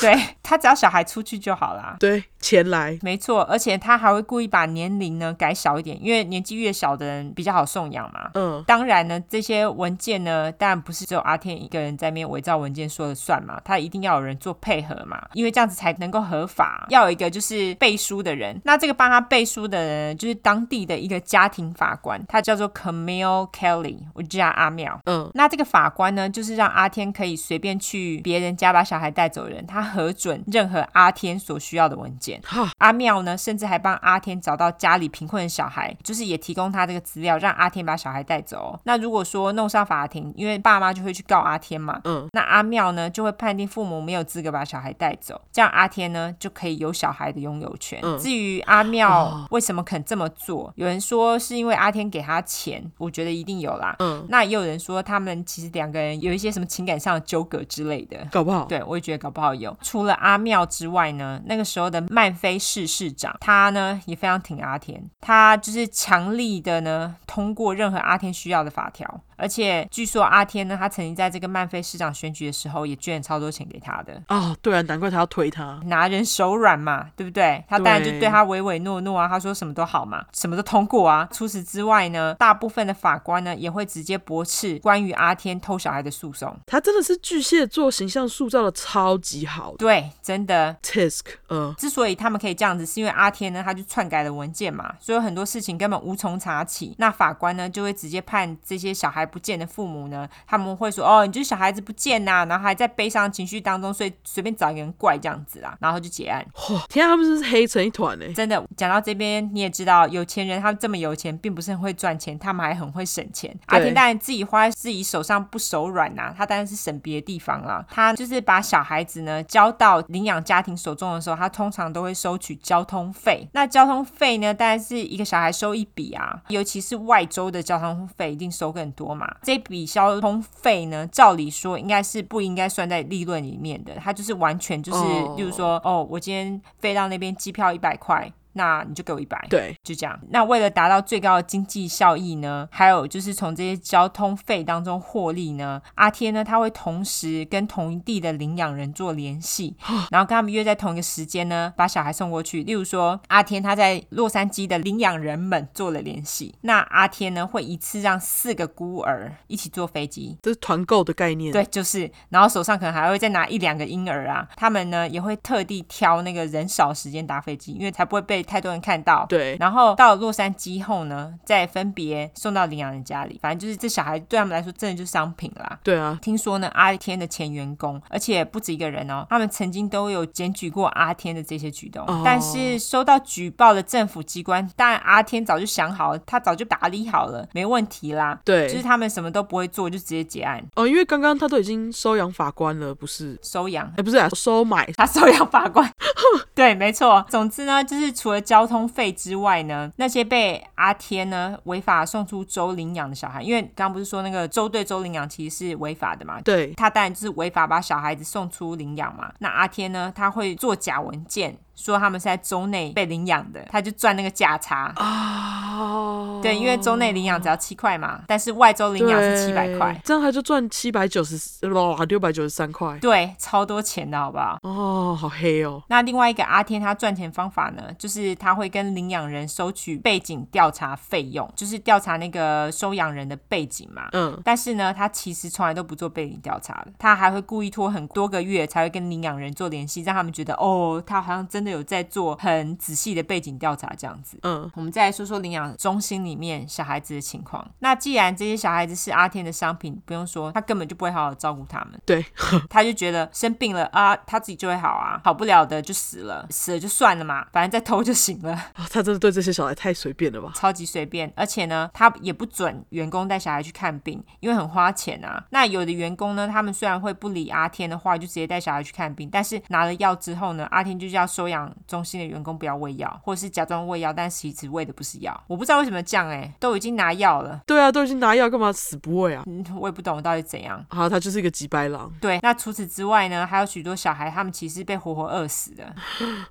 [SPEAKER 2] 对他只要小孩出去就好啦。
[SPEAKER 1] 对，钱来，
[SPEAKER 2] 没错，而且他还会故意把年龄呢改小一点，因为年纪越小的人比较好送养嘛。
[SPEAKER 1] 嗯，
[SPEAKER 2] 当然呢，这些文件呢，当然不是只有阿天一个人在面伪造文件说了算嘛，他一定要有人做配合嘛，因为这样子才能够合法。要有一个就是背书的人，那这个帮他背书的人就是当地的一个家庭法官，他叫做 Camille Kelly，我就叫他阿妙。
[SPEAKER 1] 嗯，
[SPEAKER 2] 那这个法官呢，就是让阿天可以随便去别人家把小孩带走的人，他核准任何阿天所需要的文件。
[SPEAKER 1] 哈，
[SPEAKER 2] 阿妙呢，甚至还帮阿天找到家里贫困的小孩，就是也提供他这个资料，让阿天把小孩带走。那如果说弄上法庭，因为爸妈就会去告阿天嘛，
[SPEAKER 1] 嗯，
[SPEAKER 2] 那阿妙呢就会判定父母没有资格把小孩带走，这样阿天呢就可以有小孩的拥有权。
[SPEAKER 1] 嗯
[SPEAKER 2] 至于阿妙
[SPEAKER 1] 哦
[SPEAKER 2] 为什么肯这么做，有人说是因为阿天给他钱，我觉得一定有啦。
[SPEAKER 1] 嗯，
[SPEAKER 2] 那也有人说他们其实两个人有一些什么情感上的纠葛之类的。
[SPEAKER 1] 搞不好，
[SPEAKER 2] 对，我也觉得搞不好有。除了阿妙之外呢，那个时候的曼菲市市长，他呢也非常挺阿天，他就是强力的呢通过任何阿天需要的法条。而且据说阿天呢，他曾经在这个曼菲市长选举的时候也捐了超多钱给他的。
[SPEAKER 1] 哦，对啊，难怪他要推他，
[SPEAKER 2] 拿人手软嘛，对不对？他当然就
[SPEAKER 1] 对
[SPEAKER 2] 对他唯唯诺诺啊，他说什么都好嘛，什么都通过啊。除此之外呢，大部分的法官呢也会直接驳斥关于阿天偷小孩的诉讼。
[SPEAKER 1] 他真的是巨蟹座形象塑造的超级好的
[SPEAKER 2] 对，真的，
[SPEAKER 1] ，Tisk，嗯，
[SPEAKER 2] 之所以他们可以这样子，是因为阿天呢，他就篡改了文件嘛，所以有很多事情根本无从查起。那法官呢，就会直接判这些小孩孩不见的父母呢，他们会说哦，你就是小孩子不见呐、然后还在悲伤情绪当中，所以随便找一个人怪这样子啊，然后就结案。
[SPEAKER 1] 哇，天啊，他们真是黑成一团欸呢。
[SPEAKER 2] 真的，讲到这边你也知道，有钱人他们这么有钱，并不是很会赚钱，他们还很会省钱。阿
[SPEAKER 1] 对
[SPEAKER 2] 田当然自己花在自己手上不手软呐、他当然是省别的地方啦。他就是把小孩子呢交到领养家庭手中的时候，他通常都会收取交通费。那交通费呢，当然是一个小孩收一笔啊，尤其是外州的交通费一定收更多嘛。这笔交通费呢，照理说应该是不应该算在利润里面的，它就是完全就是，
[SPEAKER 1] 哦
[SPEAKER 2] 例如说，哦，我今天飞到那边机票一百块。那你就给我一百，
[SPEAKER 1] 对，
[SPEAKER 2] 就这样。那为了达到最高的经济效益呢，还有就是从这些交通费当中获利呢，阿天呢他会同时跟同一地的领养人做联系，然后跟他们约在同一个时间呢，把小孩送过去。例如说，阿天他在洛杉矶的领养人们做了联系，那阿天呢会一次让四个孤儿一起坐飞机
[SPEAKER 1] 这是团购的概念。
[SPEAKER 2] 对，就是，然后手上可能还会再拿一两个婴儿啊，他们呢也会特地挑那个人少时间搭飞机，因为才不会被太多人看到。
[SPEAKER 1] 对
[SPEAKER 2] 然后到洛杉矶后呢，再分别送到领养人家里。反正就是这小孩对他们来说，真的就是商品啦。
[SPEAKER 1] 对啊，
[SPEAKER 2] 听说呢，阿天的前员工，而且不止一个人哦，他们曾经都有检举过阿天的这些举动。
[SPEAKER 1] 哦
[SPEAKER 2] 但是收到举报的政府机关，当然阿天早就想好，他早就打理好了，没问题啦。就是
[SPEAKER 1] 对
[SPEAKER 2] 他们什么都不会做，就直接结案
[SPEAKER 1] 哦，因为刚刚他都已经收养法官了，不是？
[SPEAKER 2] 收养。 [LAUGHS]
[SPEAKER 1] 哎，不是啊，收买
[SPEAKER 2] 他收养法官， [LAUGHS] 对，没错。总之呢，就是除了交通费之外呢，那些被阿天呢违法送出州领养的小孩，因为刚刚不是说那个州对州领养其实是违法的嘛，
[SPEAKER 1] 对
[SPEAKER 2] 他当然就是违法把小孩子送出领养嘛。那阿天呢，他会做假文件，说他们是在州内被领养的，他就赚那个价差。
[SPEAKER 1] 啊，
[SPEAKER 2] 对，因为州内领养只要七块嘛，但是外州领养是七百
[SPEAKER 1] 哦对
[SPEAKER 2] 块，，
[SPEAKER 1] 这样他就赚七百九十哇六百九十三块
[SPEAKER 2] 对，超多钱的好不好？
[SPEAKER 1] 哦，好黑哦，
[SPEAKER 2] 那另外一个阿天他赚钱方法呢，就是他会跟领养人收取背景调查费用，就是调查那个收养人的背景嘛。
[SPEAKER 1] 嗯，
[SPEAKER 2] 但是呢，他其实从来都不做背景调查的，他还会故意拖很多个月才会跟领养人做联系，让他们觉得哦，他好像真的有在做很仔细的背景调查这样子。
[SPEAKER 1] 嗯，
[SPEAKER 2] 我们再来说说领养中心里面小孩子的情况。那既然这些小孩子是阿天的商品，不用说，他根本就不会好好照顾他们。
[SPEAKER 1] 对，
[SPEAKER 2] 他就觉得生病了啊，他自己就会好啊，好不了的就死了，死了就算了嘛，反正再偷就行了， [LAUGHS]
[SPEAKER 1] 啊他真的对这些小孩太随便了吧？
[SPEAKER 2] 超级随便。而且呢，他也不准员工带小孩去看病，因为很花钱啊。那有的员工呢，他们虽然会不理阿天的话，就直接带小孩去看病，但是拿了药之后呢，阿天就叫收养中心的员工不要喂药，或者是假装喂药，但其实喂的不是药。我不知道为什么这样哎、都已经拿药了，
[SPEAKER 1] 对啊，都已经拿药，干嘛死不喂啊？
[SPEAKER 2] 嗯，我也不懂到底怎样。
[SPEAKER 1] 啊，他就是一个急白狼，
[SPEAKER 2] 对，那除此之外呢，还有许多小孩，他们其实被活活饿死的。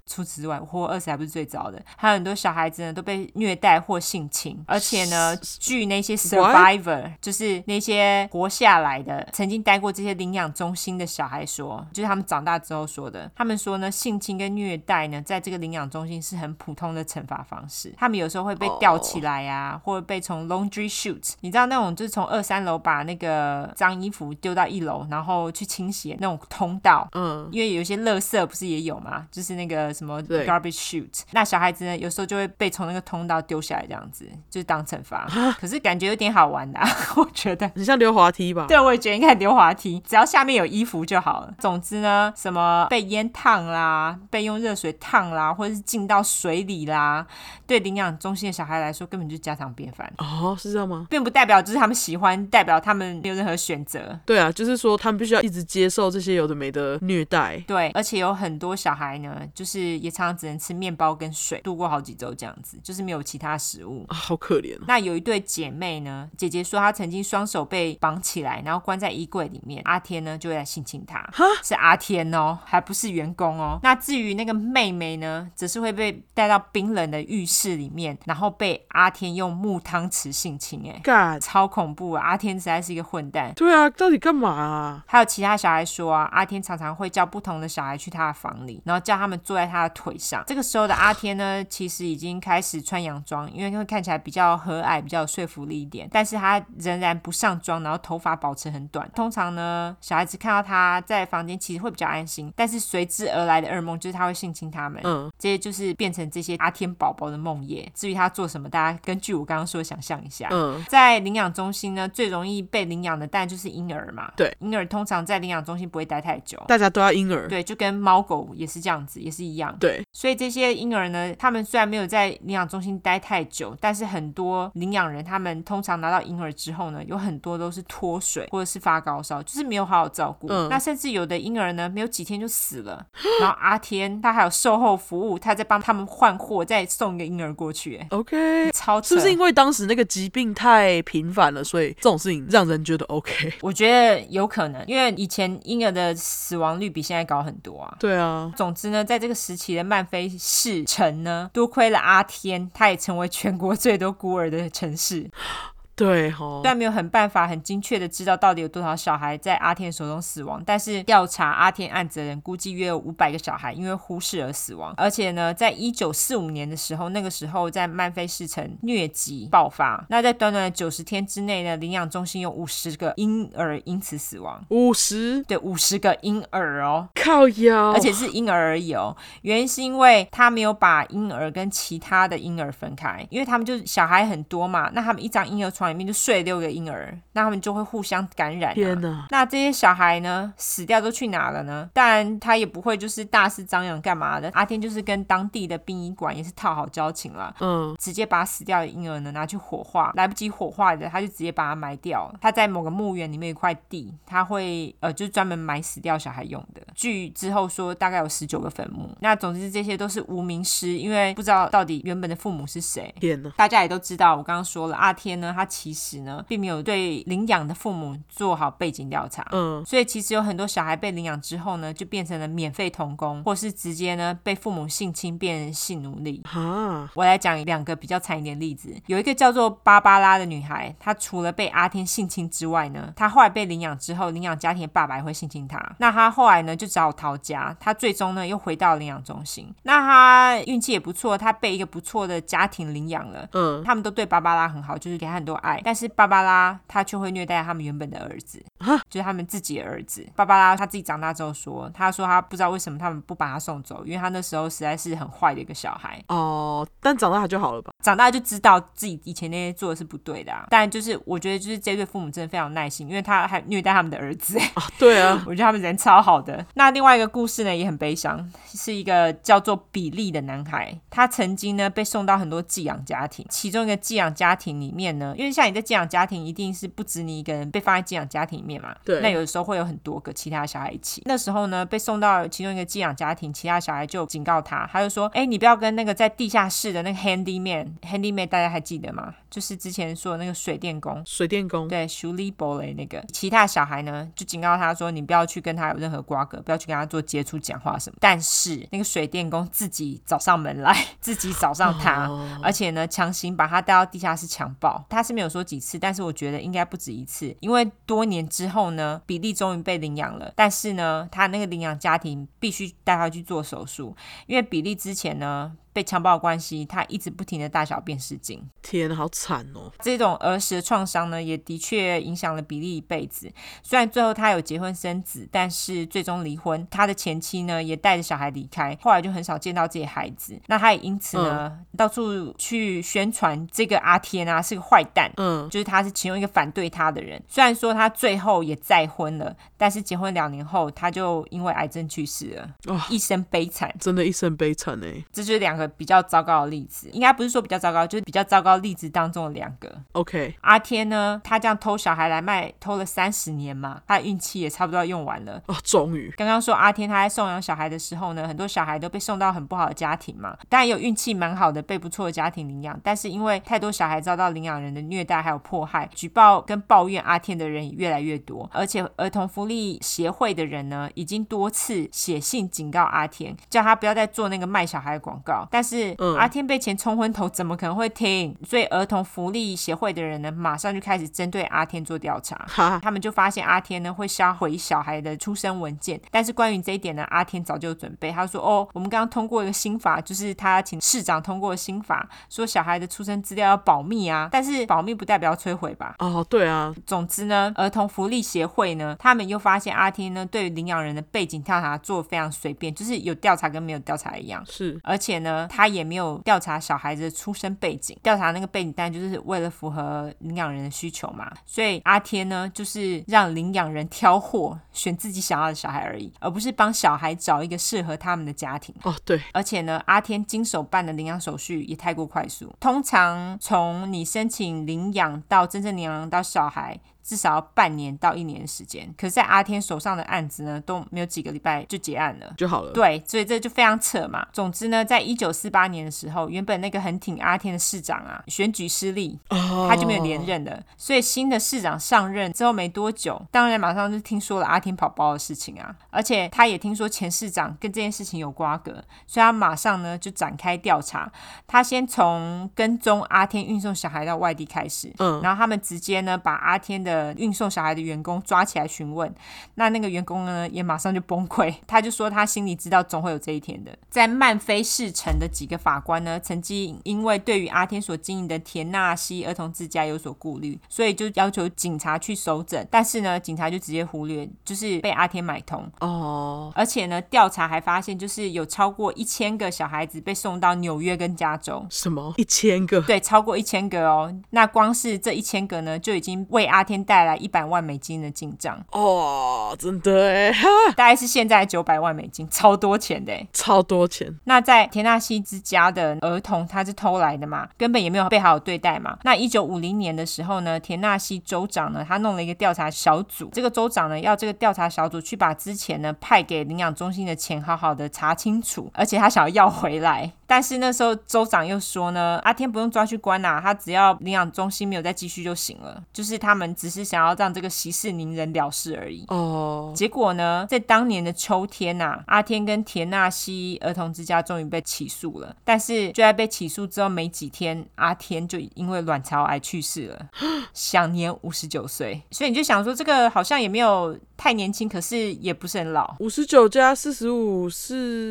[SPEAKER 2] 除此之外，活活饿死还不是最糟的，还有很多小孩子呢都被虐待或性侵，而且呢，据那些
[SPEAKER 1] What？
[SPEAKER 2] survivor，就是那些活下来的、曾经待过这些领养中心的小孩说，就是他们长大之后说的，他们说呢，性侵跟虐待呢，在这个领养中心是很普通的惩罚方式，他们有时候会被吊起来。来呀、或者被从 laundry chute，你知道那种就是从二三楼把那个脏衣服丢到一楼，然后去清洗那种通道。
[SPEAKER 1] 嗯，
[SPEAKER 2] 因为有一些垃圾不是也有嘛，就是那个什么
[SPEAKER 1] 对
[SPEAKER 2] garbage chute，那小孩子呢有时候就会被从那个通道丢下来，这样子就是当惩罚。可是感觉有点好玩的、啊， [LAUGHS] 我觉得。
[SPEAKER 1] 很像溜滑梯吧？
[SPEAKER 2] 对，我也觉得应该溜滑梯，只要下面有衣服就好了。总之呢，什么被烟烫啦，被用热水烫啦，或者是浸到水里啦，对领养中心的小孩来说根本就是家常便饭，
[SPEAKER 1] 哦，是这样吗？
[SPEAKER 2] 并不代表就是他们喜欢，代表他们没有任何选择。
[SPEAKER 1] 对啊，就是说他们必须要一直接受这些有的没的虐待。
[SPEAKER 2] 对，而且有很多小孩呢，就是也常常只能吃面包跟水度过好几周这样子，就是没有其他食物。
[SPEAKER 1] 啊，好可怜哦！
[SPEAKER 2] 那有一对姐妹呢，姐姐说她曾经双手被绑起来，然后关在衣柜里面。阿天呢就会来性侵她，是阿天哦，还不是员工哦。那至于那个妹妹呢，则是会被带到冰冷的浴室里面，然后被阿天用木汤匙性侵，哎，
[SPEAKER 1] 干，
[SPEAKER 2] 超恐怖啊！阿天实在是一个混蛋。
[SPEAKER 1] 对啊，到底干嘛啊？
[SPEAKER 2] 还有其他小孩说啊，阿天常常会叫不同的小孩去他的房里，然后叫他们坐在他的腿上。这个时候的阿天呢，其实已经开始穿洋装，因为会看起来比较和蔼，比较有说服力一点。但是他仍然不上妆，然后头发保持很短。通常呢，小孩子看到他在房间，其实会比较安心，但是随之而来的噩梦就是他会性侵他们。
[SPEAKER 1] 嗯，
[SPEAKER 2] 这些就是变成这些阿天宝宝的梦魇。至于他做什么，大家跟据我刚刚说想象一下，
[SPEAKER 1] 嗯，
[SPEAKER 2] 在领养中心呢，最容易被领养的当然就是婴儿嘛。
[SPEAKER 1] 对，
[SPEAKER 2] 婴儿通常在领养中心不会待太久。
[SPEAKER 1] 大家都要婴儿，
[SPEAKER 2] 对，就跟猫狗也是这样子，也是一样。
[SPEAKER 1] 对
[SPEAKER 2] 所以这些婴儿呢，他们虽然没有在领养中心待太久，但是很多领养人他们通常拿到婴儿之后呢，有很多都是脱水或者是发高烧，就是没有好好照顾。
[SPEAKER 1] 嗯
[SPEAKER 2] 那甚至有的婴儿呢，没有几天就死了。然后阿天他还有售后服务，他在帮他们换货，再送一个婴儿过去，哎
[SPEAKER 1] OK， [LAUGHS]
[SPEAKER 2] 超
[SPEAKER 1] 是
[SPEAKER 2] 扯。
[SPEAKER 1] 不是因啊为当时那个疾病太频繁了，所以这种事情让人觉得 OK？
[SPEAKER 2] 我觉得有可能，因为以前婴儿的死亡率比现在高很多啊。
[SPEAKER 1] [LAUGHS] 对啊，
[SPEAKER 2] 总之呢，在这个时期的曼菲市城呢，多亏了阿天，它也成为全国最多孤儿的城市。
[SPEAKER 1] [LAUGHS] 对哈
[SPEAKER 2] 虽，然没有很办法很精确的知道到底有多少小孩在阿天手中死亡，但是调查阿天案子的人估计约有五百个小孩因为忽视而死亡。而且呢，在一九四五年的时候，那个时候在曼菲市城疟疾爆发，那在短短的九十天之内呢，领养中心有五十个婴儿因此死亡。
[SPEAKER 1] 五十
[SPEAKER 2] 对，五十个婴儿哦，
[SPEAKER 1] 靠腰，
[SPEAKER 2] 而且是婴儿而已哦。原因是因为他没有把婴儿跟其他的婴儿分开，因为他们就是小孩很多嘛，那他们一张婴儿床里面就睡六个婴儿，那他们就会互相感染、
[SPEAKER 1] 天
[SPEAKER 2] 啊。
[SPEAKER 1] 哪，
[SPEAKER 2] 那这些小孩呢，死掉都去哪了呢？当然，他也不会就是大肆张扬干嘛的。阿天就是跟当地的殡仪馆也是套好交情了，
[SPEAKER 1] [LAUGHS] 嗯，
[SPEAKER 2] 直接把死掉的婴儿呢拿去火化，来不及火化的，他就直接把它埋掉了。他在某个墓园里面有一块地，他会呃就是专门埋死掉小孩用的。据之后说，大概有十九个坟墓。那总之这些都是无名尸，因为不知道到底原本的父母是谁。
[SPEAKER 1] 天哪，
[SPEAKER 2] 大家也都知道，我刚刚说了，阿天呢，他其实呢，并没有对领养的父母做好背景调查，
[SPEAKER 1] 嗯，
[SPEAKER 2] 所以其实有很多小孩被领养之后呢，就变成了免费童工，或是直接呢被父母性侵，变成性奴隶。
[SPEAKER 1] 哈，
[SPEAKER 2] 我来讲两个比较惨一点的例子。有一个叫做芭芭拉的女孩，她除了被阿天性侵之外呢，她后来被领养之后，领养家庭的爸爸也会性侵她。那她后来呢，就只好逃家。她最终呢，又回到领养中心。那她运气也不错，她被一个不错的家庭领养了。
[SPEAKER 1] 嗯，
[SPEAKER 2] 他们都对芭芭拉很好，就是给她很多爱，但是芭芭拉她却会虐待他们原本的儿子，就是他们自己的儿子。芭芭拉她自己长大之后说，她说她不知道为什么他们不把她送走，因为她那时候实在是很坏的一个小孩。
[SPEAKER 1] 哦，但长大就好了吧？ [LAUGHS]
[SPEAKER 2] 长大就知道自己以前那些做的是不对的、啊。但就是我觉得，就是这对父母真的非常有耐心，因为他还虐待他们的儿子。
[SPEAKER 1] 啊，对啊，
[SPEAKER 2] 我觉得他们人超好的。那另外一个故事呢，也很悲伤，是一个叫做比利的男孩，他曾经呢被送到很多寄养家庭，其中一个寄养家庭里面呢，因为像你在寄养家庭，一定是不止你一个人被放在寄养家庭里面嘛，
[SPEAKER 1] 对
[SPEAKER 2] 那有的时候会有很多个其他小孩一起。那时候呢，被送到其中一个寄养家庭，其他小孩就警告他，他就说：“哎、你不要跟那个在地下室的那个 handyman，handyman 大家还记得吗？就是之前说的那个水电工，
[SPEAKER 1] 水电工，
[SPEAKER 2] 对，熟力博雷那个，其他小孩呢就警告他说，你不要去跟他有任何瓜葛，不要去跟他做接触、讲话什么。但是那个水电工自己找上门来， [LAUGHS] 自己找上他。
[SPEAKER 1] 哦
[SPEAKER 2] 而且呢，强行把他带到地下室强暴，他是没有说几次，但是我觉得应该不止一次，因为多年之后呢，比利终于被领养了，但是呢，他那个领养家庭必须带他去做手术，因为比利之前呢被强暴的关系，他一直不停的大小便失禁，
[SPEAKER 1] 天，好惨哦，
[SPEAKER 2] 这种儿时的创伤呢，也的确影响了比利一辈子。虽然最后他有结婚生子，但是最终离婚。他的前妻呢，也带着小孩离开，后来就很少见到自己的孩子。那他也因此呢，到处去宣传这个阿天啊是个坏蛋。
[SPEAKER 1] 嗯，
[SPEAKER 2] 就是他是其中一个反对他的人，虽然说他最后也再婚了，但是结婚两年后他就因为癌症去世了，
[SPEAKER 1] 哇
[SPEAKER 2] 一生悲惨。
[SPEAKER 1] 真的一生悲惨哎。
[SPEAKER 2] 这就是两个比较糟糕的例子，应该不是说比较糟糕，就是比较糟糕例子当中的两个。
[SPEAKER 1] OK，
[SPEAKER 2] 阿天呢，他这样偷小孩来卖，偷了三十年嘛，他的运气也差不多要用完了。
[SPEAKER 1] 哦，终于，
[SPEAKER 2] 刚刚说阿天他在送养小孩的时候呢，很多小孩都被送到很不好的家庭嘛，当然有运气蛮好的被不错的家庭领养，但是因为太多小孩遭到领养人的虐待还有迫害，举报跟抱怨阿天的人也越来越多，而且儿童福利协会的人呢，已经多次写信警告阿天，叫他不要再做那个卖小孩的广告，但是、
[SPEAKER 1] 嗯
[SPEAKER 2] 阿天被钱冲昏头，怎么可能会听？所以儿童福利协会的人呢，马上就开始针对阿天做调查。
[SPEAKER 1] 哈，
[SPEAKER 2] 他们就发现阿天呢会销毁小孩的出生文件，但是关于这一点呢，阿天早就有准备。他说：“哦，我们刚刚通过一个新法，就是他请市长通过的新法，说小孩的出生资料要保密啊，但是保密不代表要摧毁吧。”
[SPEAKER 1] 哦，对啊，
[SPEAKER 2] 总之呢，儿童福利协会呢，他们又发现阿天呢对于领养人的背景调查做得非常随便，就是有调查跟没有调查一样。
[SPEAKER 1] 是
[SPEAKER 2] 而且呢，呢，他也没有调查小孩子的出生背景，调查那个背景单就是为了符合领养人的需求嘛。所以阿天呢，就是让领养人挑货，选自己想要的小孩而已，而不是帮小孩找一个适合他们的家庭。
[SPEAKER 1] 哦，对，
[SPEAKER 2] 而且呢，阿天经手办的领养手续也太过快速，通常从你申请领养到真正领养到小孩。至少要半年到一年的时间，可是，在阿天手上的案子呢，都没有几个礼拜就结案了。
[SPEAKER 1] 就好了。
[SPEAKER 2] 对，所以这就非常扯嘛。总之呢，在一九四八年的时候，原本那个很挺阿天的市长啊，选举失利，
[SPEAKER 1] 哦
[SPEAKER 2] 他就没有连任了。所以新的市长上任之后没多久，当然马上就听说了阿天跑包的事情啊，而且他也听说前市长跟这件事情有瓜葛，所以他马上呢就展开调查。他先从跟踪阿天运送小孩到外地开始，
[SPEAKER 1] 嗯
[SPEAKER 2] 然后他们直接呢把阿天的运送小孩的员工抓起来询问，那那个员工呢也马上就崩溃，他就说他心里知道总会有这一天的。在曼菲市城的几个法官呢，曾经因为对于阿天所经营的田纳西儿童之家有所顾虑，所以就要求警察去搜证，但是呢，警察就直接忽略，就是被阿天买通。
[SPEAKER 1] 哦，
[SPEAKER 2] 而且呢，调查还发现，就是有超过一千个小孩子被送到纽约跟加州。
[SPEAKER 1] 什么一千个？
[SPEAKER 2] 对，超过一千个哦。那光是这一千个呢，就已经为阿天带来一百万美金的进账，
[SPEAKER 1] 哦，真的哎，
[SPEAKER 2] 大概是现在九百万美金，超多钱的
[SPEAKER 1] [LAUGHS]
[SPEAKER 2] 诶。欸
[SPEAKER 1] 超多钱。
[SPEAKER 2] 那在田纳西之家的儿童，他是偷来的嘛，根本也没有被好好对待嘛。那一九五零年的时候呢，田纳西州长呢，他弄了一个调查小组，这个州长呢，要这个调查小组去把之前呢派给领养中心的钱好好的查清楚，而且他想要要回来。但是那时候州长又说呢，阿天不用抓去关啦、他只要领养中心没有再继续就行了，就是他们只是想要让这个息事宁人了事而已。
[SPEAKER 1] 哦，
[SPEAKER 2] 结果呢，在当年的秋天呐、阿天跟田纳西儿童之家终于被起诉了。但是就在被起诉之后没几天，阿天就因为卵巢癌去世了， [GASPS] 享年五十九岁。所以你就想说，这个好像也没有太年轻，可是也不是很老。
[SPEAKER 1] 五十九加四十五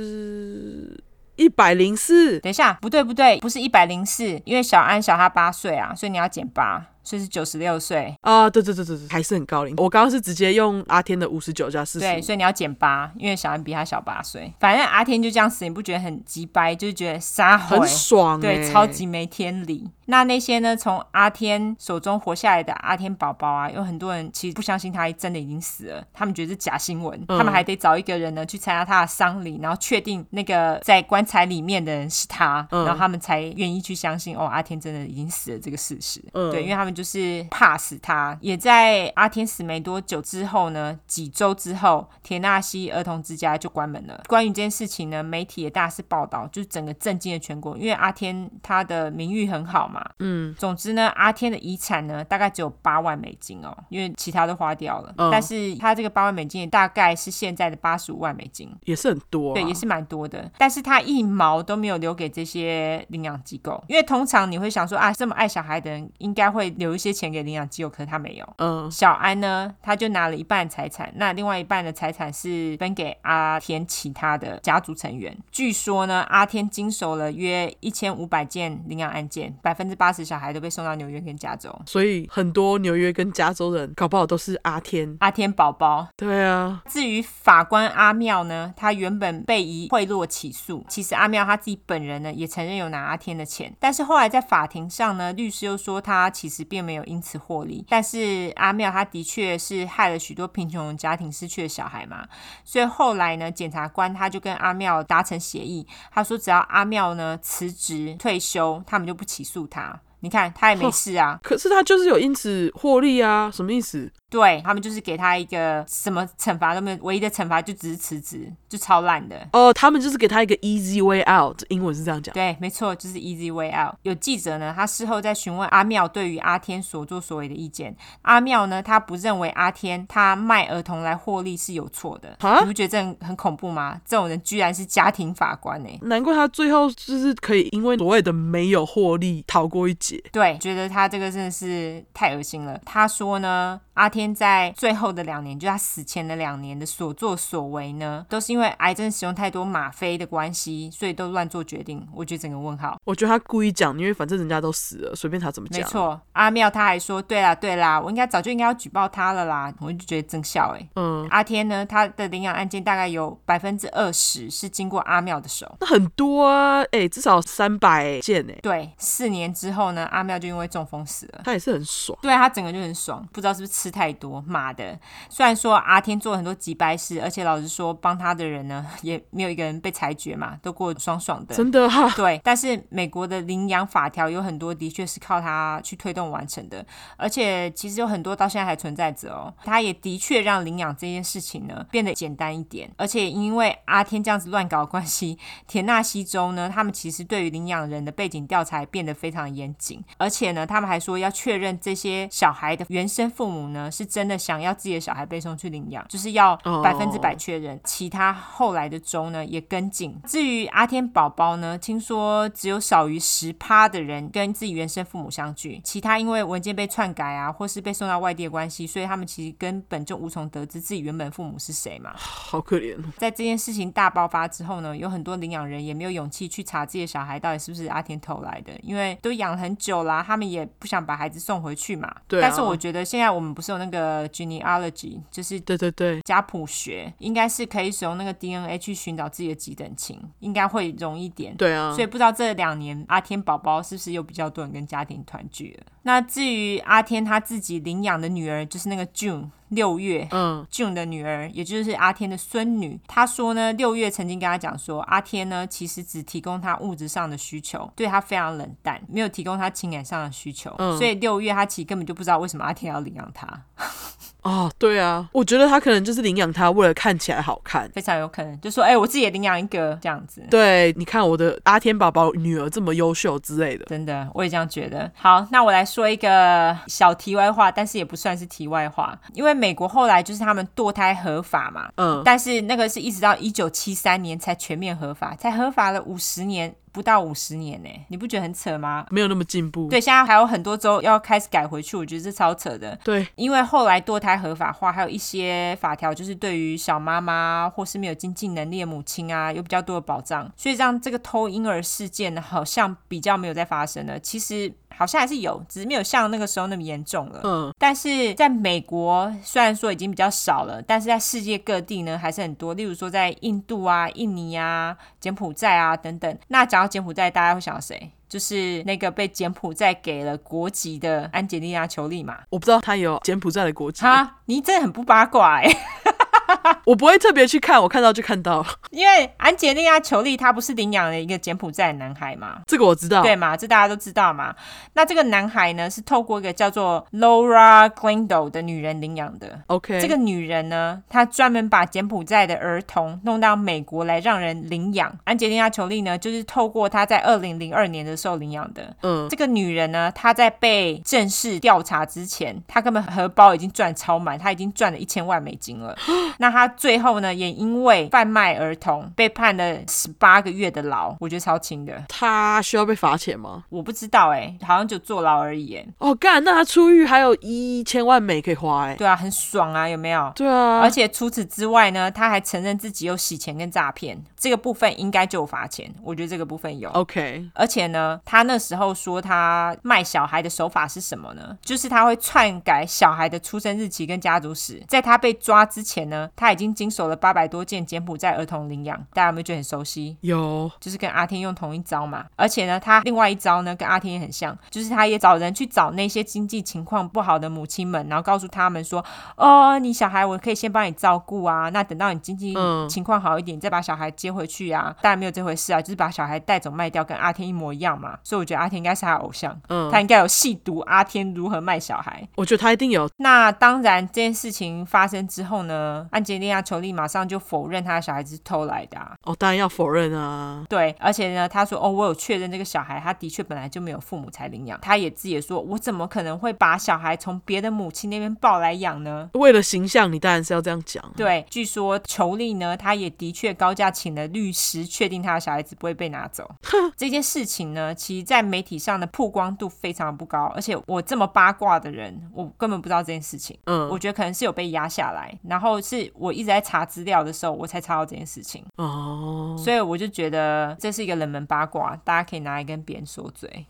[SPEAKER 1] 是一百零四。
[SPEAKER 2] 等一下，不对不对，不是一百零四，因为小安小他八岁啊，所以你要减八，所以是九十六岁。
[SPEAKER 1] 啊，对对对对对，还是很高龄。我刚刚是直接用阿天的五十九加四十
[SPEAKER 2] 对，所以你要减八，因为小安比他小八岁。反正阿天就这样死，你不觉得很鸡掰？就是觉得撒谎。
[SPEAKER 1] 很爽、欸，
[SPEAKER 2] 对，超级没天理。那那些呢，从阿天手中活下来的阿天宝宝啊，有很多人其实不相信他真的已经死了，他们觉得是假新闻，
[SPEAKER 1] 嗯
[SPEAKER 2] 他们还得找一个人呢去参加他的丧礼，然后确定那个在棺材里面的人是他，
[SPEAKER 1] 嗯
[SPEAKER 2] 然后他们才愿意去相信哦，阿天真的已经死了这个事实。
[SPEAKER 1] 嗯
[SPEAKER 2] 对，因为他们就是怕死他。也在阿天死没多久之后呢，几周之后，田纳西儿童之家就关门了。关于这件事情呢，媒体也大肆报道，就是整个震惊了全国，因为阿天他的名誉很好嘛。
[SPEAKER 1] 嗯，
[SPEAKER 2] 总之呢，阿天的遗产呢，大概只有八万美金哦，因为其他都花掉了。
[SPEAKER 1] 嗯
[SPEAKER 2] 但是他这个八万美金也大概是现在的八十五万美金。
[SPEAKER 1] 也是很多、啊，
[SPEAKER 2] 对，也是蛮多的，但是他一毛都没有留给这些领养机构，因为通常你会想说啊，这么爱小孩的人应该会留一些钱给领养机构，可是他没有。
[SPEAKER 1] 嗯，
[SPEAKER 2] 小安呢，他就拿了一半财产，那另外一半的财产是分给阿天其他的家族成员。据说呢，阿天经手了约一千五百件领养案件，百分之八十小孩都被送到纽约跟加州。
[SPEAKER 1] 所以很多纽约跟加州人搞不好都是阿天。
[SPEAKER 2] 阿天宝宝，
[SPEAKER 1] 对啊，
[SPEAKER 2] 至于法官阿妙呢，他原本被以贿赂起诉。其实阿妙他自己本人呢，也承认有拿阿天的钱，但是后来在法庭上呢，律师又说他其实并没有因此获利。但是阿妙他的确是害了许多贫穷家庭失去了小孩嘛，所以后来呢，检察官他就跟阿妙达成协议，他说只要阿妙呢辞职退休，他们就不起诉他。你看他也没事啊，
[SPEAKER 1] 可是他就是有因此获利啊，什么意思？
[SPEAKER 2] 对他们就是给他一个什么惩罚都没有，唯一的惩罚就只是辞职，就超烂的。
[SPEAKER 1] 哦，他们就是给他一个 easy way out，英文是这样讲。
[SPEAKER 2] 对，没错，就是 easy way out。有记者呢，他事后在询问阿妙对于阿天所作所为的意见。阿妙呢，他不认为阿天他卖儿童来获利是有错的。
[SPEAKER 1] 啊
[SPEAKER 2] 你不觉得这很很恐怖吗？这种人居然是家庭法官呢、欸
[SPEAKER 1] 难怪他最后就是可以因为所谓的没有获利逃过一劫。
[SPEAKER 2] 对，觉得他这个真的是太恶心了。他说呢，阿天天在最后的两年，就他死前的两年的所作所为呢，都是因为癌症使用太多吗啡的关系，所以都乱做决定。我觉得整个问号。
[SPEAKER 1] 我觉得他故意讲，因为反正人家都死了，随便他怎么
[SPEAKER 2] 没
[SPEAKER 1] 讲。
[SPEAKER 2] 错，阿妙他还说：“对啦，对啦，我应该早就应该要举报他了啦。”我就觉得真笑哎、
[SPEAKER 1] 嗯，
[SPEAKER 2] 阿天呢，他的领养案件大概有百分之二十是经过阿妙的手。
[SPEAKER 1] 那很多啊，哎、至少三百件哎、
[SPEAKER 2] 对，四年之后呢，阿妙就因为中风死了。
[SPEAKER 1] 他也是很爽。
[SPEAKER 2] 对他整个就很爽，不知道是不是吃太多，妈的！虽然说阿天做了很多急白事，而且老实说，帮他的人呢也没有一个人被裁决嘛，都过得爽爽的。
[SPEAKER 1] 真的哈、
[SPEAKER 2] 对，但是美国的领养法条有很多的确是靠它去推动完成的，而且其实有很多到现在还存在着哦。它也的确让领养这件事情呢变得简单一点，而且因为阿天这样子乱搞的关系，田纳西州呢，他们其实对于领养人的背景调查也变得非常严谨，而且呢，他们还说要确认这些小孩的原生父母呢是真的想要自己的小孩被送去领养，就是要
[SPEAKER 1] 哦
[SPEAKER 2] 百分之百确认。其他后来的州呢也跟进。至于阿天宝宝呢，听说只有少于十趴的人跟自己原生父母相聚，其他因为文件被篡改啊，或是被送到外地的关系，所以他们其实根本就无从得知自己原本父母是谁嘛。
[SPEAKER 1] 好可怜哦。
[SPEAKER 2] 在这件事情大爆发之后呢，有很多领养人也没有勇气去查自己的小孩到底是不是阿天偷来的，因为都养了很久啦，他们也不想把孩子送回去嘛。
[SPEAKER 1] 对啊
[SPEAKER 2] 但是我觉得现在我们不是有那个 genealogy，就是
[SPEAKER 1] 对对对，
[SPEAKER 2] 家谱学，应该是可以使用那个 DNA 去寻找自己的几等亲，应该会容易一点。
[SPEAKER 1] 对啊
[SPEAKER 2] 所以，不知道这两年阿天宝宝是不是又比较多人跟家庭团聚了？那至于阿天他自己领养的女儿，就是那个 June 六月。
[SPEAKER 1] 嗯，
[SPEAKER 2] June 的女儿，也就是阿天的孙女，她说呢，六月曾经跟她讲说，阿天呢其实只提供她物质上的需求，对她非常冷淡，没有提供她情感上的需求，
[SPEAKER 1] 嗯
[SPEAKER 2] 所以六月她其实根本就不知道为什么阿天要领养她，
[SPEAKER 1] 哦，对啊，我觉得他可能就是领养他，为了看起来好看。
[SPEAKER 2] 非常有可能就说，哎、我自己也领养一个这样子。
[SPEAKER 1] 对，你看我的阿天宝宝女儿这么优秀之类的，
[SPEAKER 2] 真的，我也这样觉得。好，那我来说一个小题外话，但是也不算是题外话，因为美国后来就是他们堕胎合法嘛，
[SPEAKER 1] 嗯，
[SPEAKER 2] 但是那个是一直到一九七三年才全面合法，才合法了五十年，不到五十年呢、你不觉得很扯吗？
[SPEAKER 1] 没有那么进步。
[SPEAKER 2] 对，现在还有很多州要开始改回去，我觉得这超扯的。
[SPEAKER 1] 对，
[SPEAKER 2] 因为后来堕胎合法化，还有一些法条，就是对于小妈妈或是没有经济能力的母亲啊，有比较多的保障，所以让这个偷婴儿事件呢，好像比较没有再发生了。其实好像还是有，只是没有像那个时候那么严重了。
[SPEAKER 1] 嗯，
[SPEAKER 2] 但是在美国，虽然说已经比较少了，但是在世界各地呢还是很多。例如说在印度啊、印尼啊、柬埔寨啊等等。那讲到柬埔寨，大家会想到谁？就是那个被柬埔寨给了国籍的安吉丽娜·裘丽嘛。
[SPEAKER 1] 我不知道他有柬埔寨的国籍，
[SPEAKER 2] 哈，你真的很不八卦哎、
[SPEAKER 1] 我不会特别去看，我看到就看到了，
[SPEAKER 2] [LAUGHS]
[SPEAKER 1] [LAUGHS]
[SPEAKER 2] 因为安吉丽娜·裘丽她不是领养了一个柬埔寨的男孩嘛，
[SPEAKER 1] 这个我知道。
[SPEAKER 2] 对嘛，这大家都知道嘛。那这个男孩呢，是透过一个叫做 Laura Glendale 的女人领养的。
[SPEAKER 1] ，OK，
[SPEAKER 2] 这个女人呢，她专门把柬埔寨的儿童弄到美国来让人领养。安吉丽娜·裘丽呢，就是透过她在二零零二年的时候领养的。
[SPEAKER 1] 嗯，
[SPEAKER 2] 这个女人呢，她在被正式调查之前，她根本荷包已经赚超满，她已经赚了一千万美
[SPEAKER 1] [GASPS]
[SPEAKER 2] 金了。那她最后呢，也因为贩卖儿童被判了十八个月的牢，我觉得超轻的。
[SPEAKER 1] 他需要被罚钱吗？
[SPEAKER 2] 我不知道哎、好像就坐牢而已哎、
[SPEAKER 1] 哦，干，那他出狱还有一千万美可以花哎、
[SPEAKER 2] 对啊，很爽啊，有没有？
[SPEAKER 1] 对啊，
[SPEAKER 2] 而且除此之外呢，他还承认自己有洗钱跟诈骗，这个部分应该就有罚钱，我觉得这个部分有。
[SPEAKER 1] OK，
[SPEAKER 2] 而且呢，他那时候说他卖小孩的手法是什么呢？就是他会篡改小孩的出生日期跟家族史。在他被抓之前呢，他已经经手了八百多件柬埔寨儿童领养，大家有没有觉得很熟悉？
[SPEAKER 1] 有
[SPEAKER 2] 就是跟阿天用同一招嘛，而且呢，他另外一招呢跟阿天也很像，就是他也找人去找那些经济情况不好的母亲们，然后告诉他们说，哦，你小孩我可以先帮你照顾啊，那等到你经济
[SPEAKER 1] 嗯
[SPEAKER 2] 情况好一点，你再把小孩接回去啊。当然没有这回事啊，就是把小孩带走卖掉，跟阿天一模一样嘛。所以我觉得阿天应该是他的偶像，
[SPEAKER 1] 嗯
[SPEAKER 2] 他应该有细读阿天如何卖小孩。
[SPEAKER 1] 我觉得他一定有，
[SPEAKER 2] 那当然，这件事情发生之后呢，安吉丽利亚裘丽马上就否认他的小孩子是偷来的、啊。
[SPEAKER 1] 哦，当然要否认啊。
[SPEAKER 2] 对，而且呢，他说哦，我有确认这个小孩，他的确本来就没有父母才领养。他也自己也说，我怎么可能会把小孩从别的母亲那边抱来养呢？
[SPEAKER 1] 为了形象，你当然是要这样讲啊。
[SPEAKER 2] 对，据说裘丽呢，她也的确高价请了律师，确定她的小孩子不会被拿走。这件事情呢，其实在媒体上的曝光度非常不高，而且我这么八卦的人，我根本不知道这件事情。
[SPEAKER 1] 嗯
[SPEAKER 2] 我，觉得可能是有被压下来，然后是我一直在查资料的时候，我才查到这件事情，
[SPEAKER 1] 哦，
[SPEAKER 2] 所以我就觉得这是一个冷门八卦，大家可以拿来跟别人说嘴。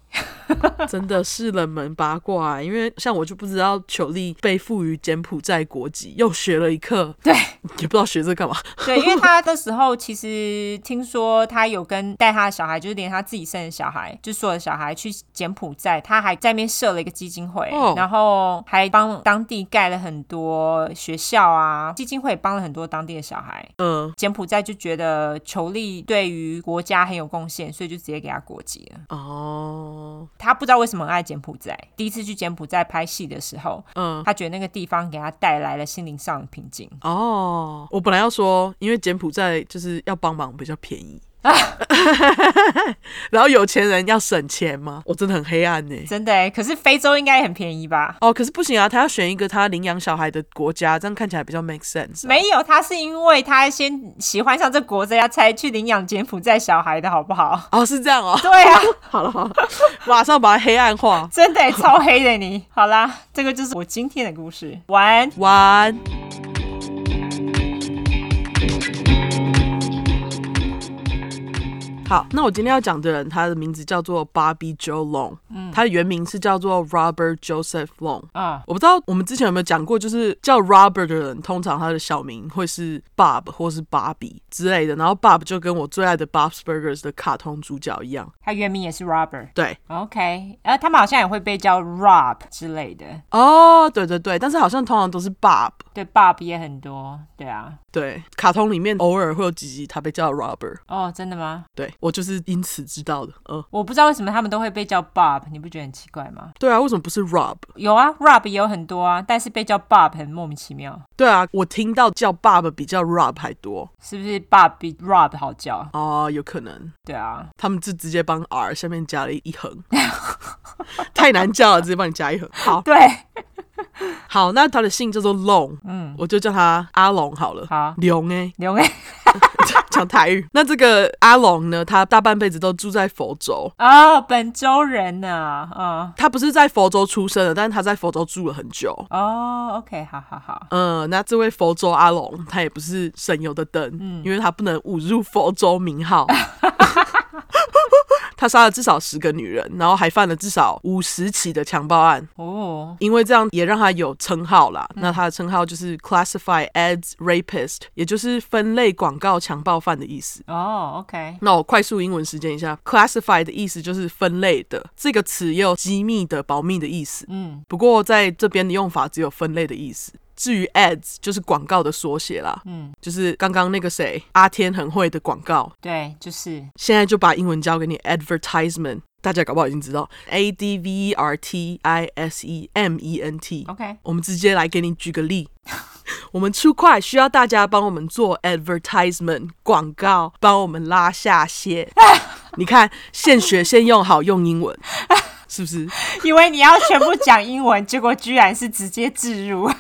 [SPEAKER 1] 真的是冷门八卦、欸因为像我就不知道裘丽被赋予柬埔寨国籍，又学了一课，
[SPEAKER 2] 对，
[SPEAKER 1] 也不知道学这干嘛。
[SPEAKER 2] 对，因为他那时候其实听说他有跟带他的小孩，就是连他自己生的小孩，就所有的小孩去柬埔寨，他还在那边设了一个基金会，
[SPEAKER 1] 哦
[SPEAKER 2] 然后还帮当地盖了很多学校啊，基金会也帮了很多当地的小孩。
[SPEAKER 1] 嗯，
[SPEAKER 2] 柬埔寨就觉得裘力对于国家很有贡献，所以就直接给他国籍了。
[SPEAKER 1] 哦，
[SPEAKER 2] 他不知道为什么很爱柬埔寨。第一次去柬埔寨拍戏的时候，
[SPEAKER 1] 嗯。
[SPEAKER 2] 他觉得那个地方给他带来了心灵上的平静。
[SPEAKER 1] 哦，我本来要说，因为柬埔寨就是要帮忙比较便宜啊， [LAUGHS] 然后有钱人要省钱嘛，我真的很黑暗呢。
[SPEAKER 2] 真的欸，可是非洲应该也很便宜吧？
[SPEAKER 1] 哦，可是不行啊，他要选一个他领养小孩的国家，这样看起来比较 make sense。
[SPEAKER 2] 没有，他是因为他先喜欢上这国家，才去领养柬埔寨小孩的好不好？
[SPEAKER 1] [LAUGHS] 哦，是这样哦。
[SPEAKER 2] 对啊，
[SPEAKER 1] 好了好了，马上把它黑暗化。
[SPEAKER 2] 真的欸超黑的你。好啦，这个就是我今天的故事。晚安。
[SPEAKER 1] 晚安。好，那我今天要讲的人，他的名字叫做 Bobby Joe Long，、他的原名是叫做 Robert Joseph Long。
[SPEAKER 2] 啊、
[SPEAKER 1] 我不知道我们之前有没有讲过，就是叫 Robert 的人，通常他的小名会是 Bob 或是 Bobby 之类的。然后 Bob 就跟我最爱的 Bob's Burgers 的卡通主角一样。
[SPEAKER 2] 他原名也是 Robert。
[SPEAKER 1] 对，
[SPEAKER 2] OK，呃，他们好像也会被叫 Rob 之类的。
[SPEAKER 1] 哦，对对对，但是好像通常都是 Bob。
[SPEAKER 2] 对，Bob 也很多。对啊。
[SPEAKER 1] 对，卡通里面偶尔会有几集他被叫 Robert。
[SPEAKER 2] 哦，真的吗？
[SPEAKER 1] 对我就是因此知道的。嗯，
[SPEAKER 2] 我不知道为什么他们都会被叫 Bob，你不觉得很奇怪吗？
[SPEAKER 1] 对啊，为什么不是 Rob？
[SPEAKER 2] 有啊，Rob 也有很多啊，但是被叫 Bob 很莫名其妙，
[SPEAKER 1] 对啊，我听到叫爸爸比叫 Rob 还多
[SPEAKER 2] 是不是？Bob 比 Rob 好叫？
[SPEAKER 1] 哦，有可能
[SPEAKER 2] 对啊，
[SPEAKER 1] 他们就直接帮 R 下面加了一横，太难叫了，直接帮你加一横。好
[SPEAKER 2] 对，
[SPEAKER 1] 好，那他的姓叫做 Long，
[SPEAKER 2] 嗯，
[SPEAKER 1] 我就叫他阿龙好了。
[SPEAKER 2] 好，
[SPEAKER 1] 龙哎、
[SPEAKER 2] 刘哎，
[SPEAKER 1] [LAUGHS] 讲台语。那这个阿龙呢，他大半辈子都住在佛州。
[SPEAKER 2] [LAUGHS] 哦，本州人呢、啊，
[SPEAKER 1] 他不是在佛州出生的，但是他在佛州住了很久。
[SPEAKER 2] 哦，哦，OK，好好好，
[SPEAKER 1] 嗯，那这位佛州阿龙，他也不是省油的灯，因为他不能侮辱佛州名号。他杀了至少十个女人，然后还犯了至少五十起的强暴案，
[SPEAKER 2] 哦，
[SPEAKER 1] 因为这样也让他有称号啦。
[SPEAKER 2] 嗯
[SPEAKER 1] 那他的称号就是 classify as rapist，也就是分类广告强暴犯的意思。
[SPEAKER 2] 哦，OK，
[SPEAKER 1] 那我快速英文实践一下，classify 的意思就是分类的，这个词也有机密的、保密的意思。
[SPEAKER 2] 嗯，
[SPEAKER 1] 不过在这边的用法只有分类的意思。至于 ads 就是广告的缩写啦，
[SPEAKER 2] 嗯，
[SPEAKER 1] 就是刚刚那个谁阿天很会的广告，
[SPEAKER 2] 对，就是，
[SPEAKER 1] 现在就把英文交给你 advertisement，大家搞不好已经知道 a d v e r t i s e m e n t。
[SPEAKER 2] OK，
[SPEAKER 1] 我们直接来给你举个例， [LAUGHS] 我们出快需要大家帮我们做 advertisement 广告，帮我们拉下
[SPEAKER 2] [LAUGHS]
[SPEAKER 1] 线。你看，现学现用，好用英文， [LAUGHS] 是不是？
[SPEAKER 2] 以为你要全部讲英文，结果居然是直接置入 [LAUGHS]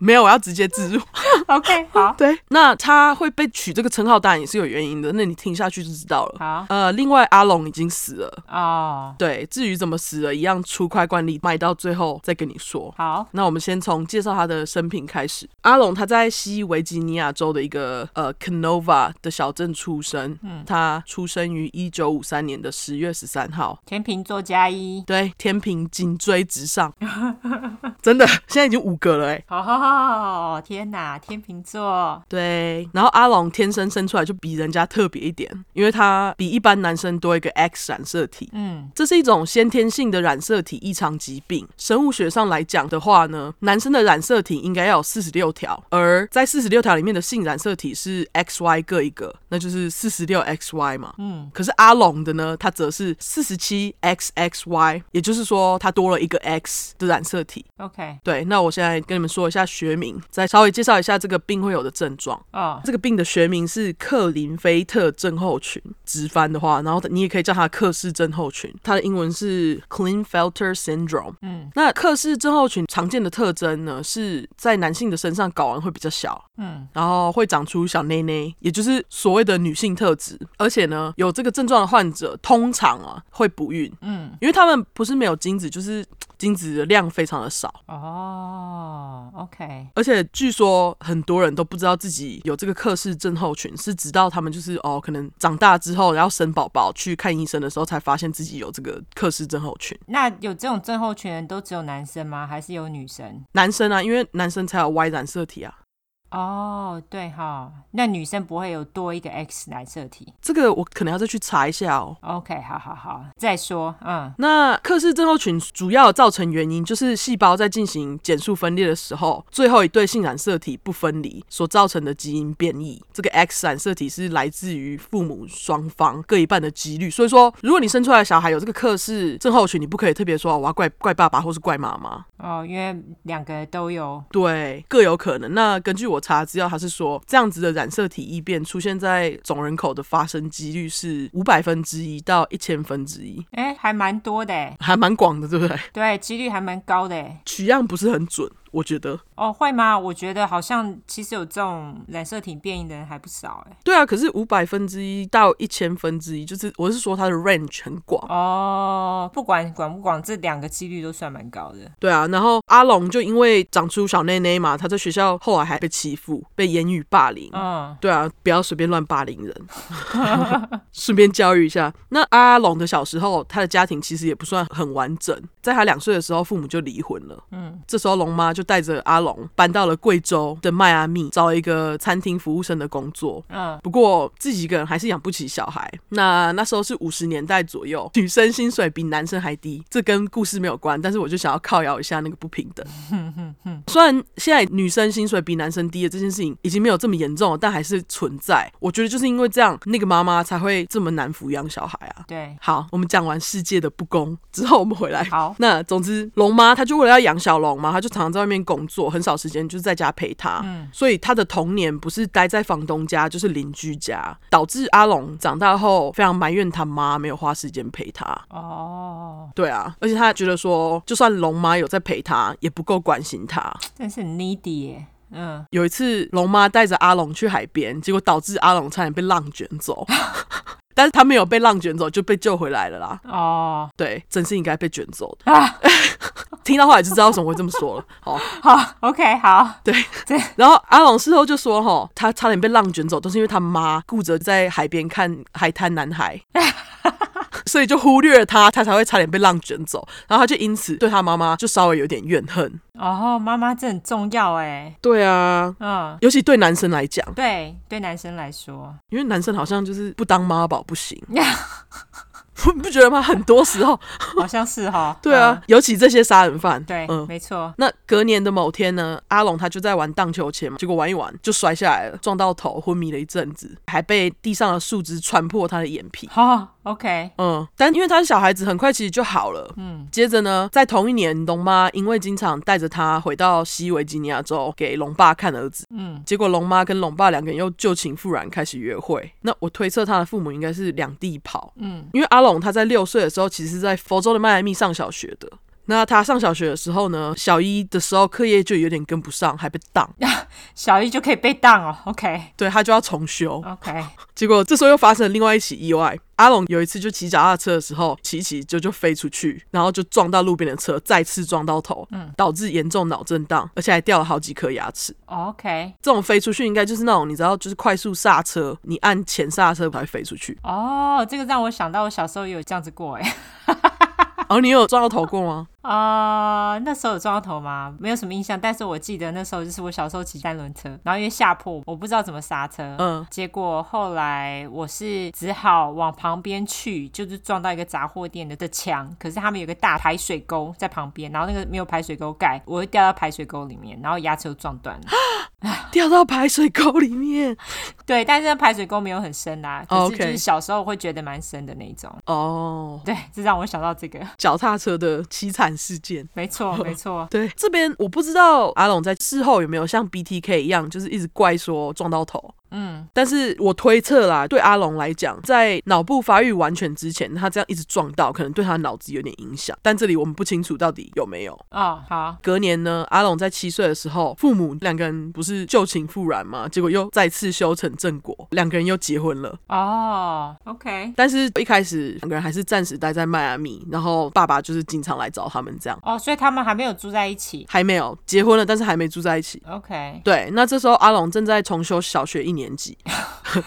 [SPEAKER 1] 没有，我要直接植入。
[SPEAKER 2] ，OK，好，
[SPEAKER 1] 对，那他会被取这个称号，当然也是有原因的。那你听下去就知道了。
[SPEAKER 2] 好，
[SPEAKER 1] 呃，另外阿龙已经死了，
[SPEAKER 2] 哦，
[SPEAKER 1] 对，至于怎么死了，一样出快惯例，卖到最后再跟你说。
[SPEAKER 2] 好，
[SPEAKER 1] 那我们先从介绍他的生平开始。阿龙他在西维吉尼亚州的一个呃 Canova 的小镇出生，他出生于一九五三年的十月十三号。
[SPEAKER 2] 天秤座加一，
[SPEAKER 1] 对，天平紧追直上，真的，现在已经五个了哎、
[SPEAKER 2] 哦，天哪，天秤座，
[SPEAKER 1] 对，然后阿龙天生生出来就比人家特别一点，因为他比一般男生多一个 X 染色体。
[SPEAKER 2] 嗯，
[SPEAKER 1] 这是一种先天性的染色体异常疾病。生物学上来讲的话呢，男生的染色体应该要有四十六条，而在四十六条里面的性染色体是 XY 各一个，那就是四十六 XY 嘛。嗯，可是阿龙的呢，他则是四十七 XXY，也就是说他多了一个 X 的染色体。
[SPEAKER 2] ，OK，
[SPEAKER 1] 对，那我现在跟你们说一下学名，再稍微介绍一下这个病会有的症状。
[SPEAKER 2] 哦，
[SPEAKER 1] 这个病的学名是克林菲特症候群，直翻的话，然后你也可以叫它克氏症候群，它的英文是 Klinefelter syndrome。
[SPEAKER 2] 嗯
[SPEAKER 1] 那克氏症候群常见的特征呢，是在男性的身上睾丸会比较小，
[SPEAKER 2] 嗯，
[SPEAKER 1] 然后会长出小内内，也就是所谓的女性特质。而且呢，有这个症状的患者通常啊会不孕，
[SPEAKER 2] 嗯，
[SPEAKER 1] 因为他们不是没有精子，就是精子的量非常的少。
[SPEAKER 2] 哦，OK，
[SPEAKER 1] 而且据说很多人都不知道自己有这个克氏症候群，是直到他们就是哦，可能长大之后，然后生宝宝去看医生的时候，才发现自己有这个克氏症候群。
[SPEAKER 2] 那有这种症候群的都只有男生吗？还是有女生？
[SPEAKER 1] 男生啊，因为男生才有 Y 染色体啊，
[SPEAKER 2] 哦，对哈，那女生不会有多一个 X 染色体。
[SPEAKER 1] 这个我可能要再去查一下哦。
[SPEAKER 2] OK，好好好，再说，嗯
[SPEAKER 1] 那克氏症候群主要造成原因就是细胞在进行减数分裂的时候，最后一对性染色体不分离所造成的基因变异。这个 X 染色体是来自于父母双方各一半的几率，所以说如果你生出来的小孩有这个克氏症候群，你不可以特别说哦我要怪怪爸爸或是怪妈妈。
[SPEAKER 2] 哦，因为两个都有，
[SPEAKER 1] 对，各有可能。那根据我查资料，他是说这样子的染色体异变出现在总人口的发生几率是五百分之一到一千分之一，
[SPEAKER 2] 哎，还蛮多的诶，
[SPEAKER 1] 还蛮广的，对不对？
[SPEAKER 2] 对，几率还蛮高的诶。
[SPEAKER 1] 取样不是很准，我觉得。
[SPEAKER 2] 哦，会吗？我觉得好像其实有这种染色体变异的人还不少哎。
[SPEAKER 1] 对啊，可是五百分之一到一千分之一，就是我是说它的 range 很广。
[SPEAKER 2] 哦，不管管不管，这两个几率都算蛮高的。
[SPEAKER 1] 对啊，然后阿龙就因为长出小内内嘛，他在学校后来还被欺负，被言语霸凌。
[SPEAKER 2] 嗯，
[SPEAKER 1] 对啊，不要随便乱霸凌人。 [LAUGHS] 顺便教育一下，那阿龙的小时候，他的家庭其实也不算很完整，在他两岁的时候，父母就离婚了。嗯，这时候龙妈就带着阿龙搬到了贵州的迈阿密，找了一个餐厅服务生的工作。
[SPEAKER 2] 嗯，
[SPEAKER 1] 不过自己一个人还是养不起小孩。那那时候是五十年代左右，女生薪水比男生还低，这跟故事没有关，但是我就想要靠摇一下那个不平等。虽然现在女生薪水比男生低的这件事情已经没有这么严重了，但还是存在。我觉得就是因为这样，那个妈妈才会这么难抚养小孩啊。
[SPEAKER 2] 对，
[SPEAKER 1] 好，我们讲完世界的不公之后，我们回来。
[SPEAKER 2] 好，
[SPEAKER 1] 那总之，龙妈她就为了要养小龙嘛，她就常常在外面工作，很少时间就是在家陪她。
[SPEAKER 2] 嗯
[SPEAKER 1] 所以她的童年不是待在房东家，就是邻居家，导致阿龙长大后非常埋怨他妈没有花时间陪他。
[SPEAKER 2] 哦，
[SPEAKER 1] 对啊，而且他觉得说，就算龙妈有在陪他，也不够关心他。
[SPEAKER 2] 真是很 needy 耶。嗯，
[SPEAKER 1] 有一次，龙妈带着阿龙去海边，结果导致阿龙差点被浪卷走。 [LAUGHS] 但是他没有被浪卷走，就被救回来了啦。
[SPEAKER 2] 哦，
[SPEAKER 1] 对，真是应该被卷走的。
[SPEAKER 2] 啊，
[SPEAKER 1] [LAUGHS] 听到后来就知道为什么会这么说了。 [LAUGHS] 好，
[SPEAKER 2] 好，OK，好，
[SPEAKER 1] 对
[SPEAKER 2] 对。
[SPEAKER 1] 然后阿龙事后就说：“哈，他差点被浪卷走，都是因为他妈顾着在海边看海滩男孩。”所以就忽略了他，他才会差点被浪卷走。然后他就因此对他妈妈就稍微有点怨恨。
[SPEAKER 2] 哦，妈妈这很重要哎。
[SPEAKER 1] 对啊，
[SPEAKER 2] 嗯，
[SPEAKER 1] 尤其对男生来讲，
[SPEAKER 2] 对，对男生来说，
[SPEAKER 1] 因为男生好像就是不当妈宝不行，你不觉得吗？很多时候，
[SPEAKER 2] 好像是哈。
[SPEAKER 1] [LAUGHS] 对啊，尤其这些杀人犯，
[SPEAKER 2] 嗯，对，
[SPEAKER 1] 嗯。
[SPEAKER 2] 没错。
[SPEAKER 1] 那隔年的某天呢，阿龙他就在玩荡秋千嘛，结果玩一玩就摔下来了，撞到头，昏迷了一阵子，还被地上的树枝穿破他的眼皮。
[SPEAKER 2] 好，OK，哦
[SPEAKER 1] 嗯，但因为他是小孩子，很快其实就好了。嗯，接着呢，在同一年，龙妈因为经常带着他回到西维吉尼亚州给龙爸看儿子，
[SPEAKER 2] 嗯，
[SPEAKER 1] 结果龙妈跟龙爸两个人又旧情复燃，开始约会。那我推测他的父母应该是两地跑，
[SPEAKER 2] 嗯，
[SPEAKER 1] 因为阿龙他在六岁的时候，其实是在佛州的迈阿密上小学的。那他上小学的时候呢，小一的时候课业就有点跟不上，还被当，
[SPEAKER 2] 小一就可以被当哦。OK，OK，、 [LAUGHS]
[SPEAKER 1] 对他就要重修。结果这时候又发生了另外一起意外。阿龙有一次就骑脚踏车的时候，骑一骑就就飞出去，然后就撞到路边的车，再次撞到头，导致严重脑震荡，而且还掉了好几颗牙齿。
[SPEAKER 2] 哦 OK，
[SPEAKER 1] 这种飞出去应该就是那种你知道，就是快速刹车，你按前刹车才会飞出去。
[SPEAKER 2] 哦，这个让我想到我小时候也有这样子过哎。
[SPEAKER 1] 然啊后你有撞到头过吗？
[SPEAKER 2] [LAUGHS] 啊、那时候有撞到头吗？没有什么印象，但是我记得那时候就是我小时候骑单轮车，然后因为下坡，我不知道怎么刹车，
[SPEAKER 1] 嗯，
[SPEAKER 2] 结果后来我是只好往旁边去，就是撞到一个杂货店的的墙，可是他们有个大排水沟在旁边，然后那个没有排水沟盖，我会掉到排水沟里面，然后牙齿又撞断了。
[SPEAKER 1] 掉到排水沟里面。
[SPEAKER 2] 对，但是那排水沟没有很深啦、可是就
[SPEAKER 1] OK
[SPEAKER 2] 是小时候会觉得蛮深的那一种。
[SPEAKER 1] 哦，
[SPEAKER 2] 对，这让我想到这个。
[SPEAKER 1] 脚踏车的凄惨事件。
[SPEAKER 2] 没错，没错。
[SPEAKER 1] 对，这边我不知道阿龙在事后有没有像 BTK 一样，就是一直怪说撞到头。
[SPEAKER 2] 嗯，
[SPEAKER 1] 但是我推测啦，对阿龙来讲，在脑部发育完全之前，他这样一直撞到，可能对他脑子有点影响。但这里我们不清楚到底有没有。
[SPEAKER 2] 哦，好，
[SPEAKER 1] 隔年呢，阿龙在七岁的时候，父母两个人不是旧情复燃嘛，结果又再次修成正果，两个人又结婚了。
[SPEAKER 2] 哦，OK，
[SPEAKER 1] 但是一开始两个人还是暂时待在迈阿密，然后爸爸就是经常来找他们，这样
[SPEAKER 2] 哦，所以他们还没有住在一起。
[SPEAKER 1] 还没有结婚了，但是还没住在一起。
[SPEAKER 2] OK，
[SPEAKER 1] 对，那这时候阿龙正在重修小学一年级，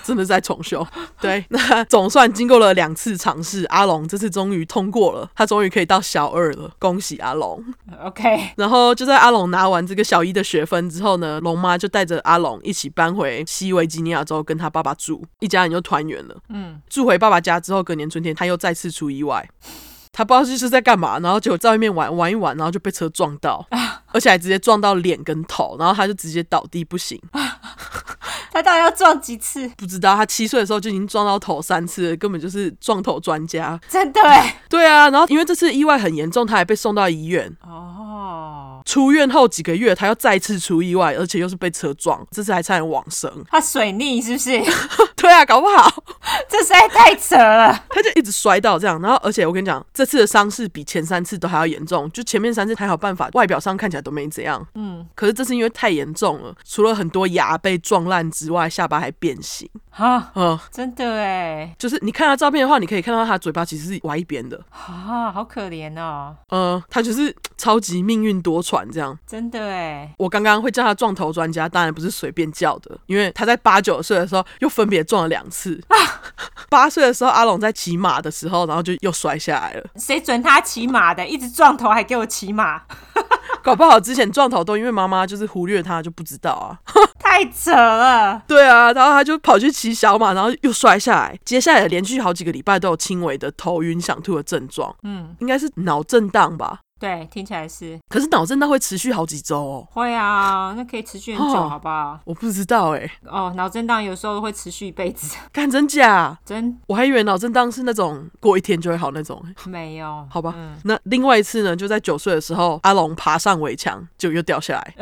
[SPEAKER 1] 真的在重修。对， [LAUGHS] 那总算经过了两次尝试，阿龙这次终于通过了，他终于可以到小二了，恭喜阿龙！
[SPEAKER 2] OK，
[SPEAKER 1] 然后就在阿龙拿完这个小一的学分之后呢，龙妈就带着阿龙一起搬回西维吉尼亚州跟他爸爸住，一家人就团圆了。
[SPEAKER 2] 嗯，
[SPEAKER 1] 住回爸爸家之后，隔年春天他又再次出意外。他不知道这是在干嘛，然后结果在外面玩玩一玩，然后就被车撞到，而且还直接撞到脸跟头，然后他就直接倒地不行。
[SPEAKER 2] [LAUGHS] 他到底要撞几次？
[SPEAKER 1] 不知道他七岁的时候就已经撞到头三次了，根本就是撞头专家。
[SPEAKER 2] 真的哎。
[SPEAKER 1] 对啊，然后因为这次意外很严重，他还被送到医院。
[SPEAKER 2] 哦，
[SPEAKER 1] 出院后几个月，他又再次出意外，而且又是被车撞，这次还差点往生。 [LAUGHS]
[SPEAKER 2] 他水逆是不是？
[SPEAKER 1] 对啊，搞不好 [LAUGHS]
[SPEAKER 2] [LAUGHS] 这实在太扯了。
[SPEAKER 1] 他就一直摔到这样。然后，而且我跟你讲，这次的伤势比前三次都还要严重。就前面三次还好办法，外表上看起来都没怎样。
[SPEAKER 2] 嗯，
[SPEAKER 1] 可是这次因为太严重了，除了很多牙被撞烂之外，下巴还变形。
[SPEAKER 2] 哈，
[SPEAKER 1] 嗯，
[SPEAKER 2] 真的哎，
[SPEAKER 1] 就是你看他照片的话，你可以看到他嘴巴其实是歪一边的。
[SPEAKER 2] 啊，好可怜哦，
[SPEAKER 1] 呃，他就是超级命运多舛这样。
[SPEAKER 2] 真的哎。
[SPEAKER 1] 我刚刚会叫他撞头专家，当然不是随便叫的，因为他在八九岁的时候又分别撞了两次。 [LAUGHS] 八岁的时候，阿龙在骑马的时候，然后就又摔下来了。
[SPEAKER 2] 谁准他骑马的？一直撞头还给我骑马， [LAUGHS]
[SPEAKER 1] 搞不好之前撞头都因为妈妈就是忽略他，就不知道啊。 [LAUGHS]
[SPEAKER 2] 太扯了。
[SPEAKER 1] 对啊，然后他就跑去骑小马，然后又摔下来。接下来连续好几个礼拜都有轻微的头晕、想吐的症状，
[SPEAKER 2] 嗯，
[SPEAKER 1] 应该是脑震荡吧？
[SPEAKER 2] 对，听起来是
[SPEAKER 1] 可是脑震荡会持续好几周哦，
[SPEAKER 2] 会啊，那可以持续很久，
[SPEAKER 1] 哦
[SPEAKER 2] 好不好？
[SPEAKER 1] 我不知道哎、
[SPEAKER 2] 哦，脑震荡有时候会持续一辈子， [LAUGHS]
[SPEAKER 1] 干真假？
[SPEAKER 2] 真
[SPEAKER 1] 我还以为脑震荡是那种过一天就会好那种，欸
[SPEAKER 2] 没有，
[SPEAKER 1] 好吧？
[SPEAKER 2] 嗯，
[SPEAKER 1] 那另外一次呢，就在九岁的时候，阿龙爬上围墙就又掉下来。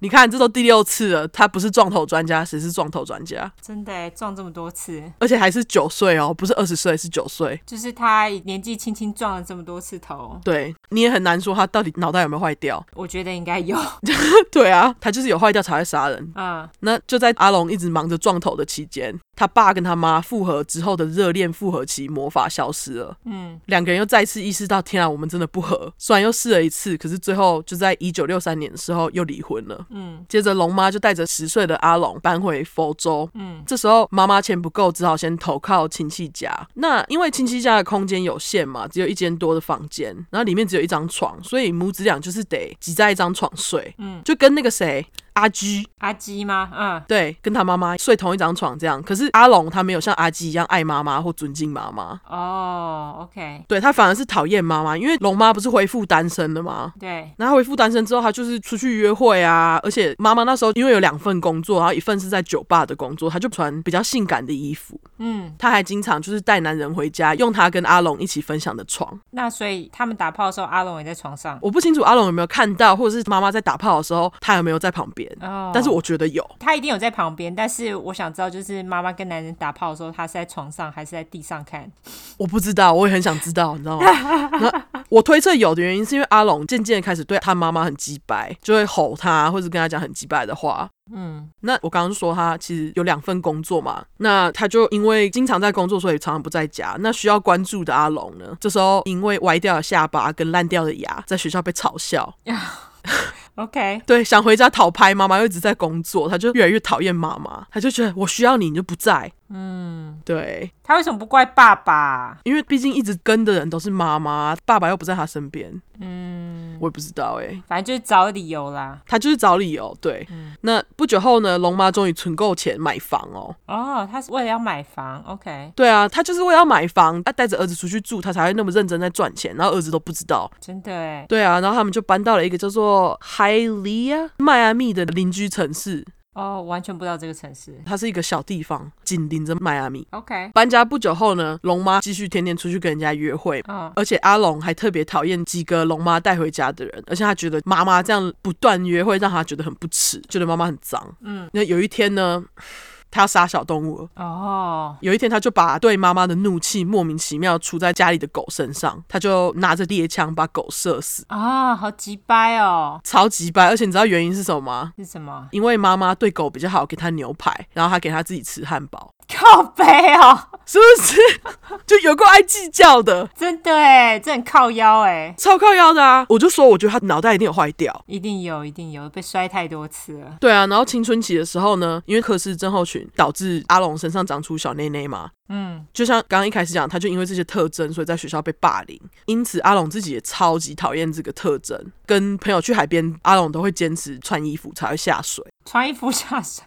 [SPEAKER 1] 你看，这都第六次了，他不是撞头专家，谁是撞头专家？
[SPEAKER 2] 真的耶撞这么多次，
[SPEAKER 1] 而且还是九岁哦，不是二十岁，是九岁。
[SPEAKER 2] 就是他年纪轻轻撞了这么多次头，
[SPEAKER 1] 对，你也很难说他到底脑袋有没有坏掉。 [LAUGHS]
[SPEAKER 2] 我觉得应该有， [LAUGHS]
[SPEAKER 1] 对啊，他就是有坏掉才会杀人。
[SPEAKER 2] 嗯，
[SPEAKER 1] 那就在阿龙一直忙着撞头的期间，他爸跟他妈复合之后的热恋复合期魔法消失了。
[SPEAKER 2] 嗯，
[SPEAKER 1] 两个人又再次意识到，天啊，我们真的不合。虽然又试了一次，可是最后就在一九六三年的时候又离婚了。
[SPEAKER 2] 嗯，
[SPEAKER 1] 接着龙妈就带着十岁的阿龙搬回佛州。
[SPEAKER 2] 嗯，
[SPEAKER 1] 这时候妈妈钱不够，只好先投靠亲戚家。那因为亲戚家的空间有限嘛，只有一间多的房间，然后里面只有一张床，所以母子俩就是得挤在一张床睡。
[SPEAKER 2] 嗯
[SPEAKER 1] 就跟那个谁阿居。
[SPEAKER 2] 阿基吗？嗯，
[SPEAKER 1] 对，跟他妈妈睡同一张床这样。可是阿龙他没有像阿基一样爱妈妈或尊敬妈妈，
[SPEAKER 2] 哦，OK，
[SPEAKER 1] 对他反而是讨厌妈妈，因为龙妈不是恢复单身了吗？
[SPEAKER 2] 对，
[SPEAKER 1] 然后恢复单身之后，他就是出去约会啊，而且妈妈那时候因为有两份工作，然后一份是在酒吧的工作，她就穿比较性感的衣服，
[SPEAKER 2] 嗯，
[SPEAKER 1] 她还经常就是带男人回家，用她跟阿龙一起分享的床。
[SPEAKER 2] 那所以他们打炮的时候，阿龙也在床上，
[SPEAKER 1] 我不清楚阿龙有没有看到，或者是妈妈在打炮的时候，他有没有在旁边，
[SPEAKER 2] 哦，
[SPEAKER 1] 但是我觉得有。
[SPEAKER 2] 他一定有在旁边，但是我想知道，就是妈妈跟男人打炮的时候，他是在床上还是在地上看？
[SPEAKER 1] 我不知道，我也很想知道，你知道吗？那我推测有的原因是因为阿龙渐渐开始对他妈妈很鸡掰，就会吼他，或者跟他讲很鸡掰的话。
[SPEAKER 2] 嗯，
[SPEAKER 1] 那我刚刚说他其实有两份工作嘛，那他就因为经常在工作，所以常常不在家。那需要关注的阿龙呢，这时候因为歪掉的下巴跟烂掉的牙，在学校被嘲笑。
[SPEAKER 2] OK，
[SPEAKER 1] 对，想回家讨拍，妈妈又一直在工作，他就越来越讨厌妈妈，他就觉得我需要你，你就不在。
[SPEAKER 2] 嗯，
[SPEAKER 1] 对，
[SPEAKER 2] 他为什么不怪爸爸？
[SPEAKER 1] 因为毕竟一直跟的人都是妈妈，爸爸又不在他身边，
[SPEAKER 2] 嗯，
[SPEAKER 1] 我也不知道哎、
[SPEAKER 2] 反正就是找理由啦。
[SPEAKER 1] 他就是找理由，对。那不久后呢，龙妈终于存够钱买房哦。
[SPEAKER 2] 哦，他是为了要买房，OK，
[SPEAKER 1] 对啊，他就是为了要买房，他带着儿子出去住，他才会那么认真在赚钱，然后儿子都不知道。
[SPEAKER 2] 真的哎，
[SPEAKER 1] 对啊，然后他们就搬到了一个叫做海利亚迈阿密的邻居城市。
[SPEAKER 2] 哦，完全不知道这个城市。
[SPEAKER 1] 它是一个小地方，紧邻着迈阿密。
[SPEAKER 2] OK，
[SPEAKER 1] 搬家不久后呢，龙妈继续天天出去跟人家约会，
[SPEAKER 2] 嗯，
[SPEAKER 1] 而且阿龙还特别讨厌几个龙妈带回家的人，而且他觉得妈妈这样不断约会让他觉得很不耻，觉得妈妈很脏。嗯，那有一天呢，他要杀小动物了。
[SPEAKER 2] 哦，
[SPEAKER 1] 有一天，他就把对妈妈的怒气莫名其妙出在家里的狗身上，他就拿着猎枪把狗射死，
[SPEAKER 2] 啊、好鸡掰哦，
[SPEAKER 1] 超级白。而且你知道原因是什么吗？
[SPEAKER 2] 是什么？
[SPEAKER 1] 因为妈妈对狗比较好，给他牛排，然后他给他自己吃汉堡，
[SPEAKER 2] 靠背哦，
[SPEAKER 1] 是不是？ [LAUGHS] 就有够爱计较的，
[SPEAKER 2] 真的哎，这很靠腰哎，
[SPEAKER 1] 超靠腰的啊！我就说，我觉得他脑袋一定有坏掉。
[SPEAKER 2] 一定有，一定有，被摔太多次了。
[SPEAKER 1] 对啊，然后青春期的时候呢，因为克氏症候群导致阿龙身上长出小内内嘛，
[SPEAKER 2] 嗯，
[SPEAKER 1] 就像刚刚一开始讲，他就因为这些特征，所以在学校被霸凌。因此，阿龙自己也超级讨厌这个特征。跟朋友去海边，阿龙都会坚持穿衣服才会下水，
[SPEAKER 2] 穿衣服下水。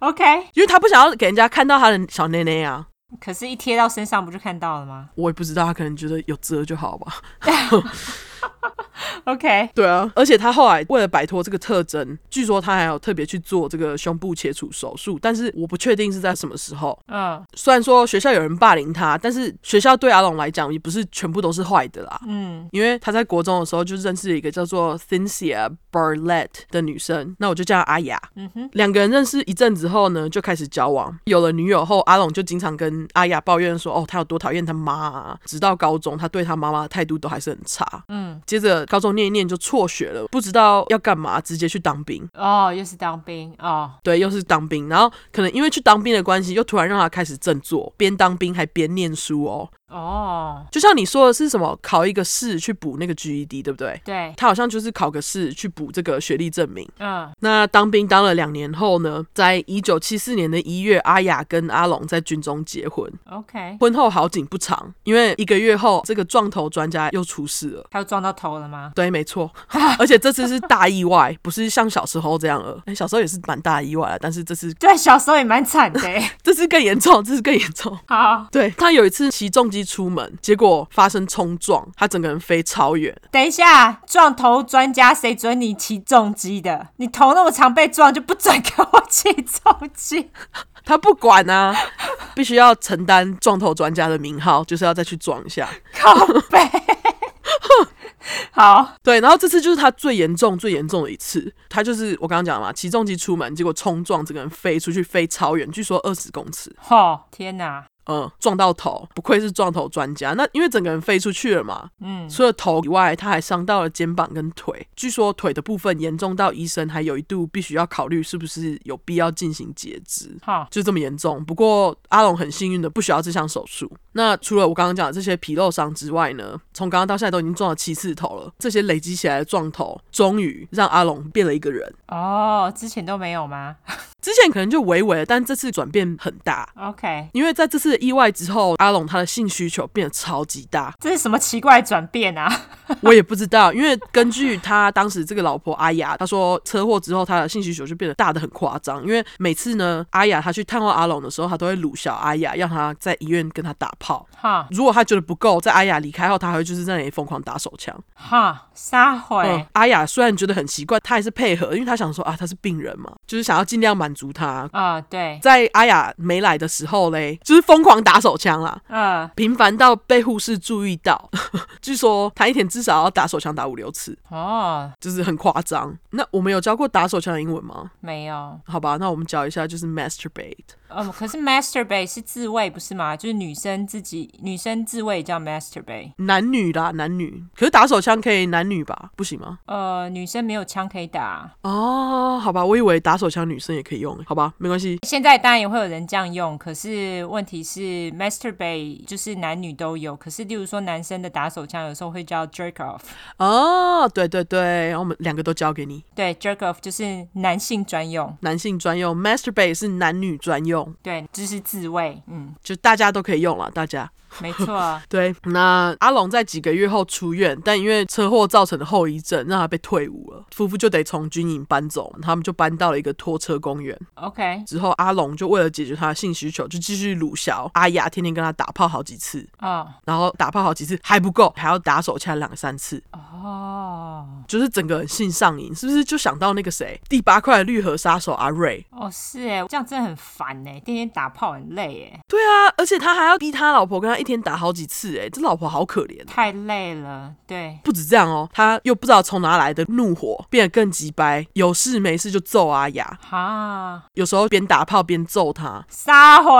[SPEAKER 2] OK，
[SPEAKER 1] 因为他不想要给人家看到他的小内内啊。
[SPEAKER 2] 可是，一贴到身上不就看到了吗
[SPEAKER 1] 我也不知道，他可能觉得有遮就好吧。 [LAUGHS]
[SPEAKER 2] ？OK，
[SPEAKER 1] 对啊，而且他后来为了摆脱这个特征，据说他还有特别去做这个胸部切除手术，但是我不确定是在什么时候。
[SPEAKER 2] 嗯
[SPEAKER 1] 虽然说学校有人霸凌他，但是学校对阿龙来讲也不是全部都是坏的啦。
[SPEAKER 2] 嗯，
[SPEAKER 1] 因为他在国中的时候就认识了一个叫做 Cynthia Barlett 的女生，那我就叫她阿雅。
[SPEAKER 2] 嗯哼，
[SPEAKER 1] 两个人认识一阵子后呢，就开始交往。有了女友后，阿龙就经常跟阿雅抱怨说：“哦，他有多讨厌他妈、啊。”直到高中，他对他妈妈的态度都还是很差。
[SPEAKER 2] 嗯，
[SPEAKER 1] 接着高中念一念就辍学了，不知道要干嘛，直接去当兵。
[SPEAKER 2] 哦，又是当兵哦，
[SPEAKER 1] 对，又是当兵，然后可能因为去当兵的关系，又突然让他开始振作，边当兵还边念书哦。
[SPEAKER 2] 哦，
[SPEAKER 1] 就像你说的是什么，考一个试去补那个 GED，对不对？
[SPEAKER 2] 对，
[SPEAKER 1] 他好像就是考个试去补这个学历证明。
[SPEAKER 2] 嗯
[SPEAKER 1] 那当兵当了两年后呢，在一九七四年的一月，阿雅跟阿龙在军中结婚。
[SPEAKER 2] ，OK，
[SPEAKER 1] 婚后好景不长，因为一个月后，这个撞头专家又出事了。
[SPEAKER 2] 他又撞到头了吗？
[SPEAKER 1] 对，没错， [LAUGHS] 而且这次是大意外，不是像小时候这样了。哎，小时候也是蛮大意外的，但是这次
[SPEAKER 2] 对，小时候也蛮惨的欸。
[SPEAKER 1] 这次更严重，这次更严重。
[SPEAKER 2] 好，
[SPEAKER 1] 对他有一次骑重机出门，结果发生冲撞，他整个人飞超远。
[SPEAKER 2] 等一下，撞头专家谁准你骑重机的？你头那么长被撞就不准给我骑重机？
[SPEAKER 1] 他不管啊， [LAUGHS] 必须要承担撞头专家的名号，就是要再去撞一下。
[SPEAKER 2] 靠背。好，
[SPEAKER 1] 对，然后这次就是他最严重、最严重的一次。他就是我刚刚讲的嘛，骑重机出门，结果冲撞，整个人飞出去，飞超远，据说二十公尺。
[SPEAKER 2] 吼，天哪，
[SPEAKER 1] 嗯，撞到头，不愧是撞头专家。那因为整个人飞出去了嘛，
[SPEAKER 2] 嗯，
[SPEAKER 1] 除了头以外，他还伤到了肩膀跟腿。据说腿的部分严重到医生还有一度必须要考虑是不是有必要进行截肢。
[SPEAKER 2] 好，
[SPEAKER 1] 就这么严重。不过阿龙很幸运的不需要这项手术。那除了我刚刚讲的这些皮肉伤之外呢，从刚刚到现在都已经撞了七次头了，这些累积起来的撞头，终于让阿龙变了一个人。
[SPEAKER 2] 哦，之前都没有吗
[SPEAKER 1] 之前可能就微微的，但这次转变很大。
[SPEAKER 2] ？OK，
[SPEAKER 1] 因为在这次的意外之后，阿龙他的性需求变得超级大， [LAUGHS]
[SPEAKER 2] 这是什么奇怪的转变啊？
[SPEAKER 1] 我也不知道。因为根据他当时这个老婆阿雅，她说车祸之后他的性需求就变得大的很夸张。因为每次呢，阿雅她去探望阿龙的时候，她都会鲁小阿雅，让她在医院跟她打炮。
[SPEAKER 2] 哈
[SPEAKER 1] 如果他觉得不够，在阿雅离开后，他还会就是在那里疯狂打手枪。
[SPEAKER 2] 哈，撒
[SPEAKER 1] 嗯
[SPEAKER 2] 谎，
[SPEAKER 1] 阿雅虽然觉得很奇怪，她还是配合，因为她想说啊，她是病人嘛，就是想要尽量满足他。
[SPEAKER 2] 啊，对，
[SPEAKER 1] 在阿雅没来的时候嘞，就是疯狂打手枪啦，
[SPEAKER 2] 呃，
[SPEAKER 1] 频繁到被护士注意到。 [LAUGHS] 据说他一天至少要打手枪打五六次，
[SPEAKER 2] 哦，
[SPEAKER 1] 就是很夸张。那我们有教过打手枪的英文吗？
[SPEAKER 2] 没有，
[SPEAKER 1] 好吧，那我们教一下，就是 masturbate。
[SPEAKER 2] 嗯，可是 masturbate 是自慰不是吗？就是女生自己，女生自慰也叫 masturbate。
[SPEAKER 1] 男女啦，男女。可是打手枪可以男女吧？不行吗？
[SPEAKER 2] 呃，女生没有枪可以打，
[SPEAKER 1] 哦，好吧，我以为打手枪女生也可以用，好吧，没关系。
[SPEAKER 2] 现在当然也会有人这样用，可是问题是 masturbate 就是男女都有，可是例如说男生的打手枪有时候会叫 jerk off，
[SPEAKER 1] 哦，对对对，我们两个都交给你。
[SPEAKER 2] 对，jerk off 就是男性专用，
[SPEAKER 1] 男性专用，masturbate 是男女专用，
[SPEAKER 2] 对，就是自慰，嗯，
[SPEAKER 1] 就大家都可以用了。大家，
[SPEAKER 2] 没错
[SPEAKER 1] 对，那阿龙在几个月后出院，但因为车祸造成的后遗症，让他被退伍了。夫妇就得从军营搬走，他们就搬到了一个拖车公园。
[SPEAKER 2] OK，
[SPEAKER 1] 之后，阿龙就为了解决他的性需求，就继续鲁小阿雅，天天跟他打炮好几次，
[SPEAKER 2] 哦
[SPEAKER 1] 然后打炮好几次还不够，还要打手枪两三次。
[SPEAKER 2] 哦。哦
[SPEAKER 1] 就是整个人性上瘾，是不是就想到那个谁第八块的绿河杀手阿瑞？
[SPEAKER 2] 哦，是哎，这样真的很烦哎，天天打炮很累哎，
[SPEAKER 1] 对啊，而且他还要逼他老婆跟他一天打好几次、欸，哎，这老婆好可怜。
[SPEAKER 2] 太累了。对，
[SPEAKER 1] 不止这样哦，他又不知道从哪来的怒火，变得更急掰，有事没事就揍阿雅，
[SPEAKER 2] 哈，
[SPEAKER 1] 有时候边打炮边揍他，
[SPEAKER 2] 撒谎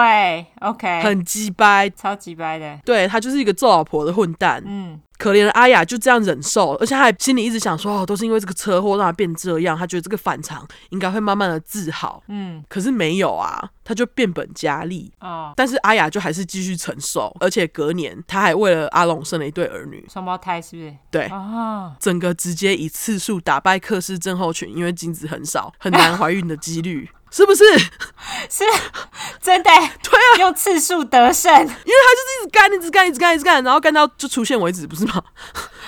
[SPEAKER 2] ，OK，
[SPEAKER 1] 很鸡掰。
[SPEAKER 2] 超级掰的。
[SPEAKER 1] 对他就是一个揍老婆的混蛋，
[SPEAKER 2] 嗯，
[SPEAKER 1] 可怜的阿雅就这样忍受，而且他还心里一直想说，哦，都是因为这个车祸让他变这样，他觉得这个反常应该会慢慢的治好，
[SPEAKER 2] 嗯，
[SPEAKER 1] 可是没有啊，他就变本加厉。
[SPEAKER 2] 哦，
[SPEAKER 1] 但是阿雅就还是继续承受，而且隔年他还为了阿龙生了一对儿女，
[SPEAKER 2] 双胞胎是不是？
[SPEAKER 1] 对，
[SPEAKER 2] 哦，
[SPEAKER 1] 整个直接以次数打败克氏症候群，因为精子很少，很难怀孕的几率。是 [LAUGHS] 不是？因为
[SPEAKER 2] 是 [LAUGHS] 真的，对啊，用次数得胜，
[SPEAKER 1] 他就是一直干，一直干，一直干，一直干，然后干到就出现为止，不是吗？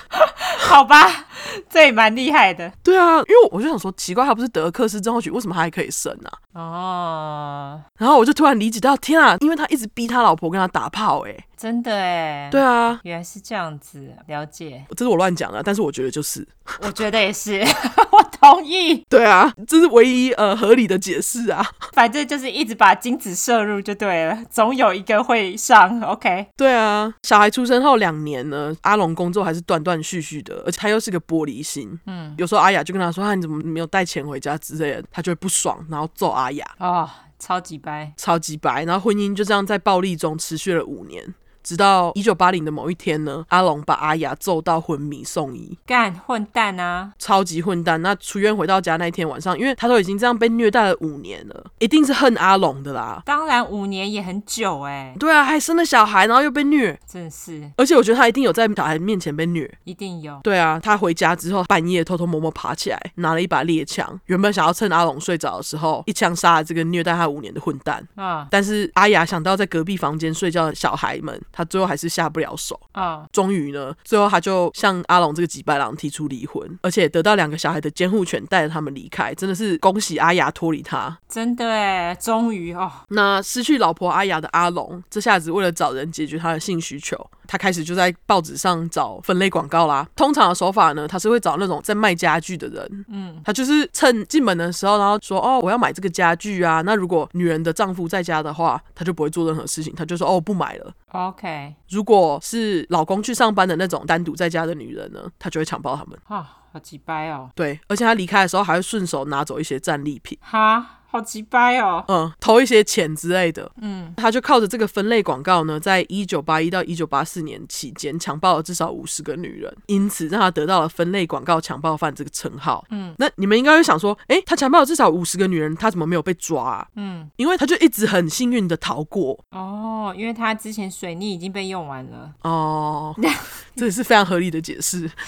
[SPEAKER 2] 好吧， [LAUGHS] 这也蛮厉害的。
[SPEAKER 1] [LAUGHS] 对啊，因为我就想说，奇怪，他不是得了克氏症候群，为什么他还可以生啊？
[SPEAKER 2] 哦，
[SPEAKER 1] 然后我就突然理解到，天啊，因为他一直逼他老婆跟他打炮、欸，
[SPEAKER 2] 真的哎，
[SPEAKER 1] 对，啊，
[SPEAKER 2] 原来是这样子，了解，
[SPEAKER 1] 这是我乱讲的，啊但是我觉得就是，
[SPEAKER 2] 我觉得也是， [LAUGHS] 我同意。
[SPEAKER 1] 对啊，这是唯一呃合理的解释啊。
[SPEAKER 2] 反正就是一直把精子摄入就对了，总有一个会上。OK，
[SPEAKER 1] 对啊，小孩出生后两年呢，阿龙工作还是断断续续的，而且他又是个玻璃心。
[SPEAKER 2] 嗯，
[SPEAKER 1] 有时候阿雅就跟他说：“啊，你怎么没有带钱回家之类的？”他就会不爽，然后揍阿雅，
[SPEAKER 2] 哦，超级掰，
[SPEAKER 1] 超级白。然后婚姻就这样在暴力中持续了五年，直到一九八零的某一天呢，阿龙把阿雅揍到昏迷送医，
[SPEAKER 2] 干混蛋啊！
[SPEAKER 1] 超级混蛋。那出院回到家那一天晚上，因为他都已经这样被虐待了五年了，一定是恨阿龙的啦。
[SPEAKER 2] 当然五年也很久哎、
[SPEAKER 1] 对啊，还生了小孩，然后又被虐，
[SPEAKER 2] 真的是
[SPEAKER 1] 而且我觉得他一定有在小孩面前被虐。
[SPEAKER 2] 一定有。
[SPEAKER 1] 对啊，他回家之后半夜偷偷摸摸爬起来，拿了一把猎枪，原本想要趁阿龙睡着的时候一枪杀了这个虐待他五年的混蛋。
[SPEAKER 2] 啊
[SPEAKER 1] 但是阿雅想到在隔壁房间睡觉的小孩们，他最后还是下不了手。
[SPEAKER 2] 啊
[SPEAKER 1] 终于呢，最后他就向阿龙这个几白狼提出离婚，而且得到两个小孩的监护权，带着他们离开，真的是恭喜阿雅脱离他。
[SPEAKER 2] 真的哎，终于哦，
[SPEAKER 1] 那失去老婆阿雅的阿龙，这下子为了找人解决他的性需求，他开始就在报纸上找分类广告啦。通常的手法呢，他是会找那种在卖家具的人，
[SPEAKER 2] 嗯，
[SPEAKER 1] 他就是趁进门的时候，然后说哦，我要买这个家具啊。那如果女人的丈夫在家的话，他就不会做任何事情，他就说哦，不买了。
[SPEAKER 2] OK，
[SPEAKER 1] 如果是老公去上班的那种单独在家的女人呢，他就会强暴他们。
[SPEAKER 2] 啊、好几掰哦，
[SPEAKER 1] 对，而且他离开的时候还会顺手拿走一些战利品，
[SPEAKER 2] 哈，好几掰哦，
[SPEAKER 1] 嗯，投一些钱之类的。
[SPEAKER 2] 嗯，
[SPEAKER 1] 他就靠着这个分类广告呢，在一九八一到一九八四年期间，强暴了至少五十个女人，因此让他得到了“分类广告强暴犯”这个称号。
[SPEAKER 2] 嗯，
[SPEAKER 1] 那你们应该会想说，诶，他强暴了至少五十个女人，他怎么没有被抓、啊？
[SPEAKER 2] 嗯，
[SPEAKER 1] 因为他就一直很幸运的逃过
[SPEAKER 2] 哦，因为他之前水逆已经被用完了， [LAUGHS]
[SPEAKER 1] 哦，这也是非常合理的解释。 [LAUGHS]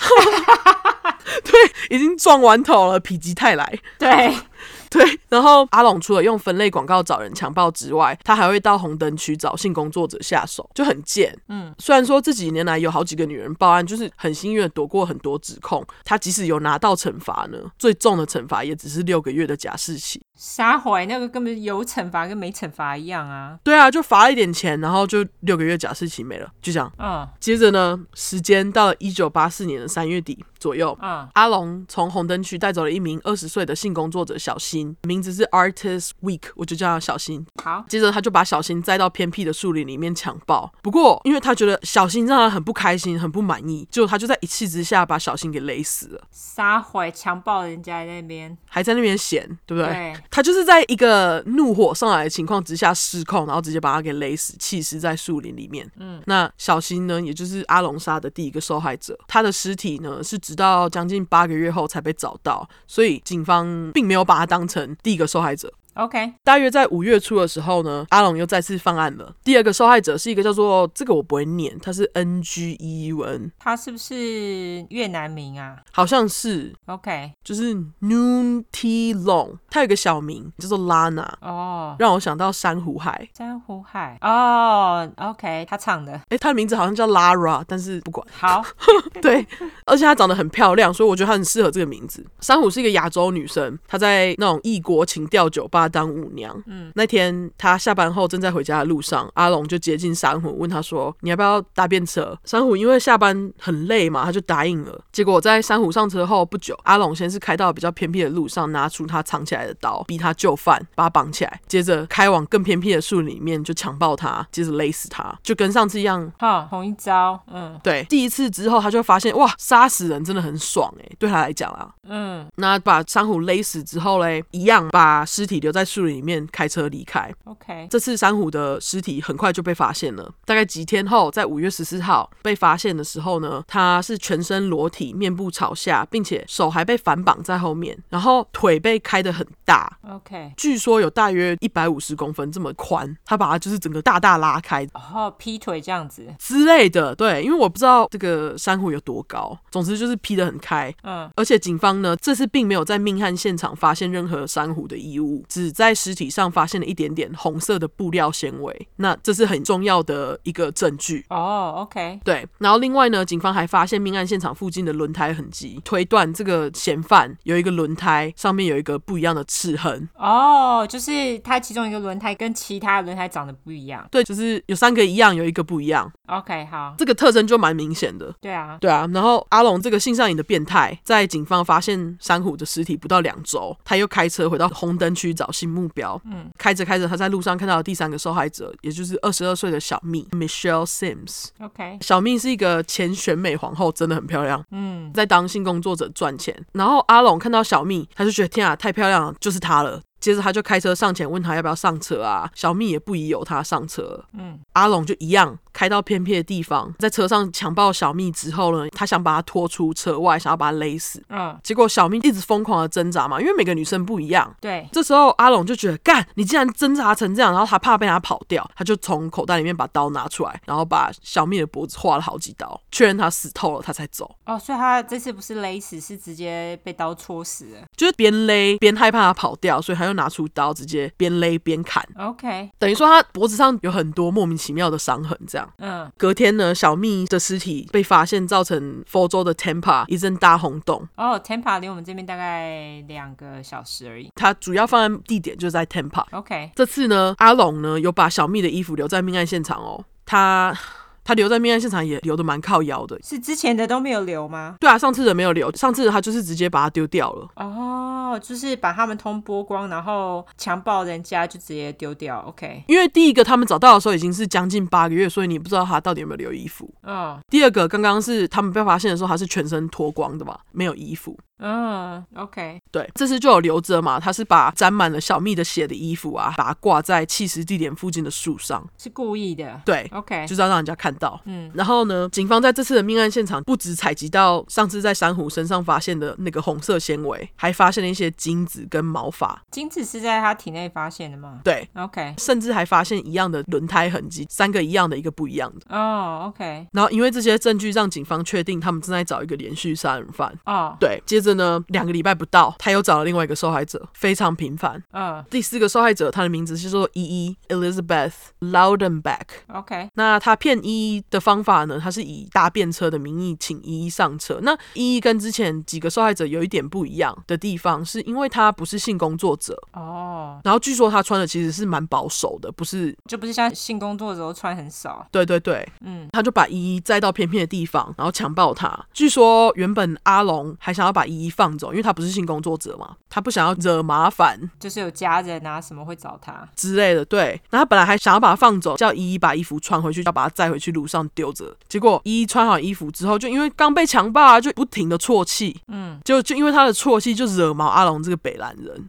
[SPEAKER 1] 对，已经撞完头了，否极泰来。
[SPEAKER 2] 对，
[SPEAKER 1] [LAUGHS] 对，然后阿龙除了用分类广告找人强暴之外，他还会到红灯区找性工作者下手，就很贱。
[SPEAKER 2] 嗯，
[SPEAKER 1] 虽然说这几年来有好几个女人报案，就是很幸运的躲过很多指控，他即使有拿到惩罚呢，最重的惩罚也只是六个月的假释期。
[SPEAKER 2] 撒谎那个根本有惩罚跟没惩罚一样啊，
[SPEAKER 1] 对啊，就罚了一点钱，然后就六个月假释期没了，就这样。
[SPEAKER 2] 嗯
[SPEAKER 1] 接着呢，时间到了一九八四年的三月底左右，
[SPEAKER 2] 嗯，
[SPEAKER 1] 阿龙从红灯区带走了一名二十岁的性工作者小新，名字是 Artist Week，我就叫他小新。
[SPEAKER 2] 好，
[SPEAKER 1] 接着他就把小新载到偏僻的树林里面强暴。不过，因为他觉得小新让他很不开心、很不满意，结果他就在一气之下把小新给勒死了，
[SPEAKER 2] 撒谎强暴人家在那边，
[SPEAKER 1] 还在那边闲，对不对？
[SPEAKER 2] 对
[SPEAKER 1] 他就是在一个怒火上来的情况之下失控，然后直接把他给勒死，弃尸在树林里面。嗯，那小新呢，也就是阿龙杀的第一个受害者，他的尸体呢是直到将近八个月后才被找到，所以警方并没有把他当成第一个受害者。
[SPEAKER 2] ，OK，
[SPEAKER 1] 大约在五月初的时候呢，阿龙又再次犯案了。第二个受害者是一个叫做这个我不会念，他是 N G E N，
[SPEAKER 2] 他是不是越南名啊
[SPEAKER 1] 好像是
[SPEAKER 2] ？OK，
[SPEAKER 1] 就是 Noon T Long，他有个小名叫做 Lana，
[SPEAKER 2] 哦，
[SPEAKER 1] 让我想到珊瑚海。
[SPEAKER 2] 珊瑚海，哦，OK，他唱的
[SPEAKER 1] 诶，他的名字好像叫 Lara，但是不管。
[SPEAKER 2] 好，
[SPEAKER 1] [LAUGHS] 对，而且她长得很漂亮，所以我觉得她很适合这个名字。珊瑚是一个亚洲女生，她在那种异国情调酒吧爸当舞娘。嗯，那天他下班后正在回家的路上，阿龙就接近珊瑚，问他说：“你要不要搭便车？”珊瑚因为下班很累嘛，他就答应了。结果在珊瑚上车后不久，阿龙先是开到比较偏僻的路上，拿出他藏起来的刀，逼他就范，把他绑起来，接着开往更偏僻的树林里面就强暴他，接着勒死他，就跟上次一样。
[SPEAKER 2] 哈，同一招，嗯
[SPEAKER 1] 对，第一次之后，他就发现哇，杀死人真的很爽诶，对他来讲啊，
[SPEAKER 2] 嗯
[SPEAKER 1] 那把珊瑚勒死之后嘞，一样把尸体留在树林里面，开车离开。
[SPEAKER 2] ，OK，
[SPEAKER 1] 这次珊瑚的尸体很快就被发现了，大概几天后，在五月十四号被发现的时候呢，他是全身裸体，面部朝下，并且手还被反绑在后面，然后腿被开得很大。
[SPEAKER 2] OK，
[SPEAKER 1] 据说有大约一百五十公分这么宽，他把它就是整个大大拉开
[SPEAKER 2] 然后哦劈腿这样子，
[SPEAKER 1] 之类的。对，因为我不知道这个珊瑚有多高，总之就是劈得很开，
[SPEAKER 2] 嗯
[SPEAKER 1] 而且警方呢，这次并没有在命案现场发现任何珊瑚的衣物，只在尸体上发现了一点点红色的布料纤维。那这是很重要的一个证据。
[SPEAKER 2] 哦，OK，
[SPEAKER 1] 对，然后另外呢，警方还发现命案现场附近的轮胎痕迹，推断这个嫌犯有一个轮胎上面有一个不一样的齿痕。
[SPEAKER 2] 哦，就是它其中一个轮胎跟其他轮胎长得不一样。
[SPEAKER 1] 对，就是有三个一样，有一个不一样，
[SPEAKER 2] OK，好，
[SPEAKER 1] 这个特征就蛮明显的。
[SPEAKER 2] 对啊，
[SPEAKER 1] 对啊，然后阿龙这个性上瘾的变态，在警方发现珊瑚的尸体不到两周，他又开车回到红灯区找新目标。嗯，开着开着，他在路上看到的第三个受害者，也就是二十二岁的小蜜 Michelle Sims。
[SPEAKER 2] OK，
[SPEAKER 1] 小蜜是一个前选美皇后，真的很漂亮，
[SPEAKER 2] 嗯，
[SPEAKER 1] 在当性工作者赚钱。然后阿龙看到小蜜，他就觉得天啊，太漂亮了，就是她了。接着他就开车上前问他要不要上车啊，小蜜也不疑有他上车了。
[SPEAKER 2] 嗯，
[SPEAKER 1] 阿龙就一样开到偏僻的地方，在车上强暴小蜜之后呢，他想把她拖出车外，想要把她勒死。
[SPEAKER 2] 嗯，
[SPEAKER 1] 结果小蜜一直疯狂的挣扎嘛，因为每个女生不一样。
[SPEAKER 2] 对，
[SPEAKER 1] 这时候阿龙就觉得，干，你竟然挣扎成这样，然后他怕被他跑掉，他就从口袋里面把刀拿出来，然后把小蜜的脖子划了好几刀，确认她死透了，他才走。
[SPEAKER 2] 哦，所以他这次不是勒死，是直接被刀戳死的。
[SPEAKER 1] 就是边勒边害怕他跑掉，所以他又拿出刀，直接边勒边砍，
[SPEAKER 2] OK，
[SPEAKER 1] 等于说他脖子上有很多莫名其妙的伤痕，这样。
[SPEAKER 2] 嗯，
[SPEAKER 1] 隔天呢，小蜜的尸体被发现，造成佛州的 Tampa 一阵大轰动。
[SPEAKER 2] 哦，Tampa 离我们这边大概两个小时而已。
[SPEAKER 1] 它主要放在地点就是在 Tampa。
[SPEAKER 2] OK，
[SPEAKER 1] 这次呢，阿龙呢有把小蜜的衣服留在命案现场哦，他他留在命案现场也留的蛮靠腰的。
[SPEAKER 2] 是之前的都没有留吗？
[SPEAKER 1] 对啊，上次的没有留，上次的他就是直接把它丢掉了。
[SPEAKER 2] 哦，就是把他们通剥光，然后强暴人家就直接丢掉。OK，
[SPEAKER 1] 因为第一个他们找到的时候已经是将近八个月，所以你不知道他到底有没有留衣服。
[SPEAKER 2] 嗯
[SPEAKER 1] 第二个，刚刚是他们被发现的时候，他是全身脱光的嘛，没有衣服。
[SPEAKER 2] 嗯，OK，
[SPEAKER 1] 对，这次就有留着嘛，他是把沾满了小蜜的血的衣服啊，把它挂在弃尸地点附近的树上，
[SPEAKER 2] 是故意的。
[SPEAKER 1] 对，
[SPEAKER 2] OK，
[SPEAKER 1] 就是要让人家看到。
[SPEAKER 2] 嗯
[SPEAKER 1] 然后呢，警方在这次的命案现场不止采集到上次在珊瑚身上发现的那个红色纤维，还发现了一些精子跟毛发，
[SPEAKER 2] 精子是在他体内发现的吗
[SPEAKER 1] 对，
[SPEAKER 2] ？OK，
[SPEAKER 1] 甚至还发现一样的轮胎痕迹，三个一样的，一个不一样的。
[SPEAKER 2] 哦，OK，
[SPEAKER 1] 然后因为这些证据让警方确定他们正在找一个连续杀人犯。
[SPEAKER 2] 哦，
[SPEAKER 1] 对，接着呢，两个礼拜不到，他又找了另外一个受害者，非常频繁。
[SPEAKER 2] 嗯
[SPEAKER 1] 第四个受害者，他的名字叫做依依 Elizabeth Loudenback。
[SPEAKER 2] ，OK，
[SPEAKER 1] 那他骗依依的方法呢？他是以搭便车的名义请依依上车。那依依跟之前几个受害者有一点不一样的地方，是因为他不是性工作者，
[SPEAKER 2] 哦，
[SPEAKER 1] 然后据说他穿的其实是蛮保守的，不是？
[SPEAKER 2] 就不是像性工作者都穿很少。
[SPEAKER 1] 对对对，
[SPEAKER 2] 嗯，
[SPEAKER 1] 他就把依依载到偏僻的地方，然后强暴她。据说原本阿龙还想要把依依放走，因为他不是性工作者嘛，他不想要惹麻烦，
[SPEAKER 2] 就是有家人啊什么会找他。
[SPEAKER 1] 之类的，对。然后他本来还想要把它放走，叫依依把衣服穿回去，要把它载回去路上丢着。结果依依穿好衣服之后，就因为刚被强暴啊，就不停的啜泣，
[SPEAKER 2] 嗯，
[SPEAKER 1] 就就因为他的啜泣就惹毛阿龙这个北兰人，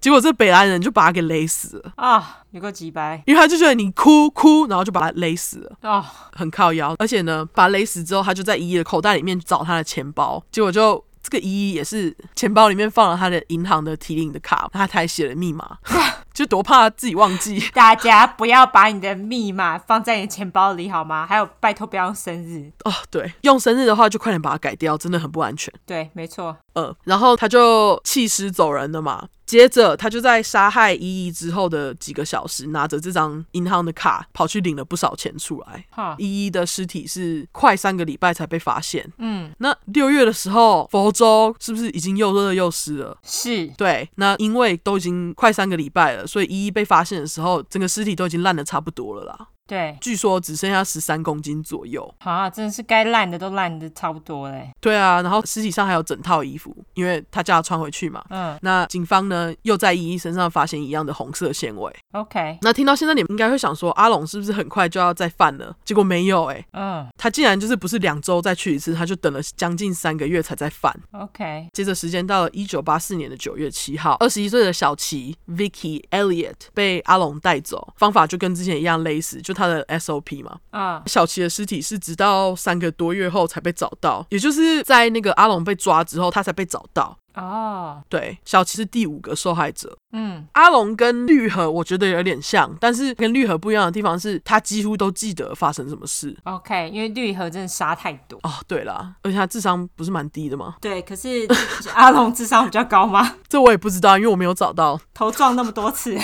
[SPEAKER 1] 结果这北兰人就把他给勒死了，
[SPEAKER 2] 啊、有个几百
[SPEAKER 1] 因为他就觉得你哭哭，然后就把他勒死了，
[SPEAKER 2] 哦，
[SPEAKER 1] 很靠腰。而且呢，把他勒死之后，他就在依依的口袋里面找他的钱包，结果就。这个依依也是钱包里面放了他的银行的提领的卡，他还写了密码， [LAUGHS] 就多怕自己忘记。
[SPEAKER 2] 大家不要把你的密码放在你的钱包里好吗？还有，拜托不要用生日。
[SPEAKER 1] 哦，对，用生日的话就快点把它改掉，真的很不安全。
[SPEAKER 2] 对，没错，
[SPEAKER 1] 呃，然后他就弃尸走人了嘛。接着他就在杀害依依之后的几个小时，拿着这张银行的卡跑去领了不少钱出来。
[SPEAKER 2] 哈，
[SPEAKER 1] 依依的尸体是快三个礼拜才被发现。
[SPEAKER 2] 嗯，
[SPEAKER 1] 那六月的时候，佛州是不是已经又热又湿了？
[SPEAKER 2] 是
[SPEAKER 1] 对，那因为都已经快三个礼拜了，所以依依被发现的时候，整个尸体都已经烂的差不多了啦。
[SPEAKER 2] 对，
[SPEAKER 1] 据说只剩下十三公斤左右。
[SPEAKER 2] 啊，真的是该烂的都烂的差不多嘞。
[SPEAKER 1] 对啊，然后尸体上还有整套衣服，因为他叫他穿回去嘛。
[SPEAKER 2] 嗯
[SPEAKER 1] 那警方呢，又在依依身上发现一样的红色纤维。
[SPEAKER 2] ，OK，
[SPEAKER 1] 那听到现在，你们应该会想说，阿龙是不是很快就要再犯了？结果没有、欸，
[SPEAKER 2] 嗯
[SPEAKER 1] 他竟然就是不是两周再去一次，他就等了将近三个月才再犯。
[SPEAKER 2] ，OK，
[SPEAKER 1] 接着时间到了一九八四年的九月七号，二十一岁的小琪 Vicky Elliot 被阿龙带走，方法就跟之前一样类似，就他的 SOP 嘛。
[SPEAKER 2] 啊，
[SPEAKER 1] 小琪的尸体是直到三个多月后才被找到，也就是在那个阿龙被抓之后，他才被找到。
[SPEAKER 2] 哦，
[SPEAKER 1] 对，小琪是第五个受害者。
[SPEAKER 2] 嗯，
[SPEAKER 1] 阿龙跟绿河我觉得有点像，但是跟绿河不一样的地方是，他几乎都记得发生什么事。
[SPEAKER 2] OK，因为绿盒真的杀太多。
[SPEAKER 1] 哦，对啦，而且他智商不是蛮低的吗？
[SPEAKER 2] 对，可是阿龙智商比较高吗？ [LAUGHS]
[SPEAKER 1] 这我也不知道，因为我没有找到。
[SPEAKER 2] 头撞那么多次，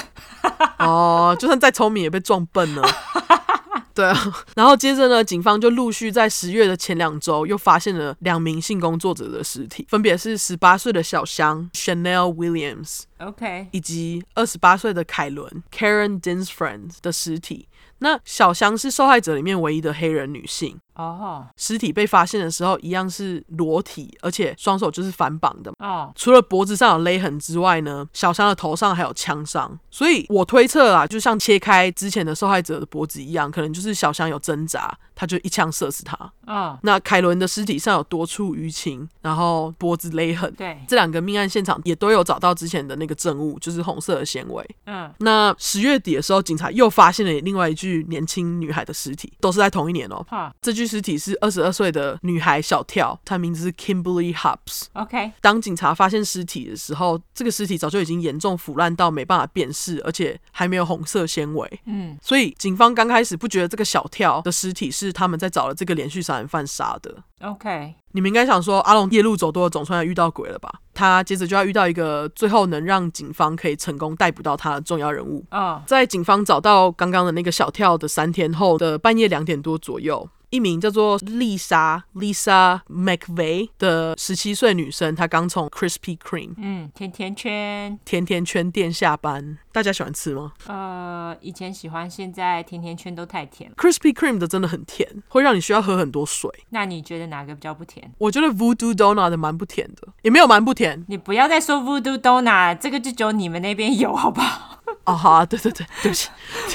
[SPEAKER 1] 哦，就算再聪明也被撞笨了。对啊，然后接着呢，警方就陆续在十月的前两周又发现了两名性工作者的尸体，分别是十八岁的小香 Chanel Williams
[SPEAKER 2] OK，
[SPEAKER 1] 以及二十八岁的凯伦 Karen Dinsfriend 的尸体。那小香是受害者里面唯一的黑人女性，
[SPEAKER 2] 哦
[SPEAKER 1] 尸体被发现的时候一样是裸体，而且双手就是反绑的嘛
[SPEAKER 2] 哦，
[SPEAKER 1] 除了脖子上有勒痕之外呢，小香的头上还有枪伤，所以我推测啦，就像切开之前的受害者的脖子一样，可能就是小香有挣扎，他就一枪射死他。
[SPEAKER 2] 哦，
[SPEAKER 1] 那凯伦的尸体上有多处淤青，然后脖子勒痕。
[SPEAKER 2] 对，
[SPEAKER 1] 这两个命案现场也都有找到之前的那个证物，就是红色的纤维。
[SPEAKER 2] 嗯
[SPEAKER 1] 那十月底的时候，警察又发现了另外一具年轻女孩的尸体，都是在同一年哦。
[SPEAKER 2] 哈
[SPEAKER 1] 这具尸体是二十二岁的女孩小跳，她名字是 Kimberly Hobbs。
[SPEAKER 2] ，OK，
[SPEAKER 1] 当警察发现尸体的时候，这个尸体早就已经严重腐烂到没办法辨识，而且还没有红色纤维。
[SPEAKER 2] 嗯
[SPEAKER 1] 所以警方刚开始不觉得这个小跳的尸体是他们在找了这个连续杀人犯杀的。
[SPEAKER 2] ，OK，
[SPEAKER 1] 你们应该想说，啊阿龙夜路走多了，总算要遇到鬼了吧？他接着就要遇到一个最后能让警方可以成功逮捕到他的重要人物。
[SPEAKER 2] 哦
[SPEAKER 1] 在警方找到刚刚的那个小跳的三天后的半夜两点多左右，一名叫做丽莎 Lisa McVeigh 的十七岁女生，她刚从 Krispy Kreme
[SPEAKER 2] 嗯，甜甜圈，
[SPEAKER 1] 甜甜圈店下班。大家喜欢吃吗
[SPEAKER 2] 呃，以前喜欢，现在甜甜圈都太甜了。
[SPEAKER 1] ？Krispy Kreme 的真的很甜，会让你需要喝很多水。
[SPEAKER 2] 那你觉得哪个比较不甜？
[SPEAKER 1] 我觉得 Voodoo Donut 的蛮不甜的，也没有蛮不甜。
[SPEAKER 2] 你不要再说 Voodoo Donut，这个就只有你们那边有，好不好？ [LAUGHS]
[SPEAKER 1] 哦，好、 [LAUGHS] 啊，对对对，对不起。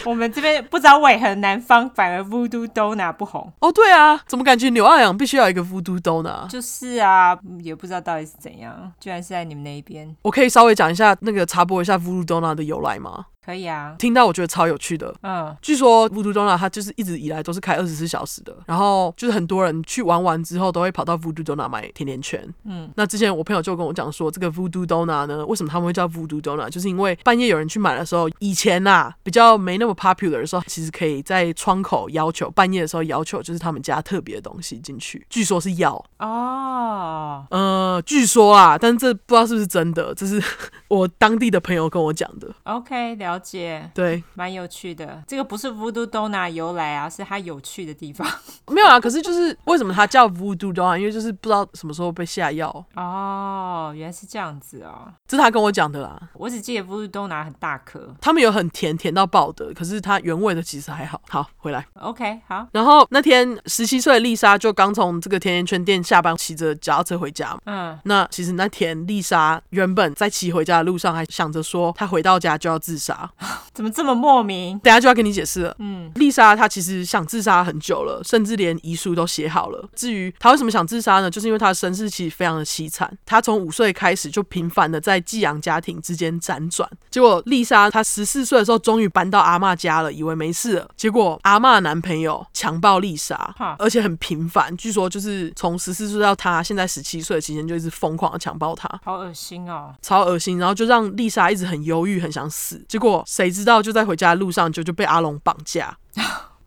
[SPEAKER 2] 我们这边不知道为何南方反而 Voodoo Donut 不红。
[SPEAKER 1] 哦，对啊，怎么感觉纽奥良必须要有一个 Voodoo Donut？
[SPEAKER 2] 就是啊，也不知道到底是怎样，居然是在你们那一边。
[SPEAKER 1] 我可以稍微讲一下那个插播一下 Voodoo Donut 的由来吗？
[SPEAKER 2] 可以啊，
[SPEAKER 1] 听到我觉得超有趣的，
[SPEAKER 2] 嗯
[SPEAKER 1] 据说 Voodoo Donut 它就是一直以来都是开二十四小时的，然后就是很多人去玩完之后都会跑到 Voodoo Donut 买甜甜圈。
[SPEAKER 2] 嗯，
[SPEAKER 1] 那之前我朋友就跟我讲说，这个 Voodoo Donut 呢，为什么他们会叫 Voodoo Donut，就是因为半夜有人去买的时候，以前呐、比较没那么 popular 的时候，其实可以在窗口要求半夜的时候要求，就是他们家特别的东西进去，据说是药，
[SPEAKER 2] 哦，
[SPEAKER 1] 呃，据说啊，但这不知道是不是真的，这是我当地的朋友跟我讲的。
[SPEAKER 2] OK，了解，
[SPEAKER 1] 对，
[SPEAKER 2] 蛮有趣的。这个不是 Voodoo Donut 由来啊，是它有趣的地方。 [LAUGHS]
[SPEAKER 1] 没有啊，可是就是为什么它叫 Voodoo Donut，因为就是不知道什么时候被下药。
[SPEAKER 2] 哦，原来是这样子哦。
[SPEAKER 1] 这是他跟我讲的啦。
[SPEAKER 2] 我只记得 Voodoo Donut 很大颗。
[SPEAKER 1] 他们有很甜，甜到爆的，可是它原味的其实还好。好，回来。
[SPEAKER 2] OK，好，
[SPEAKER 1] 然后那天十七岁的丽莎就刚从这个甜甜圈店下班，骑着脚踏车回家。
[SPEAKER 2] 嗯
[SPEAKER 1] 那其实那天丽莎原本在骑回家的路上，还想着说她回到家就要自杀。
[SPEAKER 2] 怎么这么莫名？
[SPEAKER 1] 等一下就要跟你解释了。
[SPEAKER 2] 嗯，
[SPEAKER 1] 丽莎她其实想自杀很久了，甚至连遗书都写好了。至于她为什么想自杀呢？就是因为她的身世其实非常的凄惨。她从五岁开始就频繁的在寄养家庭之间辗转，结果丽莎她十四岁的时候终于搬到阿嬷家了，以为没事了，结果阿嬷的男朋友强暴丽莎
[SPEAKER 2] 哈，
[SPEAKER 1] 而且很频繁，据说就是从十四岁到她现在十七岁的期间就一直疯狂的强暴她。
[SPEAKER 2] 好恶心哦。
[SPEAKER 1] 超恶心，然后就让丽莎一直很忧郁，很想死。结果果谁知道就在回家的路上就就被阿龙绑架，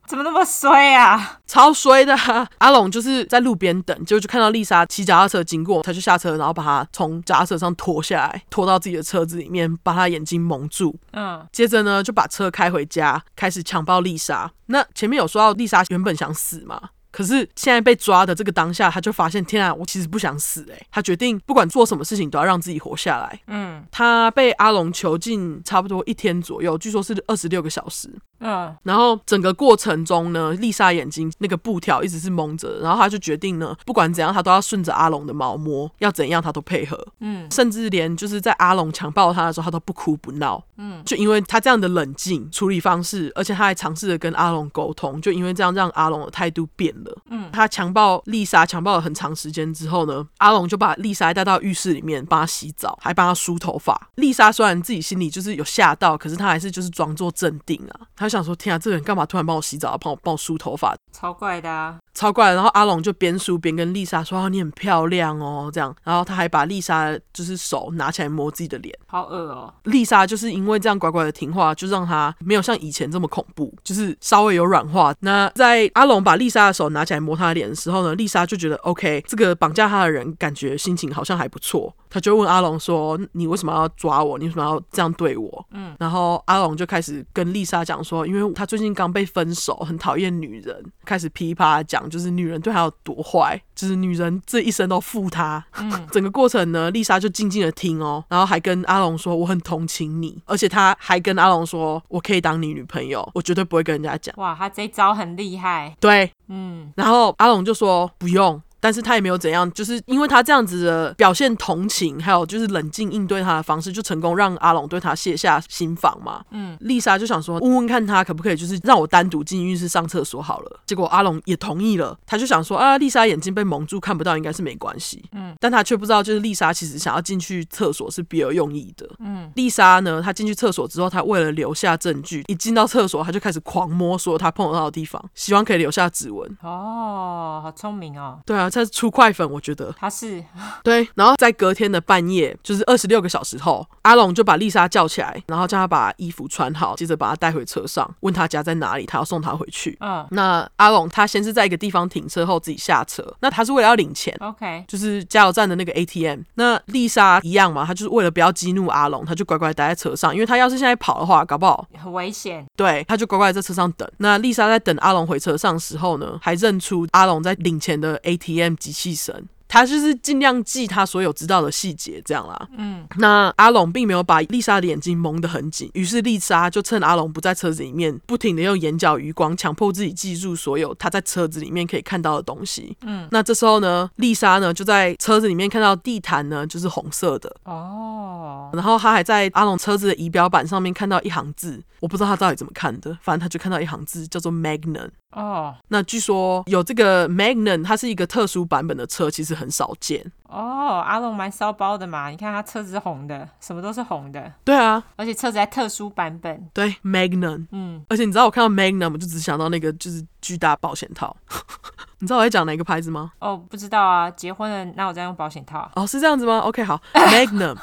[SPEAKER 2] 怎么那么衰啊？
[SPEAKER 1] 超衰的啊、 [LAUGHS] 阿龙就是在路边等，结果就看到丽莎骑脚踏车经过，他就下车，然后把她从脚踏车上拖下来，拖到自己的车子里面，把她眼睛蒙住。
[SPEAKER 2] 嗯，
[SPEAKER 1] 接着呢，就把车开回家，开始强暴丽莎。那前面有说到丽莎原本想死嘛，可是现在被抓的这个当下，她就发现天啊，我其实不想死诶、欸，她决定不管做什么事情都要让自己活下来。
[SPEAKER 2] 嗯，
[SPEAKER 1] 她被阿龙囚禁差不多一天左右，据说是二十六个小时。
[SPEAKER 2] 嗯，
[SPEAKER 1] 然后整个过程中呢，丽莎眼睛那个布条一直是蒙着，然后她就决定呢，不管怎样，她都要顺着阿龙的毛摸，要怎样她都配合，
[SPEAKER 2] 嗯，
[SPEAKER 1] 甚至连就是在阿龙强暴她的时候，她都不哭不闹，嗯，就因为她这样的冷静处理方式，而且她还尝试着跟阿龙沟通，就因为这样让阿龙的态度变了，嗯，她强暴丽莎强暴了很长时间之后呢，阿龙就把丽莎带到浴室里面帮她洗澡，还帮她梳头发。丽莎虽然自己心里就是有吓到，可是她还是就是装作镇定啊，她就想说天啊，这个人干嘛突然帮我洗澡，帮我帮我梳头发，
[SPEAKER 2] 超怪的啊。
[SPEAKER 1] 超怪的。然后阿龙就边梳边跟丽莎说、啊：“你很漂亮哦。”这样，然后他还把丽莎就是手拿起来摸自己的脸。
[SPEAKER 2] 好恶哦、
[SPEAKER 1] 丽莎就是因为这样乖乖的听话，就让她没有像以前这么恐怖，就是稍微有软化。那在阿龙把丽莎的手拿起来摸她的脸的时候呢，丽莎就觉得 OK，这个绑架她的人感觉心情好像还不错，她就问阿龙说：“你为什么要抓我？你为什么要这样对我？”嗯，然后阿龙就开始跟丽莎讲说，因为他最近刚被分手，很讨厌女人，开始噼啪讲，就是女人对他有多坏，就是女人这一生都负他，整个过程呢，丽莎就静静的听哦，然后还跟阿龙说我很同情你，而且她还跟阿龙说我可以当你女朋友，我绝对不会跟人家讲。
[SPEAKER 2] 哇，他这一招很厉害。
[SPEAKER 1] 对，
[SPEAKER 2] 嗯
[SPEAKER 1] 然后阿龙就说不用。但是他也没有怎样，就是因为他这样子的表现同情，还有就是冷静应对他的方式，就成功让阿龙对他卸下心防嘛。
[SPEAKER 2] 嗯，
[SPEAKER 1] 丽莎就想说，问问看他可不可以，就是让我单独进浴室上厕所好了。结果阿龙也同意了，他就想说啊，丽莎眼睛被蒙住看不到，应该是没关系。
[SPEAKER 2] 嗯，
[SPEAKER 1] 但他却不知道，就是丽莎其实想要进去厕所是别有用意的。
[SPEAKER 2] 嗯，
[SPEAKER 1] 丽莎呢，她进去厕所之后，她为了留下证据，一进到厕所，她就开始狂摸所有她碰得到的地方，希望可以留下指纹。
[SPEAKER 2] 哦，好聪明哦。
[SPEAKER 1] 对啊，她是出快粉，我觉得。
[SPEAKER 2] 他是
[SPEAKER 1] 对，然后在隔天的半夜，就是二十六个小时后，阿龙就把丽莎叫起来，然后叫她把衣服穿好，接着把她带回车上，问她家在哪里，他要送她回去。
[SPEAKER 2] 嗯
[SPEAKER 1] 那阿龙他先是在一个地方停车后自己下车，那他是为了要领钱。
[SPEAKER 2] ，OK，
[SPEAKER 1] 就是加油站的那个 ATM，那丽莎一样嘛，她就是为了不要激怒阿龙，她就乖乖待在车上，因为她要是现在跑的话，搞不好
[SPEAKER 2] 很危险。
[SPEAKER 1] 对，他就乖乖在车上等。那丽莎在等阿龙回车上的时候呢，还认出阿龙在领钱的 ATM 机器声。他就是尽量记他所有知道的细节，这样啦。
[SPEAKER 2] 嗯，
[SPEAKER 1] 那阿龙并没有把丽莎的眼睛蒙得很紧，于是丽莎就趁阿龙不在车子里面，不停的用眼角余光强迫自己记住所有他在车子里面可以看到的东西。嗯，那这时候呢，丽莎呢就在车子里面看到地毯呢就是红色的，
[SPEAKER 2] 哦，
[SPEAKER 1] 然后他还在阿龙车子的仪表板上面看到一行字，我不知道他到底怎么看的，反正他就看到一行字叫做 Magnum。
[SPEAKER 2] 哦，
[SPEAKER 1] 那据说有这个 Magnum，它是一个特殊版本的车，其实很少见。
[SPEAKER 2] 哦，阿龙蛮骚包的嘛。你看他车子是红的，什么都是红的，
[SPEAKER 1] 对啊，
[SPEAKER 2] 而且车子还特殊版本。
[SPEAKER 1] 对 Magnum。
[SPEAKER 2] 嗯，
[SPEAKER 1] 而且你知道我看到 Magnum，我就只想到那个就是巨大保险套。 [LAUGHS] 你知道我在讲哪个牌子吗？
[SPEAKER 2] 哦，不知道啊，结婚了那我再用保险套啊。
[SPEAKER 1] 哦，是这样子吗？OK，好，Magnum。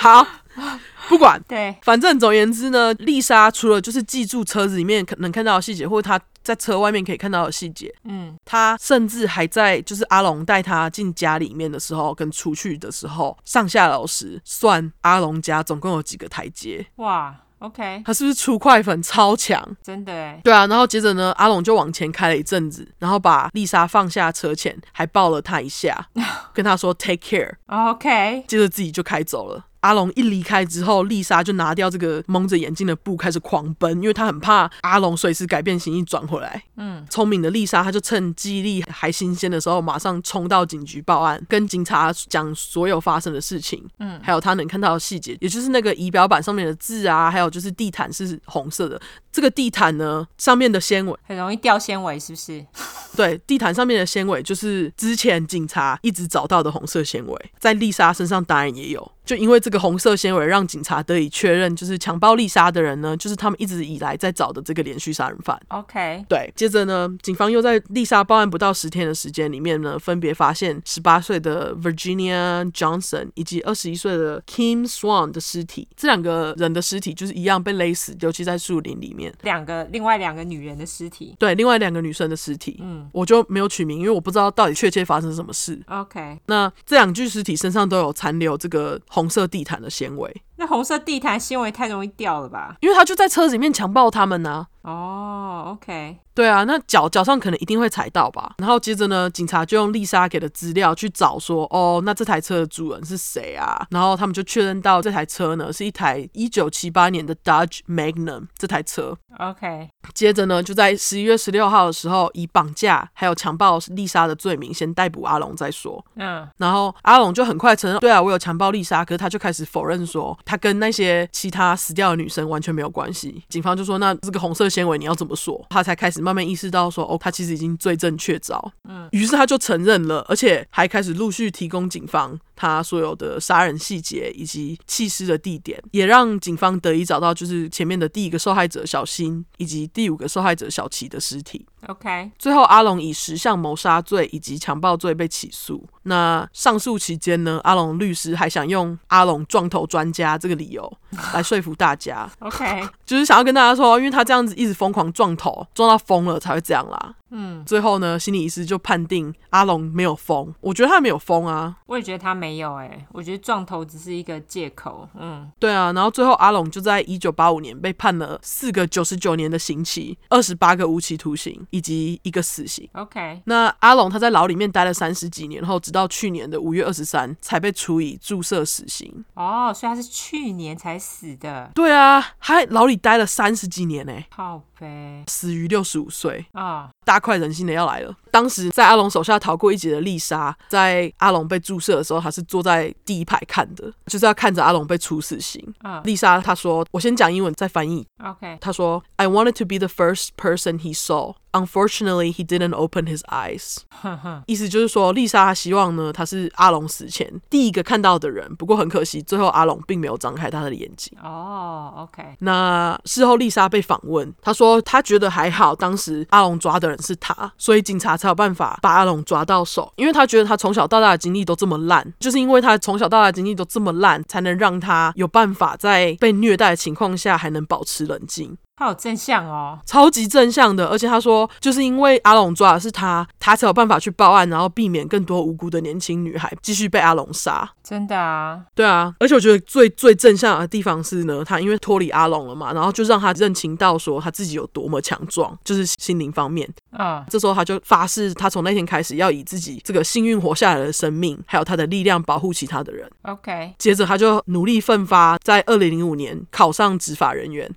[SPEAKER 1] 好，不管。
[SPEAKER 2] 对，
[SPEAKER 1] 反正总而言之呢，丽莎除了就是记住车子里面可能看到的细节，或者她在车外面可以看到的细节，
[SPEAKER 2] 嗯
[SPEAKER 1] 她甚至还在就是阿龙带她进家里面的时候，跟出去的时候，上下楼时算阿龙家总共有几个台阶，
[SPEAKER 2] 哇，OK，
[SPEAKER 1] 她是不是出快粉超强？
[SPEAKER 2] 真的哎，
[SPEAKER 1] [LAUGHS] 对啊，然后接着呢，阿龙就往前开了一阵子，然后把丽莎放下车前，还抱了她一下，跟她说 “take [LAUGHS] care”，
[SPEAKER 2] 哦 OK，
[SPEAKER 1] 接着自己就开走了。阿龙一离开之后，丽莎就拿掉这个蒙着眼睛的布，开始狂奔，因为她很怕阿龙随时改变心意转回来。
[SPEAKER 2] 嗯，
[SPEAKER 1] 聪明的丽莎，她就趁记忆力还新鲜的时候，马上冲到警局报案，跟警察讲所有发生的事情，
[SPEAKER 2] 嗯，
[SPEAKER 1] 还有她能看到的细节，也就是那个仪表板上面的字啊，还有就是地毯是红色的，这个地毯呢上面的纤维，
[SPEAKER 2] 很容易掉纤维，是不是？
[SPEAKER 1] 对，地毯上面的纤维就是之前警察一直找到的红色纤维，在丽莎身上当然也有。就因为这个红色纤维，让警察得以确认，就是强暴丽莎的人呢，就是他们一直以来在找的这个连续杀人犯。
[SPEAKER 2] OK，
[SPEAKER 1] 对，接着呢，警方又在丽莎报案不到十天的时间里面呢，分别发现十八岁的 Virginia Johnson 以及二十一岁的 Kim Swan 的尸体。这两个人的尸体就是一样被勒死，丢弃在树林里面。
[SPEAKER 2] 两个另外两个女人的尸体。
[SPEAKER 1] 对，另外两个女生的尸体，嗯，我就没有取名，因为我不知道到底确切发生什么事。
[SPEAKER 2] OK，
[SPEAKER 1] 那这两具尸体身上都有残留这个红色地毯的纤维，
[SPEAKER 2] 那红色地毯纤维太容易掉了吧？
[SPEAKER 1] 因为他就在车子里面强暴他们呢、啊
[SPEAKER 2] 哦，OK，
[SPEAKER 1] 对啊，那脚脚上可能一定会踩到吧。然后接着呢，警察就用丽莎给的资料去找说，哦，那这台车的主人是谁啊？然后他们就确认到这台车呢是一台一九七八年的 Dodge Magnum 这台车。
[SPEAKER 2] OK，
[SPEAKER 1] 接着呢，就在十一月十六号的时候，以绑架还有强暴丽莎的罪名先逮捕阿龙再说。
[SPEAKER 2] 嗯，
[SPEAKER 1] 然后阿龙就很快承认，对啊，我有强暴丽莎，可是他就开始否认说他跟那些其他死掉的女生完全没有关系。警方就说，那这个红色纤维你要怎么说？他才开始慢慢意识到说，哦，他其实已经罪证确凿。嗯，于是他就承认了，而且还开始陆续提供警方他所有的杀人细节以及弃尸的地点，也让警方得以找到就是前面的第一个受害者小新以及第五个受害者小齐的尸体。
[SPEAKER 2] OK，
[SPEAKER 1] 最后，阿龙以十项谋杀罪以及强暴罪被起诉。那上诉期间呢，阿龙律师还想用“阿龙撞头专家”这个理由来说服大家，
[SPEAKER 2] OK，
[SPEAKER 1] 就是想要跟大家说，因为他这样子一直疯狂撞头，撞到疯了才会这样啦。
[SPEAKER 2] 嗯，
[SPEAKER 1] 最后呢，心理医师就判定阿龙没有疯，我觉得他没有疯啊，
[SPEAKER 2] 我也觉得他没有哎、我觉得撞头只是一个借口。嗯，
[SPEAKER 1] 对啊。然后最后，阿龙就在一九八五年被判了四个九十九年的刑期，二十八个无期徒刑以及一个死刑。
[SPEAKER 2] OK，
[SPEAKER 1] 那阿龙他在牢里面待了三十几年后，直到去年的五月二十三才被处以注射死刑。
[SPEAKER 2] 哦、所以他是去年才死的，
[SPEAKER 1] 对啊，他在牢里待了三十几年呢、欸
[SPEAKER 2] 靠呗。
[SPEAKER 1] 死于六十五岁，
[SPEAKER 2] 啊、
[SPEAKER 1] 大快人心的要来了。当时在阿龙手下逃过一劫的丽莎，在阿龙被注射的时候，她是坐在第一排看的，就是要看着阿龙被处死刑。
[SPEAKER 2] 啊
[SPEAKER 1] 丽莎她说：“我先讲英文，再翻译
[SPEAKER 2] o k
[SPEAKER 1] 他说：“I wanted to be the first person he saw. Unfortunately, he didn't open his eyes.” 意思就是说，丽莎她希望呢，她是阿龙死前第一个看到的人。不过很可惜，最后阿龙并没有张开他的眼睛。
[SPEAKER 2] 哦、o k
[SPEAKER 1] 那事后，丽莎被访问，她说她觉得还好，当时阿龙抓的人是她，所以警察才有办法把阿龙抓到手。因为她觉得她从小到大的经历都这么烂，就是因为她从小到大的经历都这么烂，才能让她有办法在被虐待的情况下还能保持冷静。
[SPEAKER 2] 他好正向哦。
[SPEAKER 1] 超级正向的，而且他说，就是因为阿龙抓的是他，他才有办法去报案，然后避免更多无辜的年轻女孩继续被阿龙杀。
[SPEAKER 2] 真的啊，
[SPEAKER 1] 对啊，而且我觉得最最正向的地方是呢，他因为脱离阿龙了嘛，然后就让他认清到说他自己有多么强壮，就是心灵方面。
[SPEAKER 2] 嗯，
[SPEAKER 1] 这时候他就发誓，他从那天开始要以自己这个幸运活下来的生命，还有他的力量保护其他的人。
[SPEAKER 2] OK，OK，、
[SPEAKER 1] 接着他就努力奋发，在二零零五年考上执法人员，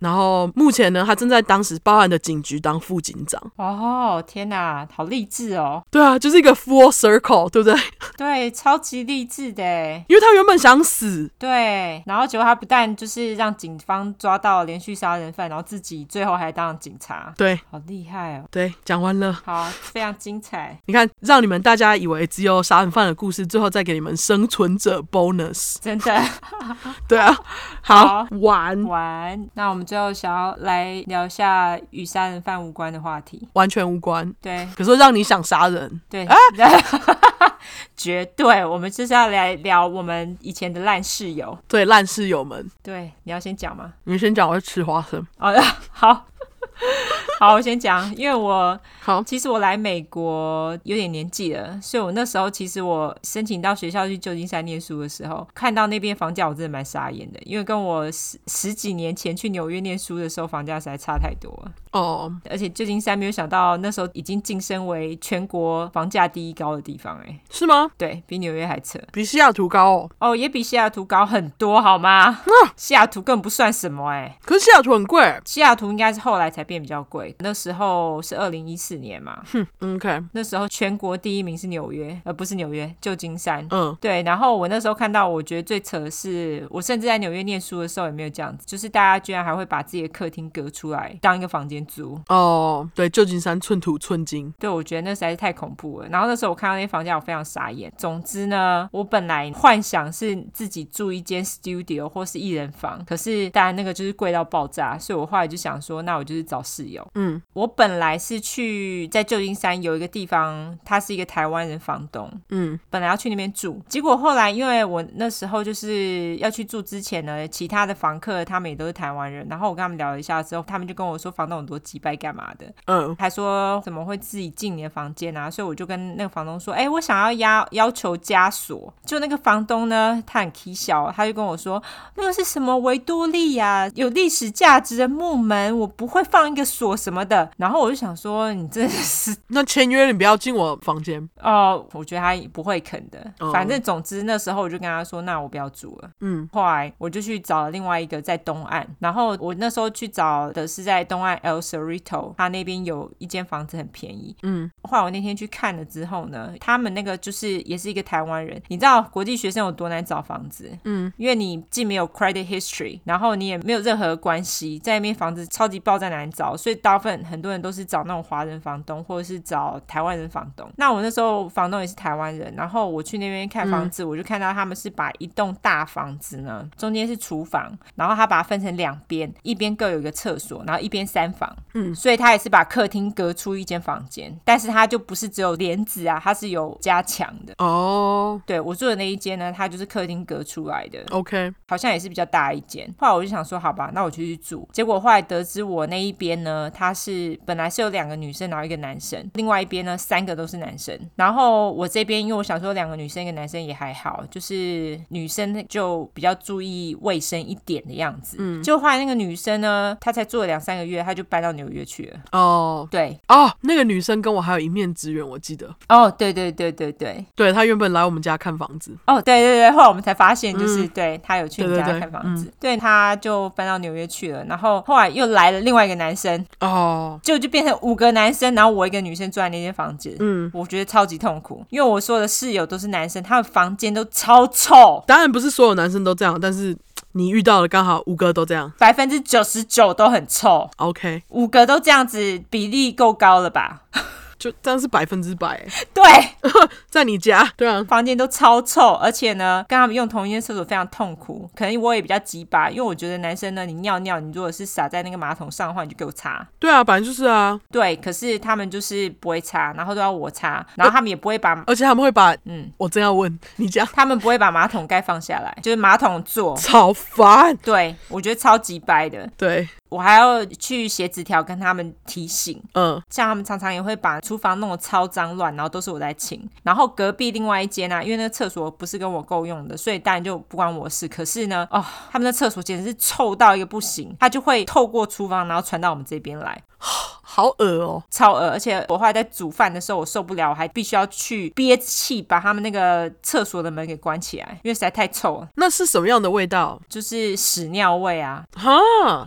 [SPEAKER 1] 然后目前呢，他正在当时报案的警局当副警长。
[SPEAKER 2] 哦，天哪，好励志哦！
[SPEAKER 1] 对啊，就是一个 full circle，对不对？ [LAUGHS]
[SPEAKER 2] 对，超级励志的耶。
[SPEAKER 1] 因为他原本想死，
[SPEAKER 2] 对，然后结果他不但就是让警方抓到连续杀人犯，然后自己最后还当了警察，
[SPEAKER 1] 对
[SPEAKER 2] 好厉害哦！
[SPEAKER 1] 对，讲完了。
[SPEAKER 2] 好，非常精彩，
[SPEAKER 1] 你看，让你们大家以为只有杀人犯的故事，最后再给你们生存者 bonus。
[SPEAKER 2] 真的 [LAUGHS]
[SPEAKER 1] 对啊，好
[SPEAKER 2] 好
[SPEAKER 1] 完
[SPEAKER 2] 完。那我们最后想要来聊一下与杀人犯无关的话题，
[SPEAKER 1] 完全无关，
[SPEAKER 2] 对
[SPEAKER 1] 可是让你想杀人，
[SPEAKER 2] 对，绝对，我们就是要来聊我们以前的烂室友。
[SPEAKER 1] 对烂室友们，
[SPEAKER 2] 对，你要先讲吗？
[SPEAKER 1] 你们先讲，我要吃花生。
[SPEAKER 2] 哦，好。好，我先讲，因为我
[SPEAKER 1] 好，
[SPEAKER 2] 其实我来美国有点年纪了，所以我那时候其实我申请到学校去旧金山念书的时候，看到那边房价，我真的蛮傻眼的，因为跟我十十几年前去纽约念书的时候，房价实在差太多了。
[SPEAKER 1] 哦，
[SPEAKER 2] 而且旧金山没有想到那时候已经晋升为全国房价第一高的地方、欸，哎，
[SPEAKER 1] 是吗？
[SPEAKER 2] 对比纽约还扯
[SPEAKER 1] 比西雅图高哦，
[SPEAKER 2] 哦，也比西雅图高很多，好吗？西雅图更不算什么、欸，哎，
[SPEAKER 1] 可是西雅图很贵。
[SPEAKER 2] 西雅图应该是后来才变比较贵，会，那时候是二零一四年嘛，
[SPEAKER 1] OK，
[SPEAKER 2] 那时候全国第一名是纽约，呃，不是纽约，旧金山。
[SPEAKER 1] 嗯，
[SPEAKER 2] 对，然后我那时候看到，我觉得最扯的是，我甚至在纽约念书的时候也没有这样子，就是大家居然还会把自己的客厅隔出来当一个房间租。
[SPEAKER 1] 哦，对，旧金山寸土寸金，
[SPEAKER 2] 对，我觉得那实在是太恐怖了。然后那时候我看到那些房间，我非常傻眼。总之呢，我本来幻想是自己住一间 studio 或是一人房，可是当然那个就是贵到爆炸，所以我后来就想说，那我就是找室友。
[SPEAKER 1] 嗯，
[SPEAKER 2] 我本来是去在旧金山有一个地方，他是一个台湾人房东，
[SPEAKER 1] 嗯，
[SPEAKER 2] 本来要去那边住，结果后来因为我那时候就是要去住之前呢，其他的房客他们也都是台湾人，然后我跟他们聊了一下之后，他们就跟我说房东很多击败干嘛的，
[SPEAKER 1] 嗯，
[SPEAKER 2] 还说怎么会自己进你的房间啊？所以我就跟那个房东说，哎、我想要要要求加锁。就那个房东呢，他很蹊跷，他就跟我说，那个是什么维多利亚有历史价值的木门，我不会放一个锁什么的。然后我就想说，你真的是
[SPEAKER 1] 那签约你不要进我房间，
[SPEAKER 2] 哦，我觉得他不会肯的
[SPEAKER 1] 哦。
[SPEAKER 2] 反正总之那时候我就跟他说，那我不要住了。
[SPEAKER 1] 嗯，
[SPEAKER 2] 后来我就去找了另外一个在东岸，然后我那时候去找的是在东岸 El Cerrito，他那边有一间房子很便宜。
[SPEAKER 1] 嗯，
[SPEAKER 2] 后来我那天去看了之后呢，他们那个就是也是一个台湾人，你知道国际学生有多难找房子？
[SPEAKER 1] 嗯，
[SPEAKER 2] 因为你既没有 credit history，然后你也没有任何关系，在那边房子超级爆炸难找，所以大部分很多人都是找那种华人房东或者是找台湾人房东。那我那时候房东也是台湾人，然后我去那边看房子，我就看到他们是把一栋大房子呢，中间是厨房，然后他把它分成两边，一边各有一个厕所，然后一边三房。所以他也是把客厅隔出一间房间，但是它就不是只有帘子啊，它是有加强的。
[SPEAKER 1] 哦
[SPEAKER 2] 对我住的那一间呢，它就是客厅隔出来的，
[SPEAKER 1] ，OK，
[SPEAKER 2] 好像也是比较大一间。后来我就想说，好吧，那我就去住。结果后来得知我那一边呢，它是本来是有两个女生，然后一个男生，另外一边呢三个都是男生。然后我这边因为我想说两个女生一个男生也还好，就是女生就比较注意卫生一点的样子。嗯，就后来那个女生呢，她才住了两三个月，她就搬到纽约去了。
[SPEAKER 1] 哦。
[SPEAKER 2] 对，
[SPEAKER 1] 哦，那个女生跟我还有一面之缘，我记得。
[SPEAKER 2] 哦，对对对对对，
[SPEAKER 1] 对她原本来我们家看房子，
[SPEAKER 2] 哦，对对对，后来我们才发现，就是、对他有去你
[SPEAKER 1] 嗯对
[SPEAKER 2] 家
[SPEAKER 1] 对对嗯
[SPEAKER 2] 看房子，对，他就搬到纽约去了，然后后来又来了另外一个男生，
[SPEAKER 1] 哦，
[SPEAKER 2] 就就变成五个男生，然后我一个女生住在那间房间，
[SPEAKER 1] 嗯，
[SPEAKER 2] 我觉得超级痛苦，因为我说的室友都是男生，他们房间都超臭，
[SPEAKER 1] 当然不是所有男生都这样，但是你遇到的刚好五个都这样
[SPEAKER 2] 百分之九十九都很臭，
[SPEAKER 1] ，OK，
[SPEAKER 2] 五个都这样子，比例够高了吧？ [LAUGHS]
[SPEAKER 1] 就这样是百分之百 [LAUGHS] 欸，
[SPEAKER 2] 对，
[SPEAKER 1] 在你家，对啊，
[SPEAKER 2] 房间都超臭，而且呢，跟他们用同一间厕所非常痛苦。可能我也比较急吧，因为我觉得男生呢，你尿尿，你如果是洒在那个马桶上的话，你就给我擦。
[SPEAKER 1] 对啊，本来就是啊，
[SPEAKER 2] 对，可是他们就是不会擦，然后都要我擦，然后他们也不会把，
[SPEAKER 1] 而且他们会把，
[SPEAKER 2] 嗯，
[SPEAKER 1] 我正要问你家，
[SPEAKER 2] 他们不会把马桶盖放下来，就是马桶座。
[SPEAKER 1] 超烦，
[SPEAKER 2] 对，我觉得超级掰的，
[SPEAKER 1] 对，
[SPEAKER 2] 我还要去写纸条跟他们提醒。
[SPEAKER 1] 嗯，
[SPEAKER 2] 像他们常常也会把厨房弄得超脏乱，然后都是我在清。然后隔壁另外一间啊，因为那个厕所不是跟我够用的，所以当然就不关我事。可是呢，哦，他们的厕所简直是臭到一个不行，它就会透过厨房，然后传到我们这边来，
[SPEAKER 1] 好恶哦、
[SPEAKER 2] 超恶。而且我后来在煮饭的时候，我受不了，我还必须要去憋气把他们那个厕所的门给关起来，因为实在太臭了，
[SPEAKER 1] 那是什么样的味道？
[SPEAKER 2] 就是屎尿味啊。
[SPEAKER 1] 哈，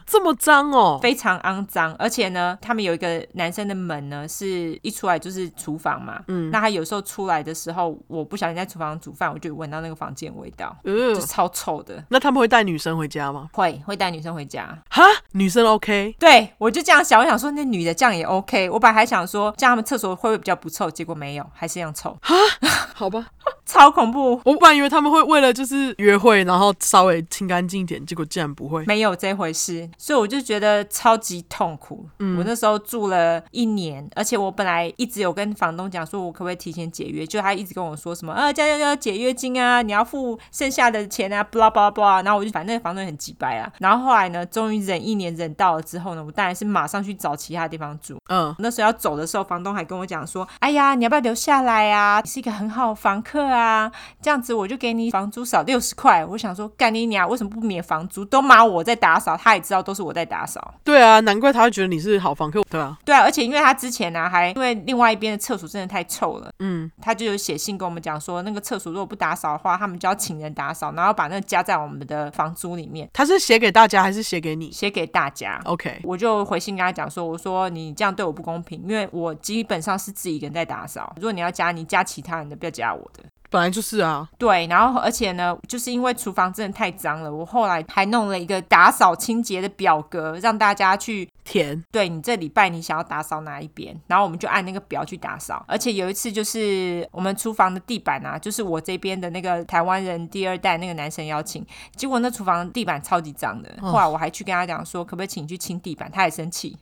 [SPEAKER 1] 这么脏哦、
[SPEAKER 2] 非常肮脏，而且呢，他们有一个男生的门呢，是一出来就是厨房嘛。嗯，那他有时候出来的时候，我不小心在厨房煮饭，我就闻到那个房间的味道，
[SPEAKER 1] 嗯
[SPEAKER 2] 就，超臭的。
[SPEAKER 1] 那他们会带女生回家吗？
[SPEAKER 2] 会会带女生回家，
[SPEAKER 1] 哈，女生 OK，
[SPEAKER 2] 对我就这样想，我想说那女的这样也 OK。我本来还想说这样他们厕所会不会比较不臭，结果没有，还是一样臭， [LAUGHS]
[SPEAKER 1] 好吧，
[SPEAKER 2] 超恐怖。
[SPEAKER 1] 我本来以为他们会为了就是约会，然后稍微清干净一点，结果竟然不会，
[SPEAKER 2] 没有这回事，所以我就觉得超级痛苦。我那时候住了一年，而且我本来一直有跟房东讲说，我可不可以提前解约，就他一直跟我说什么啊，这样要解约金啊，你要付剩下的钱啊，blah blah blah。然后我就反正房东也很急掰啊。然后后来呢，终于忍一年忍到了之后呢，我当然是马上去找其他地方住。
[SPEAKER 1] 嗯，
[SPEAKER 2] 那时候要走的时候，房东还跟我讲说：“哎呀，你要不要留下来啊？你是一个很好的房客啊，啊，这样子我就给你房租少六十块。”我想说，干你娘，为什么不免房租？都骂我在打扫，他也知道都是我在打扫。
[SPEAKER 1] 对啊，难怪他会觉得你是好房客。对啊，
[SPEAKER 2] 对啊，而且因为他之前呢、啊，还因为另外一边的厕所真的太臭了，
[SPEAKER 1] 嗯，
[SPEAKER 2] 他就有写信跟我们讲说，那个厕所如果不打扫的话，他们就要请人打扫，然后把那个加在我们的房租里面，
[SPEAKER 1] 他是写给大家还是写给你
[SPEAKER 2] 写给大家。
[SPEAKER 1] ？OK，
[SPEAKER 2] 我就回信跟他讲说，我说你这样对我不公平，因为我基本上是自己一个人在打扫，如果你要加，你加其他人的，不要加我的。
[SPEAKER 1] 本来就是啊，
[SPEAKER 2] 对，然后而且呢，就是因为厨房真的太脏了，我后来还弄了一个打扫清洁的表格，让大家去
[SPEAKER 1] 填
[SPEAKER 2] 对你这礼拜你想要打扫哪一边，然后我们就按那个表去打扫。而且有一次就是我们厨房的地板啊，就是我这边的那个台湾人第二代那个男生邀请，结果那厨房地板超级脏的。后来我还去跟他讲说，可不可以请你去清地板，他也生气。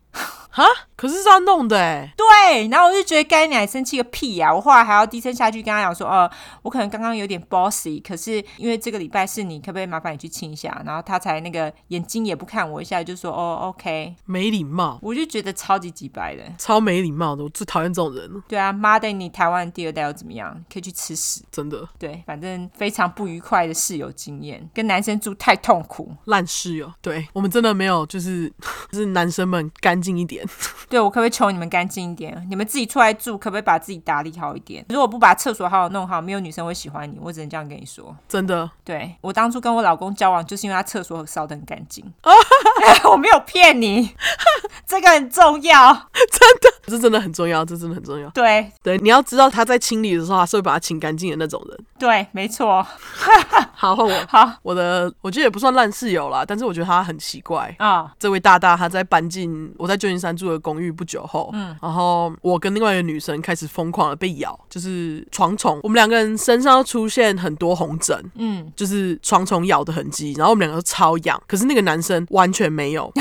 [SPEAKER 1] 哈，可是是他弄的哎、
[SPEAKER 2] 对，然后我就觉得该你还生气个屁呀、我后来还要低声下去跟他讲说，呃，我可能刚刚有点 bossy，可是因为这个礼拜是你，可不可以麻烦你去清一下？然后他才那个眼睛也不看我一下，就说哦 OK，
[SPEAKER 1] 没礼貌，
[SPEAKER 2] 我就觉得超级鸡白的。
[SPEAKER 1] 超没礼貌的，我最讨厌这种人了，
[SPEAKER 2] 对啊，妈的，你台湾第二代又怎么样？可以去吃屎。
[SPEAKER 1] 真的
[SPEAKER 2] 对，反正非常不愉快的室友经验，跟男生住太痛苦。
[SPEAKER 1] 烂室友。对我们真的没有，就是 [LAUGHS] 就是男生们干净一点，
[SPEAKER 2] 对我可不可以求你们干净一点？你们自己出来住，可不可以把自己打理好一点？如果不把厕所好好弄好，没有女生会喜欢你。我只能这样跟你说。
[SPEAKER 1] 真的
[SPEAKER 2] 对我当初跟我老公交往，就是因为他厕所扫得很干净。 [LAUGHS] 我没有骗你， [LAUGHS] 这个很重要。
[SPEAKER 1] 这真的很重要，这真的很重要。
[SPEAKER 2] 对
[SPEAKER 1] 对，你要知道他在清理的时候，他是会把它清干净的那种人。
[SPEAKER 2] 对，没错。
[SPEAKER 1] 好，换我。
[SPEAKER 2] [LAUGHS] 好
[SPEAKER 1] 我的我觉得也不算烂室友啦，但是我觉得他很奇怪。
[SPEAKER 2] 啊、
[SPEAKER 1] 这位大大他在搬进我在旧金山住的公寓不久后，嗯，然后我跟另外一个女生开始疯狂的被咬，就是床虫，我们两个人身上出现很多红疹，
[SPEAKER 2] 嗯，
[SPEAKER 1] 就是床虫咬的痕迹，然后我们两个都超痒，可是那个男生完全没
[SPEAKER 2] [LAUGHS]
[SPEAKER 1] 有，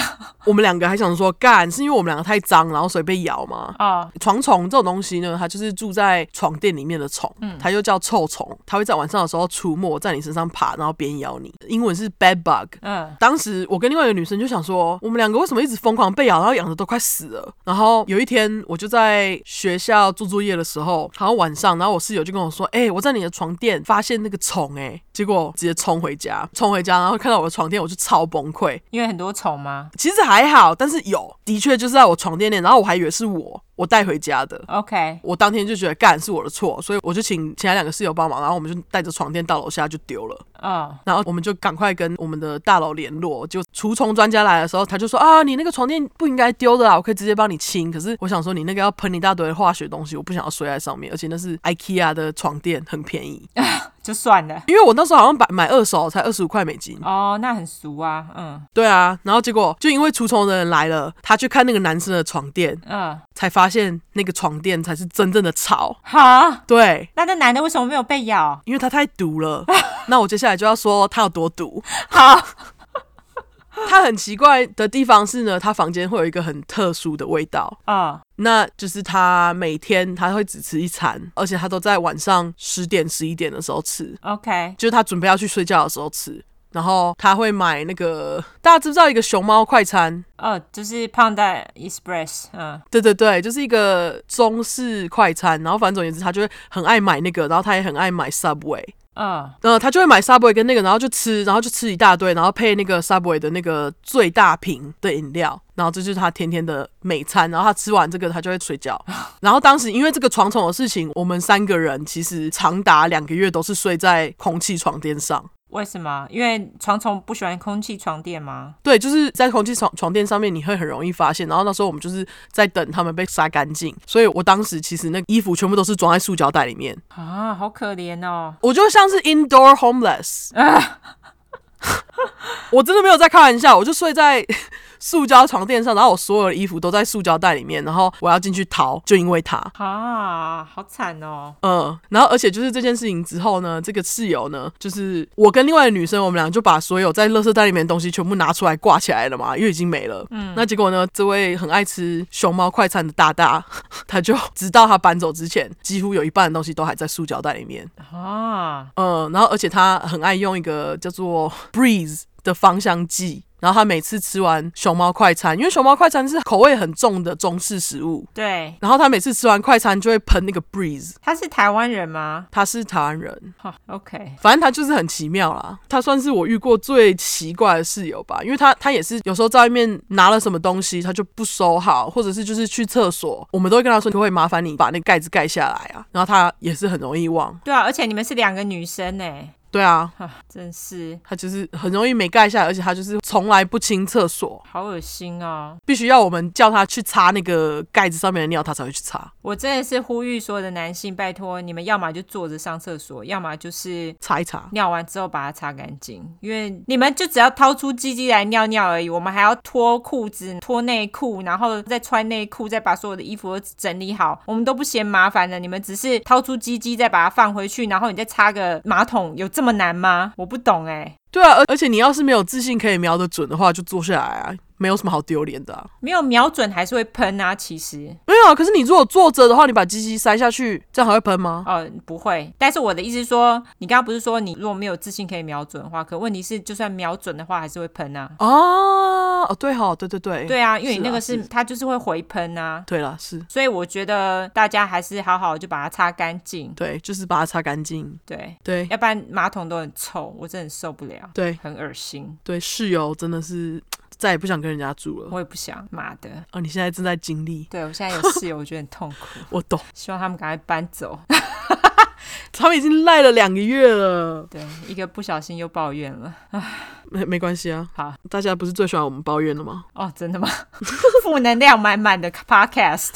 [SPEAKER 1] 我们两个还想说干是因为我们两个太脏，然后所以被咬吗？
[SPEAKER 2] 啊、
[SPEAKER 1] 床虫这种东西呢，它就是住在床垫里面的虫，它就叫臭虫，它会在晚上的时候出没，在你身上爬，然后边咬你。英文是 bed bug。
[SPEAKER 2] 嗯，
[SPEAKER 1] 当时我跟另外一个女生就想说，我们两个为什么一直疯狂被咬，然后痒的都快死了。然后有一天，我就在学校做作业的时候，好像晚上，然后我室友就跟我说：“哎、我在你的床垫发现那个虫、欸，哎。”结果直接冲回家，冲回家，然后看到我的床垫，我就超崩溃。
[SPEAKER 2] 因为很多虫吗
[SPEAKER 1] 其实还好，但是有，的确就是在我床垫内，然后我还以为是我我带回家的。
[SPEAKER 2] ？OK，
[SPEAKER 1] 我当天就觉得干是我的错，所以我就请其他两个室友帮忙，然后我们就带着床垫到楼下就丢了。
[SPEAKER 2] 嗯
[SPEAKER 1] 然后我们就赶快跟我们的大佬联络，就除虫专家来的时候，他就说啊，你那个床垫不应该丢的啊，我可以直接帮你清。可是我想说，你那个要喷一大堆化学东西，我不想要睡在上面，而且那是 IKEA 的床垫，很便宜，
[SPEAKER 2] 就算了。
[SPEAKER 1] 因为我那时候好像买买二手才二十五块美金。
[SPEAKER 2] 哦，那很俗啊，嗯
[SPEAKER 1] 对啊，然后结果就因为除虫的人来了，他去看那个男生的床垫，
[SPEAKER 2] 嗯，
[SPEAKER 1] 才发现那个床垫才是真正的草。
[SPEAKER 2] 好，
[SPEAKER 1] 对，
[SPEAKER 2] 那这男的为什么没有被咬？
[SPEAKER 1] 因为它太毒了。 [LAUGHS] 那我接下来就要说它有多毒。
[SPEAKER 2] 好，
[SPEAKER 1] 它很奇怪的地方是呢，它房间会有一个很特殊的味道。
[SPEAKER 2] 嗯
[SPEAKER 1] 那就是它每天它会只吃一餐，而且它都在晚上十点十一点的时候吃，
[SPEAKER 2] ，OK，
[SPEAKER 1] 就是它准备要去睡觉的时候吃。然后他会买那个，大家知不知道一个熊猫快餐？
[SPEAKER 2] 哦，就是 Panda Express，嗯
[SPEAKER 1] 对对对，就是一个中式快餐。然后反正总而言之，他就会很爱买那个，然后他也很爱买 Subway。
[SPEAKER 2] 嗯
[SPEAKER 1] 呃，他就会买 Subway 跟那个，然后就吃，然后就吃一大堆，然后配那个 Subway 的那个最大瓶的饮料，然后这就是他天天的美餐。然后他吃完这个，他就会睡觉。然后当时因为这个床虫的事情，我们三个人其实长达两个月都是睡在空气床垫上。
[SPEAKER 2] 为什么？因为床虫不喜欢空气床垫吗？
[SPEAKER 1] 对，就是在空气床床垫上面，你会很容易发现。然后那时候我们就是在等他们被杀干净，所以我当时其实那衣服全部都是装在塑胶袋里面，
[SPEAKER 2] 啊，好可怜哦。
[SPEAKER 1] 我就像是 indoor homeless，、我真的没有在开玩笑，我就睡在 [LAUGHS] 塑胶床垫上，然后我所有的衣服都在塑胶袋里面，然后我要进去逃，就因为他。
[SPEAKER 2] 啊，好惨哦！
[SPEAKER 1] 嗯，然后而且就是这件事情之后呢，这个室友呢，就是我跟另外的女生，我们俩就把所有在垃圾袋里面的东西全部拿出来挂起来了嘛，因为已经没了。嗯，那结果呢，这位很爱吃熊猫快餐的大大， [LAUGHS] 他就直到他搬走之前，几乎有一半的东西都还在塑胶袋里面。
[SPEAKER 2] 啊，
[SPEAKER 1] 嗯，然后而且他很爱用一个叫做 Breeze。的芳香剂。然后他每次吃完熊猫快餐，因为熊猫快餐是口味很重的中式食物，
[SPEAKER 2] 对，
[SPEAKER 1] 然后他每次吃完快餐就会喷那个 breeze。
[SPEAKER 2] 他是台湾人吗？
[SPEAKER 1] 他是台湾人，
[SPEAKER 2] 哈，OK，
[SPEAKER 1] 反正他就是很奇妙啦。他算是我遇过最奇怪的室友吧，因为他他也是有时候在外面拿了什么东西，他就不收好，或者是就是去厕所，我们都会跟他说，可不可以麻烦你把那个盖子盖下来啊？然后他也是很容易忘，
[SPEAKER 2] 对啊，而且你们是两个女生呢，
[SPEAKER 1] 对啊，
[SPEAKER 2] 哈，真是
[SPEAKER 1] 他就是很容易没盖下来，而且他就是从来不清厕所，
[SPEAKER 2] 好恶心哦！
[SPEAKER 1] 必须要我们叫他去擦那个盖子上面的尿，他才会去擦。
[SPEAKER 2] 我真的是呼吁所有的男性，拜托你们，要么就坐着上厕所，要么就是
[SPEAKER 1] 擦一擦，
[SPEAKER 2] 尿完之后把它擦干净，因为你们就只要掏出鸡鸡来尿尿而已，我们还要脱裤子、脱内裤，然后再穿内裤，再把所有的衣服都整理好，我们都不嫌麻烦的。你们只是掏出鸡鸡，再把它放回去，然后你再擦个马桶，有这么难吗？我不懂哎、
[SPEAKER 1] 对啊，而而且你要是没有自信可以瞄得准的话，就坐下来啊，没有什么好丢脸的啊、
[SPEAKER 2] 没有瞄准还是会喷啊，其实
[SPEAKER 1] 没有啊，可是你如果坐着的话，你把鸡鸡塞下去，这样还会喷吗？
[SPEAKER 2] 哦不会，但是我的意思是说，你刚刚不是说你如果没有自信可以瞄准的话，可问题是就算瞄准的话还是会喷啊。
[SPEAKER 1] 哦，哦，对哈、对对对，
[SPEAKER 2] 对啊，因为你
[SPEAKER 1] 是啊
[SPEAKER 2] 那个是
[SPEAKER 1] 是
[SPEAKER 2] 它就是会回喷啊。
[SPEAKER 1] 对啦，是
[SPEAKER 2] 所以我觉得大家还是好好就把它擦干净，
[SPEAKER 1] 对，就是把它擦干净，
[SPEAKER 2] 对，
[SPEAKER 1] 对
[SPEAKER 2] 要不然马桶都很臭，我真的受不了，
[SPEAKER 1] 对
[SPEAKER 2] 很恶心，
[SPEAKER 1] 对，室友真的是再也不想跟人家住了。
[SPEAKER 2] 我也不想，妈的。
[SPEAKER 1] 啊，你现在正在经历，
[SPEAKER 2] 对，我现在有 [LAUGHS] 室友，我觉得很痛苦，
[SPEAKER 1] 我懂，
[SPEAKER 2] 希望他们赶快搬走。
[SPEAKER 1] 他们已经赖了两个月了，
[SPEAKER 2] 对，一个不小心又抱怨了。
[SPEAKER 1] 没没关系啊，
[SPEAKER 2] 好，
[SPEAKER 1] 大家不是最喜欢我们抱怨的吗？
[SPEAKER 2] 哦，真的吗？ [LAUGHS] 负能量满满的 podcast。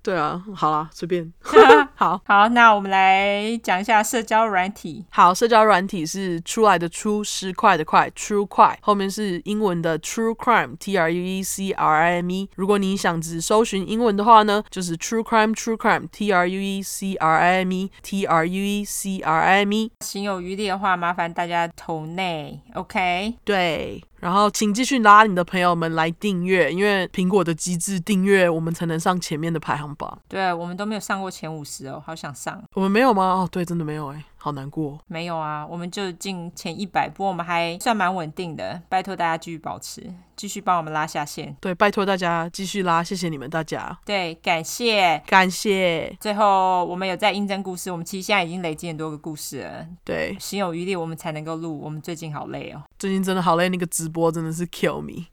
[SPEAKER 1] 对啊，好啦，随便， [LAUGHS] 好。
[SPEAKER 2] 好，那我们来讲一下社交软体。
[SPEAKER 1] 好，社交软体是出来的出，失快的快，True 快，后面是英文的 True Crime，T R U E C R I M E。如果你想只搜寻英文的话呢，就是 True Crime，True Crime，T R U E C R I M E，T R U E C R I M E。
[SPEAKER 2] 行有余力的话，麻烦大家投内，OK？
[SPEAKER 1] 对，然后请继续拉你的朋友们来订阅，因为苹果的机制订阅，我们才能上前面的排行榜。
[SPEAKER 2] 对，我们都没有上过前五十哦，好想上。
[SPEAKER 1] 我们没有吗？哦，对，真的没有哎、好难过。
[SPEAKER 2] 没有啊，我们就进前一百，不过我们还算蛮稳定的，拜托大家继续保持，继续帮我们拉下线。
[SPEAKER 1] 对，拜托大家继续拉，谢谢你们大家，
[SPEAKER 2] 对，感谢。
[SPEAKER 1] 感谢。
[SPEAKER 2] 最后，我们有在应征故事，我们其实现在已经累积很多个故事了，
[SPEAKER 1] 对，
[SPEAKER 2] 心有余力我们才能够录。我们最近好累哦，
[SPEAKER 1] 最近真的好累，那个直播真的是 kill me。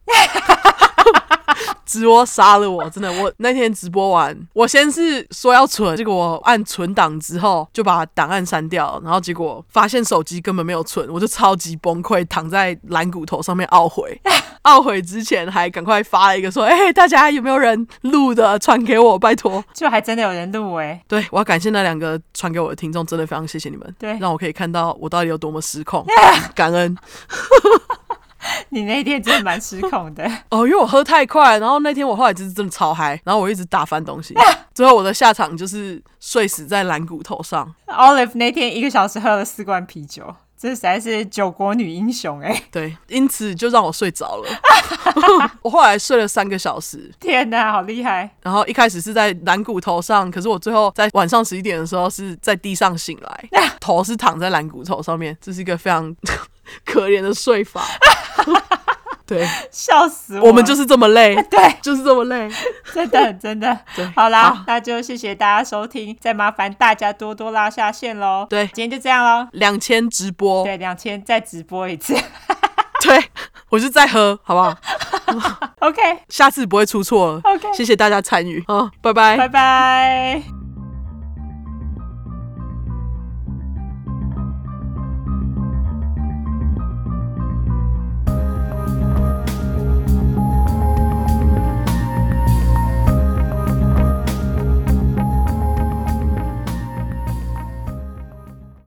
[SPEAKER 1] 直播杀了我，真的！我那天直播完，我先是说要存，结果我按存档之后就把档案删掉，然后结果发现手机根本没有存，我就超级崩溃，躺在蓝骨头上面懊悔。懊悔之前还赶快发了一个说：“哎、大家有没有人录的？传给我，拜托。
[SPEAKER 2] 就还真的有人录哎”，
[SPEAKER 1] 对，我要感谢那两个传给我的听众，真的非常谢谢你们，
[SPEAKER 2] 对
[SPEAKER 1] 让我可以看到我到底有多么失控，感恩。
[SPEAKER 2] 你那天真的蛮失控的。 [LAUGHS]
[SPEAKER 1] 哦，因为我喝太快，然后那天我后来就是真的超嗨，然后我一直打翻东西，最后我的下场就是睡死在蓝骨头上。
[SPEAKER 2] Olive 那天一个小时喝了四罐啤酒，这实在是九国女英雄哎！
[SPEAKER 1] 对，因此就让我睡着了。 [LAUGHS] 我后来睡了三个小时，
[SPEAKER 2] [LAUGHS] 天哪，好厉害！
[SPEAKER 1] 然后一开始是在蓝骨头上，可是我最后在晚上十一点的时候是在地上醒来，头是躺在蓝骨头上面，这是一个非常 [LAUGHS] 可怜的睡法。 [LAUGHS] 对，
[SPEAKER 2] 笑死我！
[SPEAKER 1] 我们就是这么累，
[SPEAKER 2] 对。
[SPEAKER 1] [LAUGHS] 就是这么累。
[SPEAKER 2] 真的真的
[SPEAKER 1] [LAUGHS] 对，
[SPEAKER 2] 好啦，
[SPEAKER 1] 好
[SPEAKER 2] 那就谢谢大家收听，再麻烦大家多多拉下线喽。
[SPEAKER 1] 对
[SPEAKER 2] 今天就这样喽。
[SPEAKER 1] 两千直播，
[SPEAKER 2] 对，两千再直播一次 [LAUGHS]
[SPEAKER 1] 对我是在喝，好不好？
[SPEAKER 2] ，OK，
[SPEAKER 1] 下次不会出错了。
[SPEAKER 2] OK
[SPEAKER 1] 哦哎谢谢大家参与，好，拜拜，
[SPEAKER 2] 拜拜。